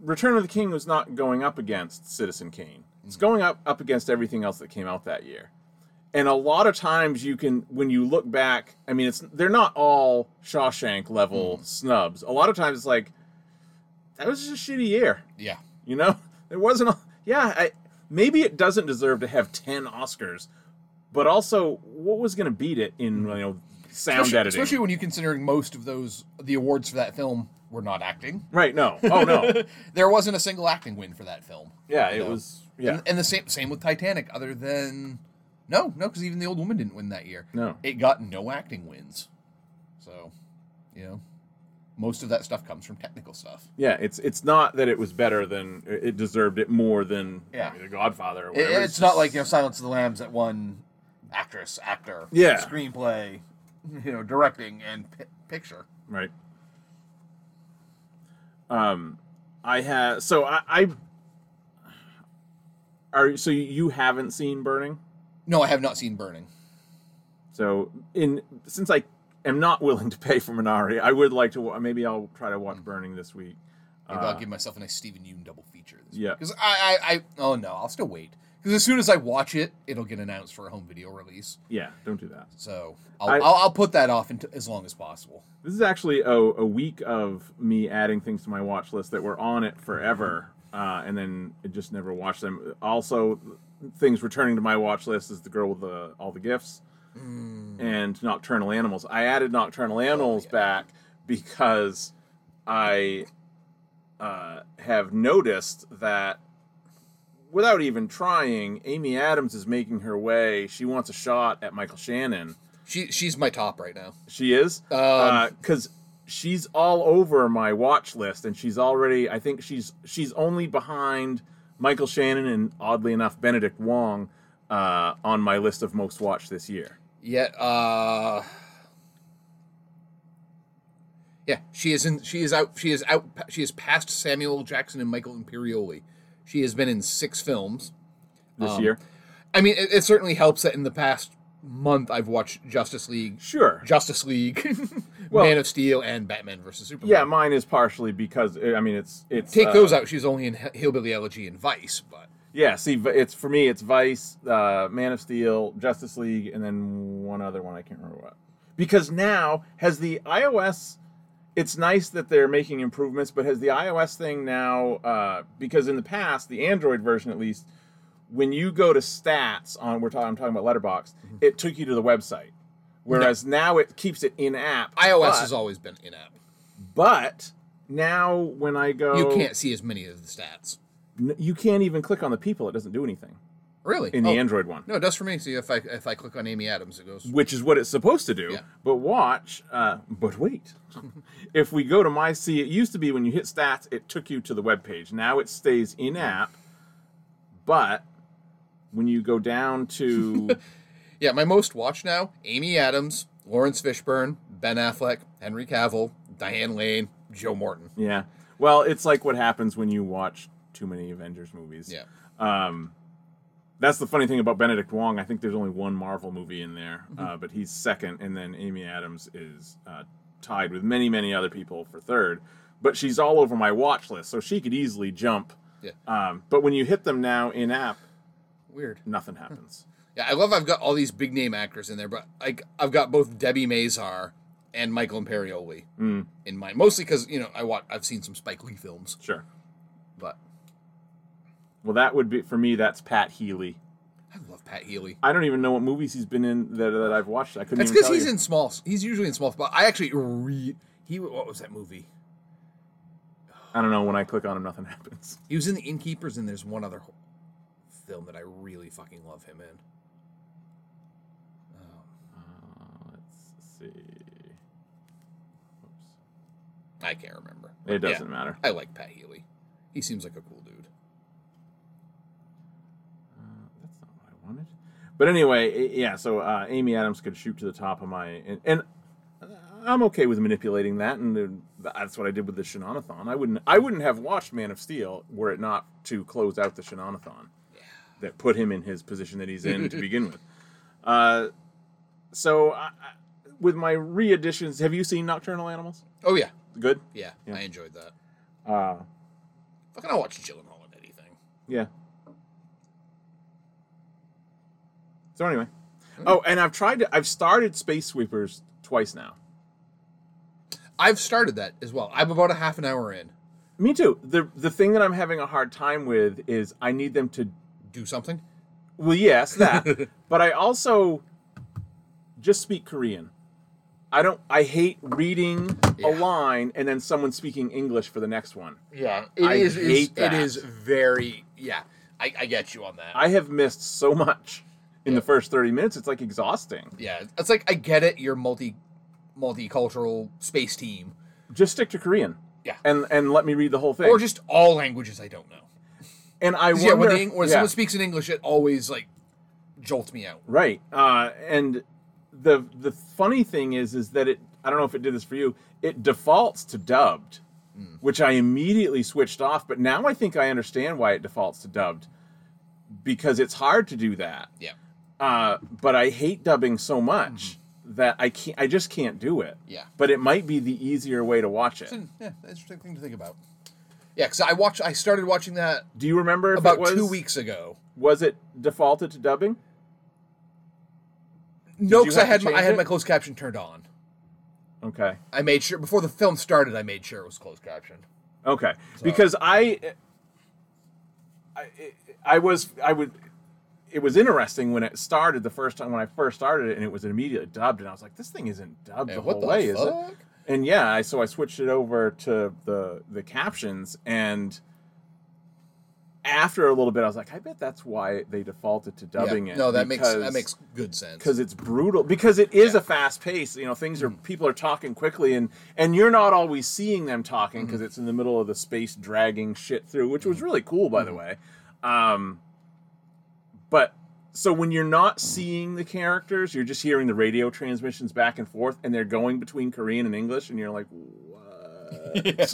Speaker 6: Return of the King was not going up against Citizen Kane. It's going up up against everything else that came out that year. And a lot of times you can when you look back, I mean it's they're not all Shawshank level snubs. A lot of times it's like that was just a shitty year.
Speaker 7: Yeah,
Speaker 6: You know, there wasn't. A, yeah, I, maybe it doesn't deserve to have ten Oscars, but also, what was going to beat it in you know sound
Speaker 7: especially,
Speaker 6: editing?
Speaker 7: especially when you're considering most of those the awards for that film were not acting.
Speaker 6: right? No. Oh no.
Speaker 7: There wasn't a single acting win for that film.
Speaker 6: Yeah, it
Speaker 7: No.
Speaker 6: was. Yeah.
Speaker 7: And, and the same same with Titanic, other than no, no, because even the old woman didn't win that year.
Speaker 6: No.
Speaker 7: it got no acting wins. So, you know, most of that stuff comes from technical stuff.
Speaker 6: Yeah, it's it's not that it was better than it deserved it more than
Speaker 7: Yeah.
Speaker 6: I mean, the Godfather. Or
Speaker 3: It-
Speaker 6: whatever.
Speaker 3: it's not like you know Silence of the Lambs that won actress, actor,
Speaker 6: Yeah.
Speaker 3: screenplay, you know, directing and pi- picture.
Speaker 6: Right. Um, I have. So I. I are so you haven't seen Burning?
Speaker 7: No, I have not seen Burning.
Speaker 6: So in since I am not willing to pay for Minari, I would like to. wa- Maybe I'll try to watch Burning this week.
Speaker 7: Maybe I'll give myself a nice Stephen Yoon double feature. This
Speaker 6: Ah. Yeah.
Speaker 7: because I, I, I, oh no, I'll still wait because as soon as I watch it, it'll get announced for a home video release.
Speaker 6: Yeah, don't do that.
Speaker 7: So I'll, I,
Speaker 6: I-
Speaker 7: will i I'll put that off into, as long as possible.
Speaker 6: This is actually a, a week of me adding things to my watch list that were on it forever, uh, and then I just never watched them. Also, things returning to my watch list is the girl with the all the gifts and Nocturnal Animals. I added Nocturnal Animals back because I uh, have noticed that without even trying, Amy Adams is making her way. She wants a shot at Michael Shannon.
Speaker 7: She she's my top right now.
Speaker 6: She is because she's all over my watch list, and she's already. I think she's she's only behind Michael Shannon and oddly enough Benedict Wong uh, on my list of most watched this year.
Speaker 7: Yeah. Uh, yeah. She is in. She is out. She is out. She is past Samuel Jackson and Michael Imperioli. She has been in six films.
Speaker 6: This year,
Speaker 7: I mean, it, it certainly helps that in the past month I've watched Justice League,
Speaker 6: sure.
Speaker 7: Justice League,
Speaker 6: Well-
Speaker 7: Man of Steel, and Batman versus Superman.
Speaker 6: Yeah, mine is partially because I mean it's it's
Speaker 7: Take
Speaker 6: uh,
Speaker 7: those out. She's only in Hi- Hillbilly Elegy and Vice, but
Speaker 6: Yeah, see, v- it's for me. It's Vice, uh, Man of Steel, Justice League, and then one other one I can't remember what. Because now has the iOS. It's nice that they're making improvements, but has the iOS thing now? Uh, because in the past, the Android version at least, when you go to stats on we're talking, I'm talking about Letterbox,
Speaker 7: Mm-hmm.
Speaker 6: it took you to the website. Whereas now it keeps it in app.
Speaker 7: iOS
Speaker 6: but,
Speaker 7: has always been in app.
Speaker 6: But now when I go,
Speaker 7: You can't see as many of the stats.
Speaker 6: n- you can't even click on the people. It doesn't do anything
Speaker 7: Really?
Speaker 6: in the
Speaker 7: Oh,
Speaker 6: Android one.
Speaker 7: No, it does for me. See if I if I click on Amy Adams, it goes.
Speaker 6: which is what it's supposed to do.
Speaker 7: Yeah.
Speaker 6: But watch, uh, but wait. if we go to my see, it used to be when you hit stats, it took you to the web page. Now it stays in app, but when you go down to
Speaker 7: Yeah, my most watched now: Amy Adams, Lawrence Fishburne, Ben Affleck, Henry Cavill, Diane Lane, Joe Morton.
Speaker 6: yeah, well, it's like what happens when you watch too many Avengers movies.
Speaker 7: Yeah,
Speaker 6: Um, That's the funny thing about Benedict Wong. I think there's only one Marvel movie in there,
Speaker 7: Mm-hmm.
Speaker 6: uh, but he's second, and then Amy Adams is uh, tied with many, many other people for third. But she's all over my watch list, so she could easily jump.
Speaker 7: Yeah.
Speaker 6: Um, but when you hit them now in app,
Speaker 7: weird.
Speaker 6: nothing happens.
Speaker 7: Yeah, I love I've got all these big name actors in there, but like I've got both Debbie Mazar and Michael Imperioli
Speaker 6: Hmm.
Speaker 7: in mind, mostly because you know I watch I've seen some Spike Lee films,
Speaker 6: Sure.
Speaker 7: but
Speaker 6: Well, that would be for me. That's Pat Healy.
Speaker 7: I love Pat Healy.
Speaker 6: I don't even know what movies he's been in that, that I've watched. I couldn't.
Speaker 7: That's
Speaker 6: even
Speaker 7: because
Speaker 6: tell
Speaker 7: he's
Speaker 6: you.
Speaker 7: in small. He's usually in small. But I actually re he what was that movie?
Speaker 6: I don't know when I click on him, nothing happens.
Speaker 7: He was in The Innkeepers, and there's one other ho- film that I really fucking love him in.
Speaker 6: Let's see.
Speaker 7: I can't remember.
Speaker 6: It
Speaker 7: Yeah.
Speaker 6: doesn't matter.
Speaker 7: I like Pat Healy. He seems like a cool dude.
Speaker 6: That's not what I wanted. But anyway, i- yeah. So uh, Amy Adams could shoot to the top of my, and, and uh, I'm okay with manipulating that, and uh, that's what I did with the Shinonathon. I wouldn't, I wouldn't have watched Man of Steel were it not to close out the Shinonathon that put him in his position that he's in to begin with. Uh, so I, I, with my re-additions, have you seen Nocturnal Animals?
Speaker 7: Oh yeah,
Speaker 6: Good.
Speaker 7: yeah.
Speaker 6: Yeah.
Speaker 7: I enjoyed that.
Speaker 6: Uh,
Speaker 7: Fucking, I'll watch Gyllenhaal in anything.
Speaker 6: Yeah. So anyway, oh, and I've tried to. I've started Space Sweepers twice now.
Speaker 7: I've started that as well. I'm about a half an hour in.
Speaker 6: Me too. the The thing that I'm having a hard time with is I need them to.
Speaker 7: Do something.
Speaker 6: Well, yes, that. but I also just speak Korean. I don't. I hate reading a
Speaker 7: Yeah.
Speaker 6: line and then someone speaking English for the next one.
Speaker 7: Yeah, it is.
Speaker 6: I
Speaker 7: it's-
Speaker 6: hate that.
Speaker 7: It is very. Yeah, I, I get you on that.
Speaker 6: I have missed so much in the first thirty minutes. It's like exhausting.
Speaker 7: yeah, it's like I get it. You're multi, multicultural space team,
Speaker 6: Just stick to Korean.
Speaker 7: Yeah.
Speaker 6: And and let me read the whole thing.
Speaker 7: or just all languages I don't know.
Speaker 6: and I wonder.
Speaker 7: Yeah, when, the, when
Speaker 6: yeah.
Speaker 7: someone speaks in English, it always like jolts me out.
Speaker 6: Right. Uh, and the the funny thing is is that it I don't know if it did this for you, it defaults to dubbed,
Speaker 7: Hmm.
Speaker 6: which I immediately switched off, but now I think I understand why it defaults to dubbed because it's hard to do that.
Speaker 7: Yeah,
Speaker 6: Uh, but I hate dubbing so much that I can't I just can't do it.
Speaker 7: Hmm. Yeah.
Speaker 6: But it might be the easier way to watch it.
Speaker 7: yeah, interesting thing to think about. Yeah, because I watch. I started watching that
Speaker 6: Do you remember if it
Speaker 7: about
Speaker 6: was,
Speaker 7: two weeks ago.
Speaker 6: was it defaulted to dubbing?
Speaker 7: No,
Speaker 6: you
Speaker 7: because I
Speaker 6: have to
Speaker 7: had my, I
Speaker 6: change
Speaker 7: had
Speaker 6: it?
Speaker 7: my closed caption turned on.
Speaker 6: Okay.
Speaker 7: I made sure before the film started. I made sure it was closed captioned.
Speaker 6: Okay, because I, I, I was I would, it was interesting when it started the first time when I first started it and it was immediately dubbed and I was like this thing isn't dubbed
Speaker 7: Yeah,
Speaker 6: the
Speaker 7: what
Speaker 6: whole
Speaker 7: the
Speaker 6: way is
Speaker 7: fuck?
Speaker 6: it? And yeah, I so I switched it over to the the captions and after a little bit, I was like, I bet that's why they defaulted to dubbing
Speaker 7: yeah.
Speaker 6: it.
Speaker 7: No, that makes that
Speaker 6: because-
Speaker 7: makes good sense.
Speaker 6: because it's brutal because it is a fast pace you know things are
Speaker 7: Mm.
Speaker 6: people are talking quickly and and you're not always seeing them talking
Speaker 7: Mm-hmm.
Speaker 6: because it's in the middle of the space dragging shit through which
Speaker 7: Mm.
Speaker 6: was really cool by
Speaker 7: Mm-hmm.
Speaker 6: the way um but so when you're not seeing the characters you're just hearing the radio transmissions back and forth and they're going between korean and english and you're like what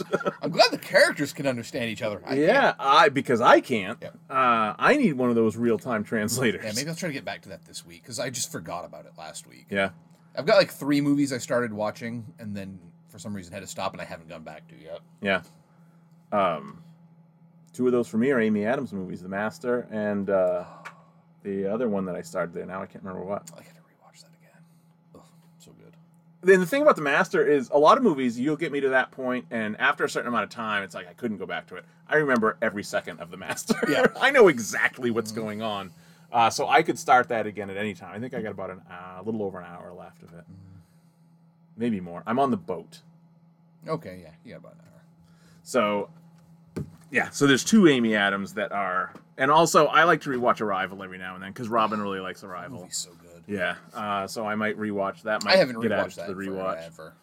Speaker 7: I'm glad the characters can understand each other. I can't.
Speaker 6: yeah i because i can't
Speaker 7: Yeah.
Speaker 6: uh i need one of those real-time translators
Speaker 7: Yeah, maybe I'll try to get back to that this week because I just forgot about it last week.
Speaker 6: yeah
Speaker 7: I've got like three movies I started watching and then for some reason had to stop and I haven't gone back to yet.
Speaker 6: Yeah. Um, two of those for me are Amy Adams movies, The Master, and uh, the other one that I started there. Now I can't remember what.
Speaker 7: I gotta rewatch that again. Ugh, so good.
Speaker 6: Then the thing about The Master is a lot of movies you'll get me to that point, and after a certain amount of time, it's like I couldn't go back to it. I remember every second of The Master.
Speaker 7: Yeah.
Speaker 6: I know exactly what's going on. Uh, so I could start that again at any time. I think I got about an uh, a little over an hour left of it, maybe more. I'm on the boat.
Speaker 7: Okay, yeah, yeah, about an hour.
Speaker 6: So, yeah. So there's two Amy Adams that are, and also I like to rewatch Arrival every now and then because Robin really likes Arrival.
Speaker 7: He's so good.
Speaker 6: Yeah. Uh, so I might rewatch that. Might
Speaker 7: I haven't
Speaker 6: get added
Speaker 7: rewatched
Speaker 6: to
Speaker 7: that
Speaker 6: the rewatch.
Speaker 7: forever.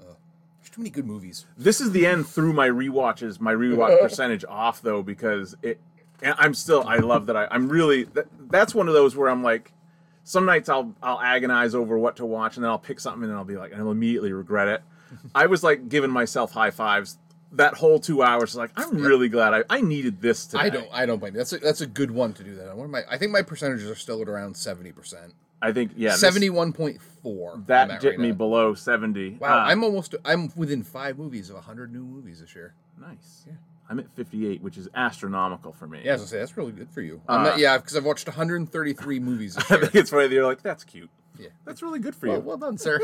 Speaker 7: Ugh. There's too many good movies.
Speaker 6: This is the end through my rewatches. My rewatch percentage off though because it. And I'm still. I love that. I, I'm really. That, that's one of those where I'm like. Some nights I'll I'll agonize over what to watch, and then I'll pick something, and I'll be like, and I'll immediately regret it. I was like giving myself high fives that whole two hours. Like I'm really glad I, I needed this today.
Speaker 7: I don't. I don't blame you. That's a, that's a good one to do that. on. What am I? I think my percentages are still at around seventy percent.
Speaker 6: I think yeah, this-
Speaker 7: Seventy-one point four.
Speaker 6: that dipped me below seventy.
Speaker 7: Wow,
Speaker 6: Uh,
Speaker 7: I'm almost. I'm within five movies of hundred new movies this year.
Speaker 6: nice. I'm at fifty-eight, which is astronomical for me.
Speaker 7: Yeah, I was gonna say that's really good for you. I'm not, yeah, because I've watched 133 movies this
Speaker 6: Uh, I
Speaker 7: year.
Speaker 6: think it's funny that you're like, that's cute.
Speaker 7: Yeah.
Speaker 6: That's really good for
Speaker 7: Well,
Speaker 6: you.
Speaker 7: well done, sir.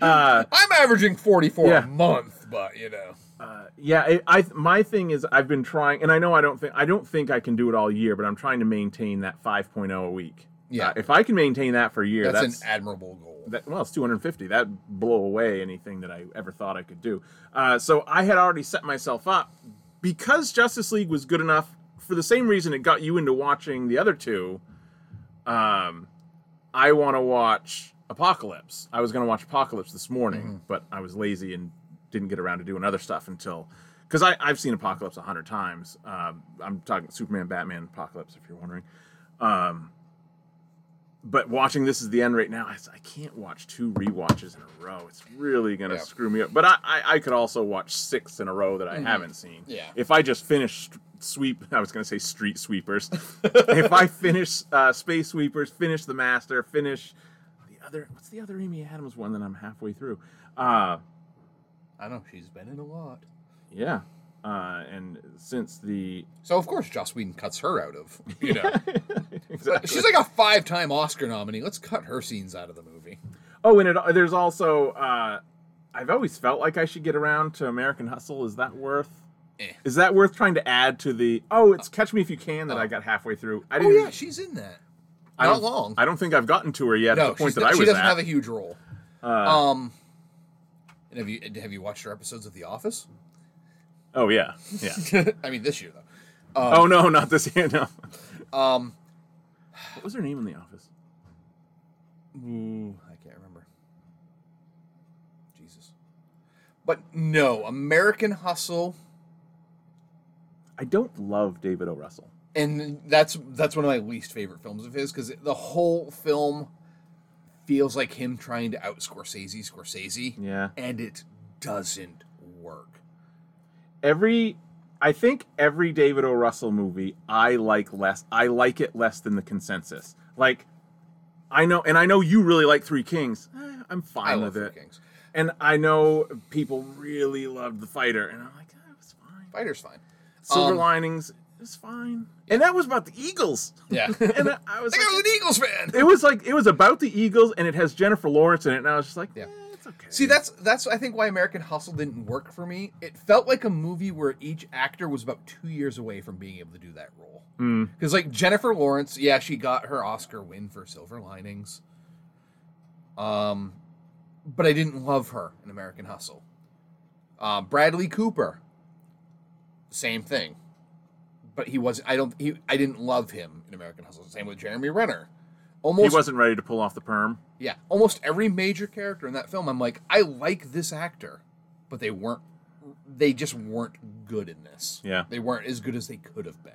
Speaker 7: I'm averaging 44
Speaker 6: Uh, Yeah.
Speaker 7: a month, but you know,
Speaker 6: yeah, I, I my thing is I've been trying, and I know I don't think I don't think I can do it all year, but I'm trying to maintain that 5.0 a week.
Speaker 7: Yeah.
Speaker 6: Uh, if I can maintain that for a year,
Speaker 7: that's,
Speaker 6: that's,
Speaker 7: an admirable goal.
Speaker 6: that, well, it's 250. That blow away anything that I ever thought I could do. Uh, so I had already set myself up because Justice League was good enough for the same reason it got you into watching the other two. Um, I want to watch Apocalypse. I was going to watch Apocalypse this morning, but I was lazy and didn't get around to doing other stuff until because I I've seen Apocalypse a hundred times. Um, I'm talking Superman, Batman, Apocalypse. If you're wondering. Um, but watching this is the end right now. I, I can't watch two rewatches in a row. It's really gonna
Speaker 7: Yeah.
Speaker 6: screw me up. But I, I, I could also watch six in a row that I haven't seen.
Speaker 7: Yeah.
Speaker 6: If I just finish St- sweep, I was gonna say Street Sweepers. if I finish uh, Space Sweepers, finish The Master, finish the other. What's the other Amy Adams one that I'm halfway through? Uh,
Speaker 7: I know she's been in a lot.
Speaker 6: yeah. Uh, and since the
Speaker 7: So of course, Joss Whedon cuts her out of. You know,
Speaker 6: exactly.
Speaker 7: she's like a five-time Oscar nominee. Let's cut her scenes out of the movie.
Speaker 6: Oh, and it, there's also uh, I've always felt like I should get around to American Hustle. Is that worth?
Speaker 7: Eh.
Speaker 6: Is that worth trying to add to the? Oh, it's Catch Me If You Can that I got halfway through. I
Speaker 7: Oh
Speaker 6: didn't.
Speaker 7: yeah, she's in that.
Speaker 6: I
Speaker 7: Not
Speaker 6: don't-
Speaker 7: long.
Speaker 6: I don't think I've gotten to her yet. at
Speaker 7: No,
Speaker 6: the point
Speaker 7: she's
Speaker 6: that
Speaker 7: not-
Speaker 6: I
Speaker 7: she
Speaker 6: was
Speaker 7: doesn't
Speaker 6: at. Uh,
Speaker 7: have a huge role. um, and have you have you watched her episodes of The Office?
Speaker 6: oh yeah, yeah.
Speaker 7: I mean, this year though. Uh,
Speaker 6: oh no, not this year. No. Um, what was her name in the office?
Speaker 7: Ooh, Mm, I can't remember. Jesus. But no, American Hustle,
Speaker 6: I don't love David O. Russell.
Speaker 7: and that's that's one of my least favorite films of his because the whole film feels like him trying to out Scorsese, Scorsese,
Speaker 6: Yeah.
Speaker 7: and it doesn't work.
Speaker 6: Every, I think every David O. Russell movie I like less. I like it less than the consensus. Like, I know, and I know you really like Three Kings. Eh, I'm
Speaker 7: I,
Speaker 6: fine with
Speaker 7: love Three
Speaker 6: it.
Speaker 7: Kings.
Speaker 6: And I know people really loved The Fighter, and I'm like, eh, it was fine.
Speaker 7: Fighter's fine.
Speaker 6: Silver
Speaker 7: Um,
Speaker 6: Linings, it was fine. And that was about the Eagles.
Speaker 7: Yeah, I think
Speaker 6: and I- I was.
Speaker 7: I was
Speaker 6: Like,
Speaker 7: an Eagles fan.
Speaker 6: it was like it was about the Eagles, and it has Jennifer Lawrence in it, and I was just like,
Speaker 7: Yeah.
Speaker 6: yeah, it's okay.
Speaker 7: See, that's that's I think why American Hustle didn't work for me. It felt like a movie where each actor was about two years away from being able to do that role. Because like Jennifer Lawrence, yeah, she got her Oscar win for Silver Linings. Um, but I didn't love her in American Hustle. Uh, Bradley Cooper, same thing. But he was I don't he I didn't love him in American Hustle. Same with Jeremy Renner.
Speaker 6: He
Speaker 7: Almost
Speaker 6: wasn't ready to pull off the perm.
Speaker 7: yeah, almost every major character in that film I'm like I like this actor, but they weren't they just weren't good in this.
Speaker 6: Yeah.
Speaker 7: They weren't as good as they could have been.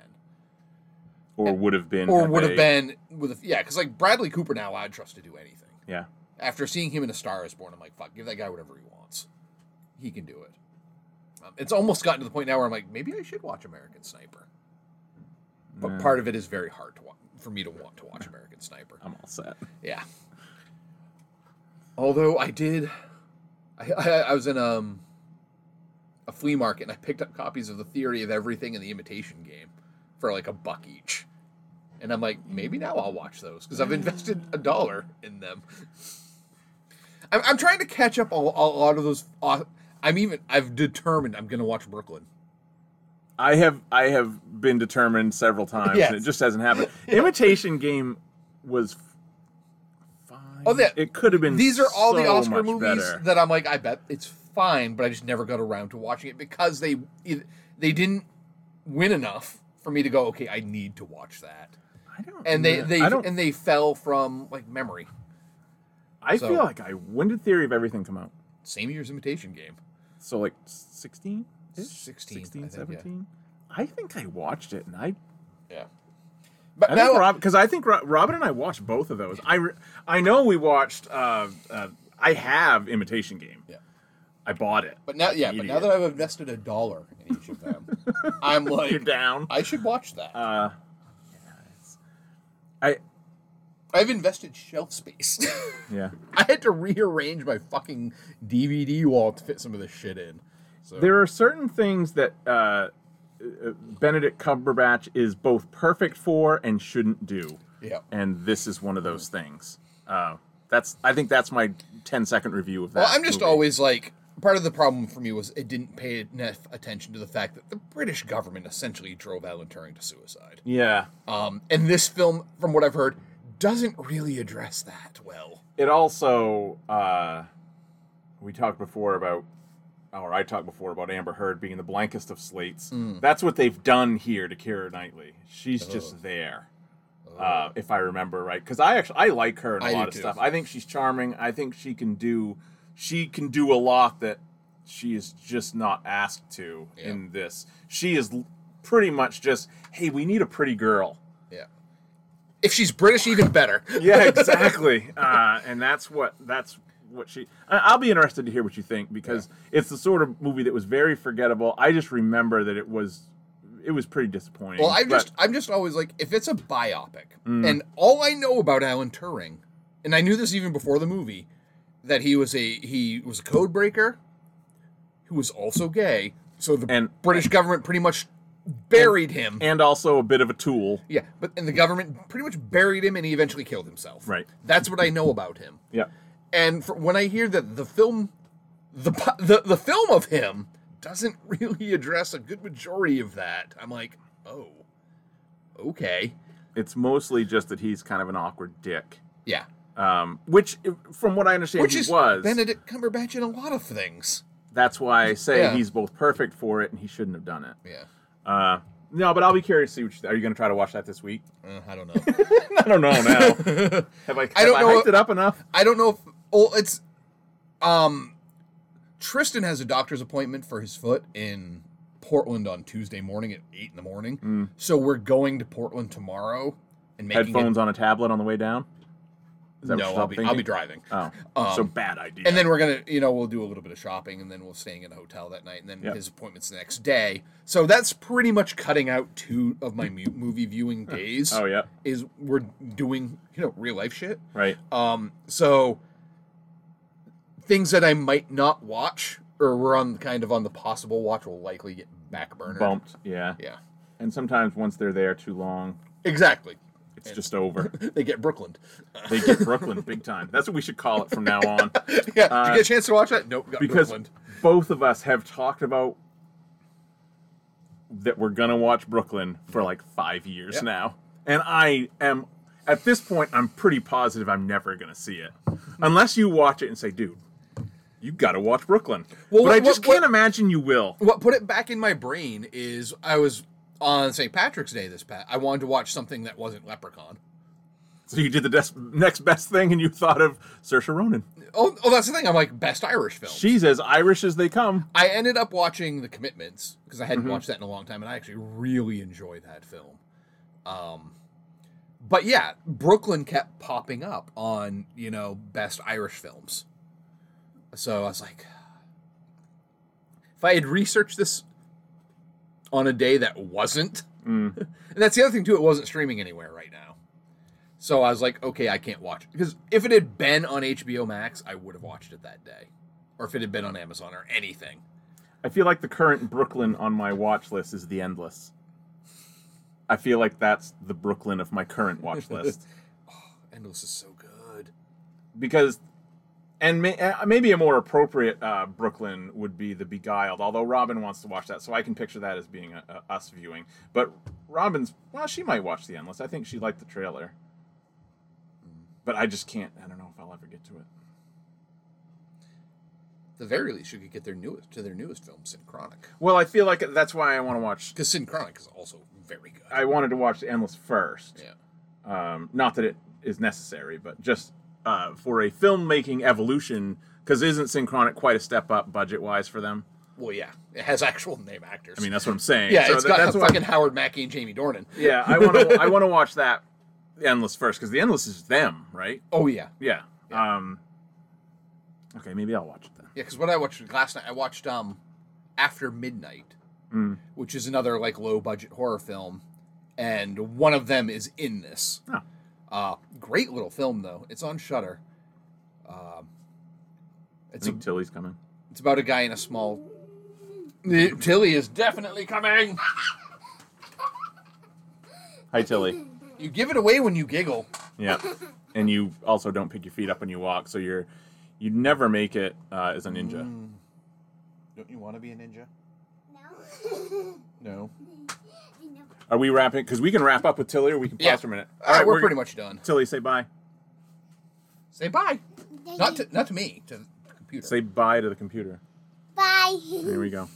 Speaker 6: Or would have been.
Speaker 7: Or
Speaker 6: had
Speaker 7: would have
Speaker 6: they-
Speaker 7: been with a, yeah, cuz like Bradley Cooper now I'd trust to do anything.
Speaker 6: Yeah.
Speaker 7: after seeing him in A Star Is Born, I'm like, fuck, give that guy whatever he wants. He can do it. Um, it's almost gotten to the point now where I'm like, maybe I should watch American Sniper. But part of it is very hard to wa- for me to want to watch American Sniper.
Speaker 6: I'm all set.
Speaker 7: Yeah. Although I did, I, I, I was in um, a flea market and I picked up copies of The Theory of Everything and The Imitation Game for like a buck each. And I'm like, maybe now I'll watch those because I've invested a dollar in them. I'm, I'm trying to catch up a, a lot of those. au- I'm even. I've determined I'm going to watch Brooklyn.
Speaker 6: I have I have been determined several times,
Speaker 7: Yes.
Speaker 6: and it just hasn't happened. Imitation Game was f- fine.
Speaker 7: Oh, yeah.
Speaker 6: it could have been.
Speaker 7: These are all the
Speaker 6: so
Speaker 7: Oscar
Speaker 6: much
Speaker 7: movies
Speaker 6: better.
Speaker 7: that I'm like, I bet it's fine, but I just never got around to watching it because they it- they didn't win enough for me to go, okay, I need to watch that.
Speaker 6: I don't.
Speaker 7: And they
Speaker 6: know.
Speaker 7: they
Speaker 6: I don't.
Speaker 7: and they fell from like memory.
Speaker 6: I
Speaker 7: so-
Speaker 6: feel like I. When did Theory of Everything come out?
Speaker 7: Same year's imitation game.
Speaker 6: So like 16?
Speaker 7: 16,
Speaker 6: 16,
Speaker 7: I think, yeah.
Speaker 6: 17? I think I watched it, and I
Speaker 7: Yeah. But
Speaker 6: I
Speaker 7: now
Speaker 6: think Rob because I think Ro- Robin and I watched both of those. I re- I know we watched. Uh, uh, I have Imitation Game.
Speaker 7: Yeah.
Speaker 6: I bought it.
Speaker 7: but now yeah,
Speaker 6: Like an
Speaker 7: but now that
Speaker 6: idiot.
Speaker 7: I've invested a dollar in each of them, I'm
Speaker 6: you're
Speaker 7: like
Speaker 6: down, Uh,
Speaker 7: I should watch that.
Speaker 6: I
Speaker 7: I've invested shelf space.
Speaker 6: yeah.
Speaker 7: I had to rearrange my fucking DVD wall to fit some of this shit in. So
Speaker 6: There are certain things that uh, uh, Benedict Cumberbatch is both perfect for and shouldn't do,
Speaker 7: yeah.
Speaker 6: and this is one of those things. Uh, that's I think that's my 10 second review of that.
Speaker 7: Well, I'm just
Speaker 6: movie.
Speaker 7: always like part of the problem for me was it didn't pay enough attention to the fact that the British government essentially drove Alan Turing to suicide.
Speaker 6: yeah.
Speaker 7: Um, and this film, from what I've heard, doesn't really address that well.
Speaker 6: it also uh, we talked before about or I talked before about Amber Heard being the blankest of slates.
Speaker 7: Hmm.
Speaker 6: That's what they've done here to Kira Knightley. She's
Speaker 7: Oh.
Speaker 6: just there. Uh, if I remember right, because I actually I like her in a
Speaker 7: I do
Speaker 6: lot of
Speaker 7: too.
Speaker 6: stuff. I think she's charming. I think she can do she can do a lot that she is just not asked to in this. She is l- pretty much just hey, we need a pretty girl.
Speaker 7: Yeah. If she's British, even better.
Speaker 6: Yeah, exactly. uh, and that's what that's what she. I- I'll be interested to hear what you think because it's the sort of movie that was very forgettable. I just remember that it was it was pretty disappointing.
Speaker 7: Well, I'm
Speaker 6: but-
Speaker 7: just I'm just always like if it's a biopic
Speaker 6: Mm.
Speaker 7: and all I know about Alan Turing, and I knew this even before the movie, that he was a he was a code breaker, who was also gay. So the
Speaker 6: And-
Speaker 7: British government pretty much buried him.
Speaker 6: and also a bit of a tool.
Speaker 7: yeah, but and the government pretty much buried him, and he eventually killed himself.
Speaker 6: Right.
Speaker 7: That's what I know about him.
Speaker 6: Yeah,
Speaker 7: And for, when I hear that the film, the po- the the film of him doesn't really address a good majority of that, I'm like, oh, okay.
Speaker 6: it's mostly just that he's kind of an awkward dick.
Speaker 7: Yeah.
Speaker 6: Um, which, from what I understand,
Speaker 7: Which
Speaker 6: he
Speaker 7: is
Speaker 6: was.
Speaker 7: Benedict Cumberbatch in a lot of things.
Speaker 6: That's why I say
Speaker 7: Yeah.
Speaker 6: he's both perfect for it, and he shouldn't have done it.
Speaker 7: Yeah.
Speaker 6: Uh, no, but I'll be curious to see what you. Are you going to try to watch that this week?
Speaker 7: Uh, I don't know.
Speaker 6: I don't know now. have I? Have I,
Speaker 7: don't know-
Speaker 6: hyped it up enough?
Speaker 7: I don't know if oh it's um Tristan has a doctor's appointment for his foot in Portland on Tuesday morning at eight in the morning.
Speaker 6: Mm.
Speaker 7: So we're going to Portland tomorrow and making
Speaker 6: headphones
Speaker 7: it,
Speaker 6: on a tablet on the way down? Is
Speaker 7: No,
Speaker 6: you're
Speaker 7: I'll be I'll be
Speaker 6: thinking?
Speaker 7: driving.
Speaker 6: Oh,
Speaker 7: Um,
Speaker 6: so bad idea.
Speaker 7: And then we're gonna, you know, we'll do a little bit of shopping, and then we'll staying in a hotel that night, and then
Speaker 6: Yep.
Speaker 7: his appointments the next day. So that's pretty much cutting out two of my mu- movie viewing days.
Speaker 6: oh yeah,
Speaker 7: is we're doing you know real life shit.
Speaker 6: right.
Speaker 7: Um, so things that I might not watch or we're on kind of on the possible watch will likely get back burner.
Speaker 6: Bumped. Yeah.
Speaker 7: Yeah,
Speaker 6: and sometimes once they're there too long,
Speaker 7: exactly.
Speaker 6: it's just over.
Speaker 7: They get Brooklyn.
Speaker 6: they get Brooklyn big time. That's what we should call it from now on,
Speaker 7: yeah, did you get a chance to watch that? Nope, got
Speaker 6: Uh, because
Speaker 7: Brooklyn.
Speaker 6: both of us have talked about that we're gonna watch Brooklyn for like five years
Speaker 7: Yep.
Speaker 6: now, and I am. At this point, I'm pretty positive I'm never going to see it. Unless you watch it and say, dude, you got to watch Brooklyn.
Speaker 7: Well,
Speaker 6: but I
Speaker 7: what-
Speaker 6: just
Speaker 7: what-
Speaker 6: can't imagine you will.
Speaker 7: what put it back in my brain is I was on St. Patrick's Day this pat. I wanted to watch something that wasn't Leprechaun.
Speaker 6: So you did the des- next best thing, and you thought of Saoirse Ronan.
Speaker 7: Oh, oh, that's the thing. I'm like best Irish film.
Speaker 6: She's as Irish as they come.
Speaker 7: I ended up watching The Commitments because I hadn't watched that in a long time, and I actually really enjoy that film. Um, but yeah, Brooklyn kept popping up on you know best Irish films, so I was like, if I had researched this on a day that wasn't, and that's the other thing too, it wasn't streaming anywhere right now. So I was like, okay, I can't watch it. Because if it had been on HBO Max, I would have watched it that day. Or if it had been on Amazon or anything.
Speaker 6: I feel like the current Brooklyn on my watch list is The Endless. I feel like that's the Brooklyn of my current watch list.
Speaker 7: Oh, Endless is so good.
Speaker 6: because and may, uh, maybe a more appropriate uh, Brooklyn would be the Beguiled. Although Robin wants to watch that, so I can picture that as being a, a us viewing. But Robin's well, she might watch The Endless. I think she liked the trailer, but I just can't. I don't know if I'll ever get to it.
Speaker 7: At the very least, you could get their newest to their newest film, Synchronic.
Speaker 6: Well, I feel like that's why I want to watch.
Speaker 7: Because Synchronic is also very good.
Speaker 6: I wanted to watch The Endless first.
Speaker 7: yeah.
Speaker 6: Um, not that it is necessary, but just uh, for a filmmaking evolution, because isn't Synchronic quite a step up budget wise for them?
Speaker 7: Well, yeah. It has actual name actors.
Speaker 6: I mean, that's what I'm saying.
Speaker 7: yeah,
Speaker 6: So
Speaker 7: it's
Speaker 6: tha-
Speaker 7: got
Speaker 6: that's why-
Speaker 7: fucking Howard Mackey and Jamie Dornan.
Speaker 6: Yeah, I want to. I want to watch that The endless first because the endless is them, right?
Speaker 7: Oh, yeah.
Speaker 6: Yeah. Um. Okay, maybe I'll watch it then.
Speaker 7: Yeah, because what I watched last night, I watched um, After Midnight,
Speaker 6: Mm.
Speaker 7: which is another like low budget horror film, and one of them is in this.
Speaker 6: Oh.
Speaker 7: Uh, great little film though. It's on Shutter. Um,
Speaker 6: I
Speaker 7: it's a,
Speaker 6: think Tilly's coming.
Speaker 7: it's about a guy in a small. Tilly is definitely coming.
Speaker 6: Hi, Tilly.
Speaker 7: You give it away when you giggle.
Speaker 6: Yeah. And you also don't pick your feet up when you walk, so you're you never make it uh, as a ninja.
Speaker 7: Mm.
Speaker 3: Don't you want to be a ninja?
Speaker 7: No.
Speaker 6: Are we wrapping? Because we can wrap up with Tilly, or we can pause
Speaker 7: Yeah.
Speaker 6: for a minute.
Speaker 7: All right, we're,
Speaker 6: we're-
Speaker 7: pretty much done.
Speaker 6: Tilly, say bye.
Speaker 7: Say bye. Not to not to me to the computer.
Speaker 6: Say bye to the computer.
Speaker 4: Bye.
Speaker 6: Here we go.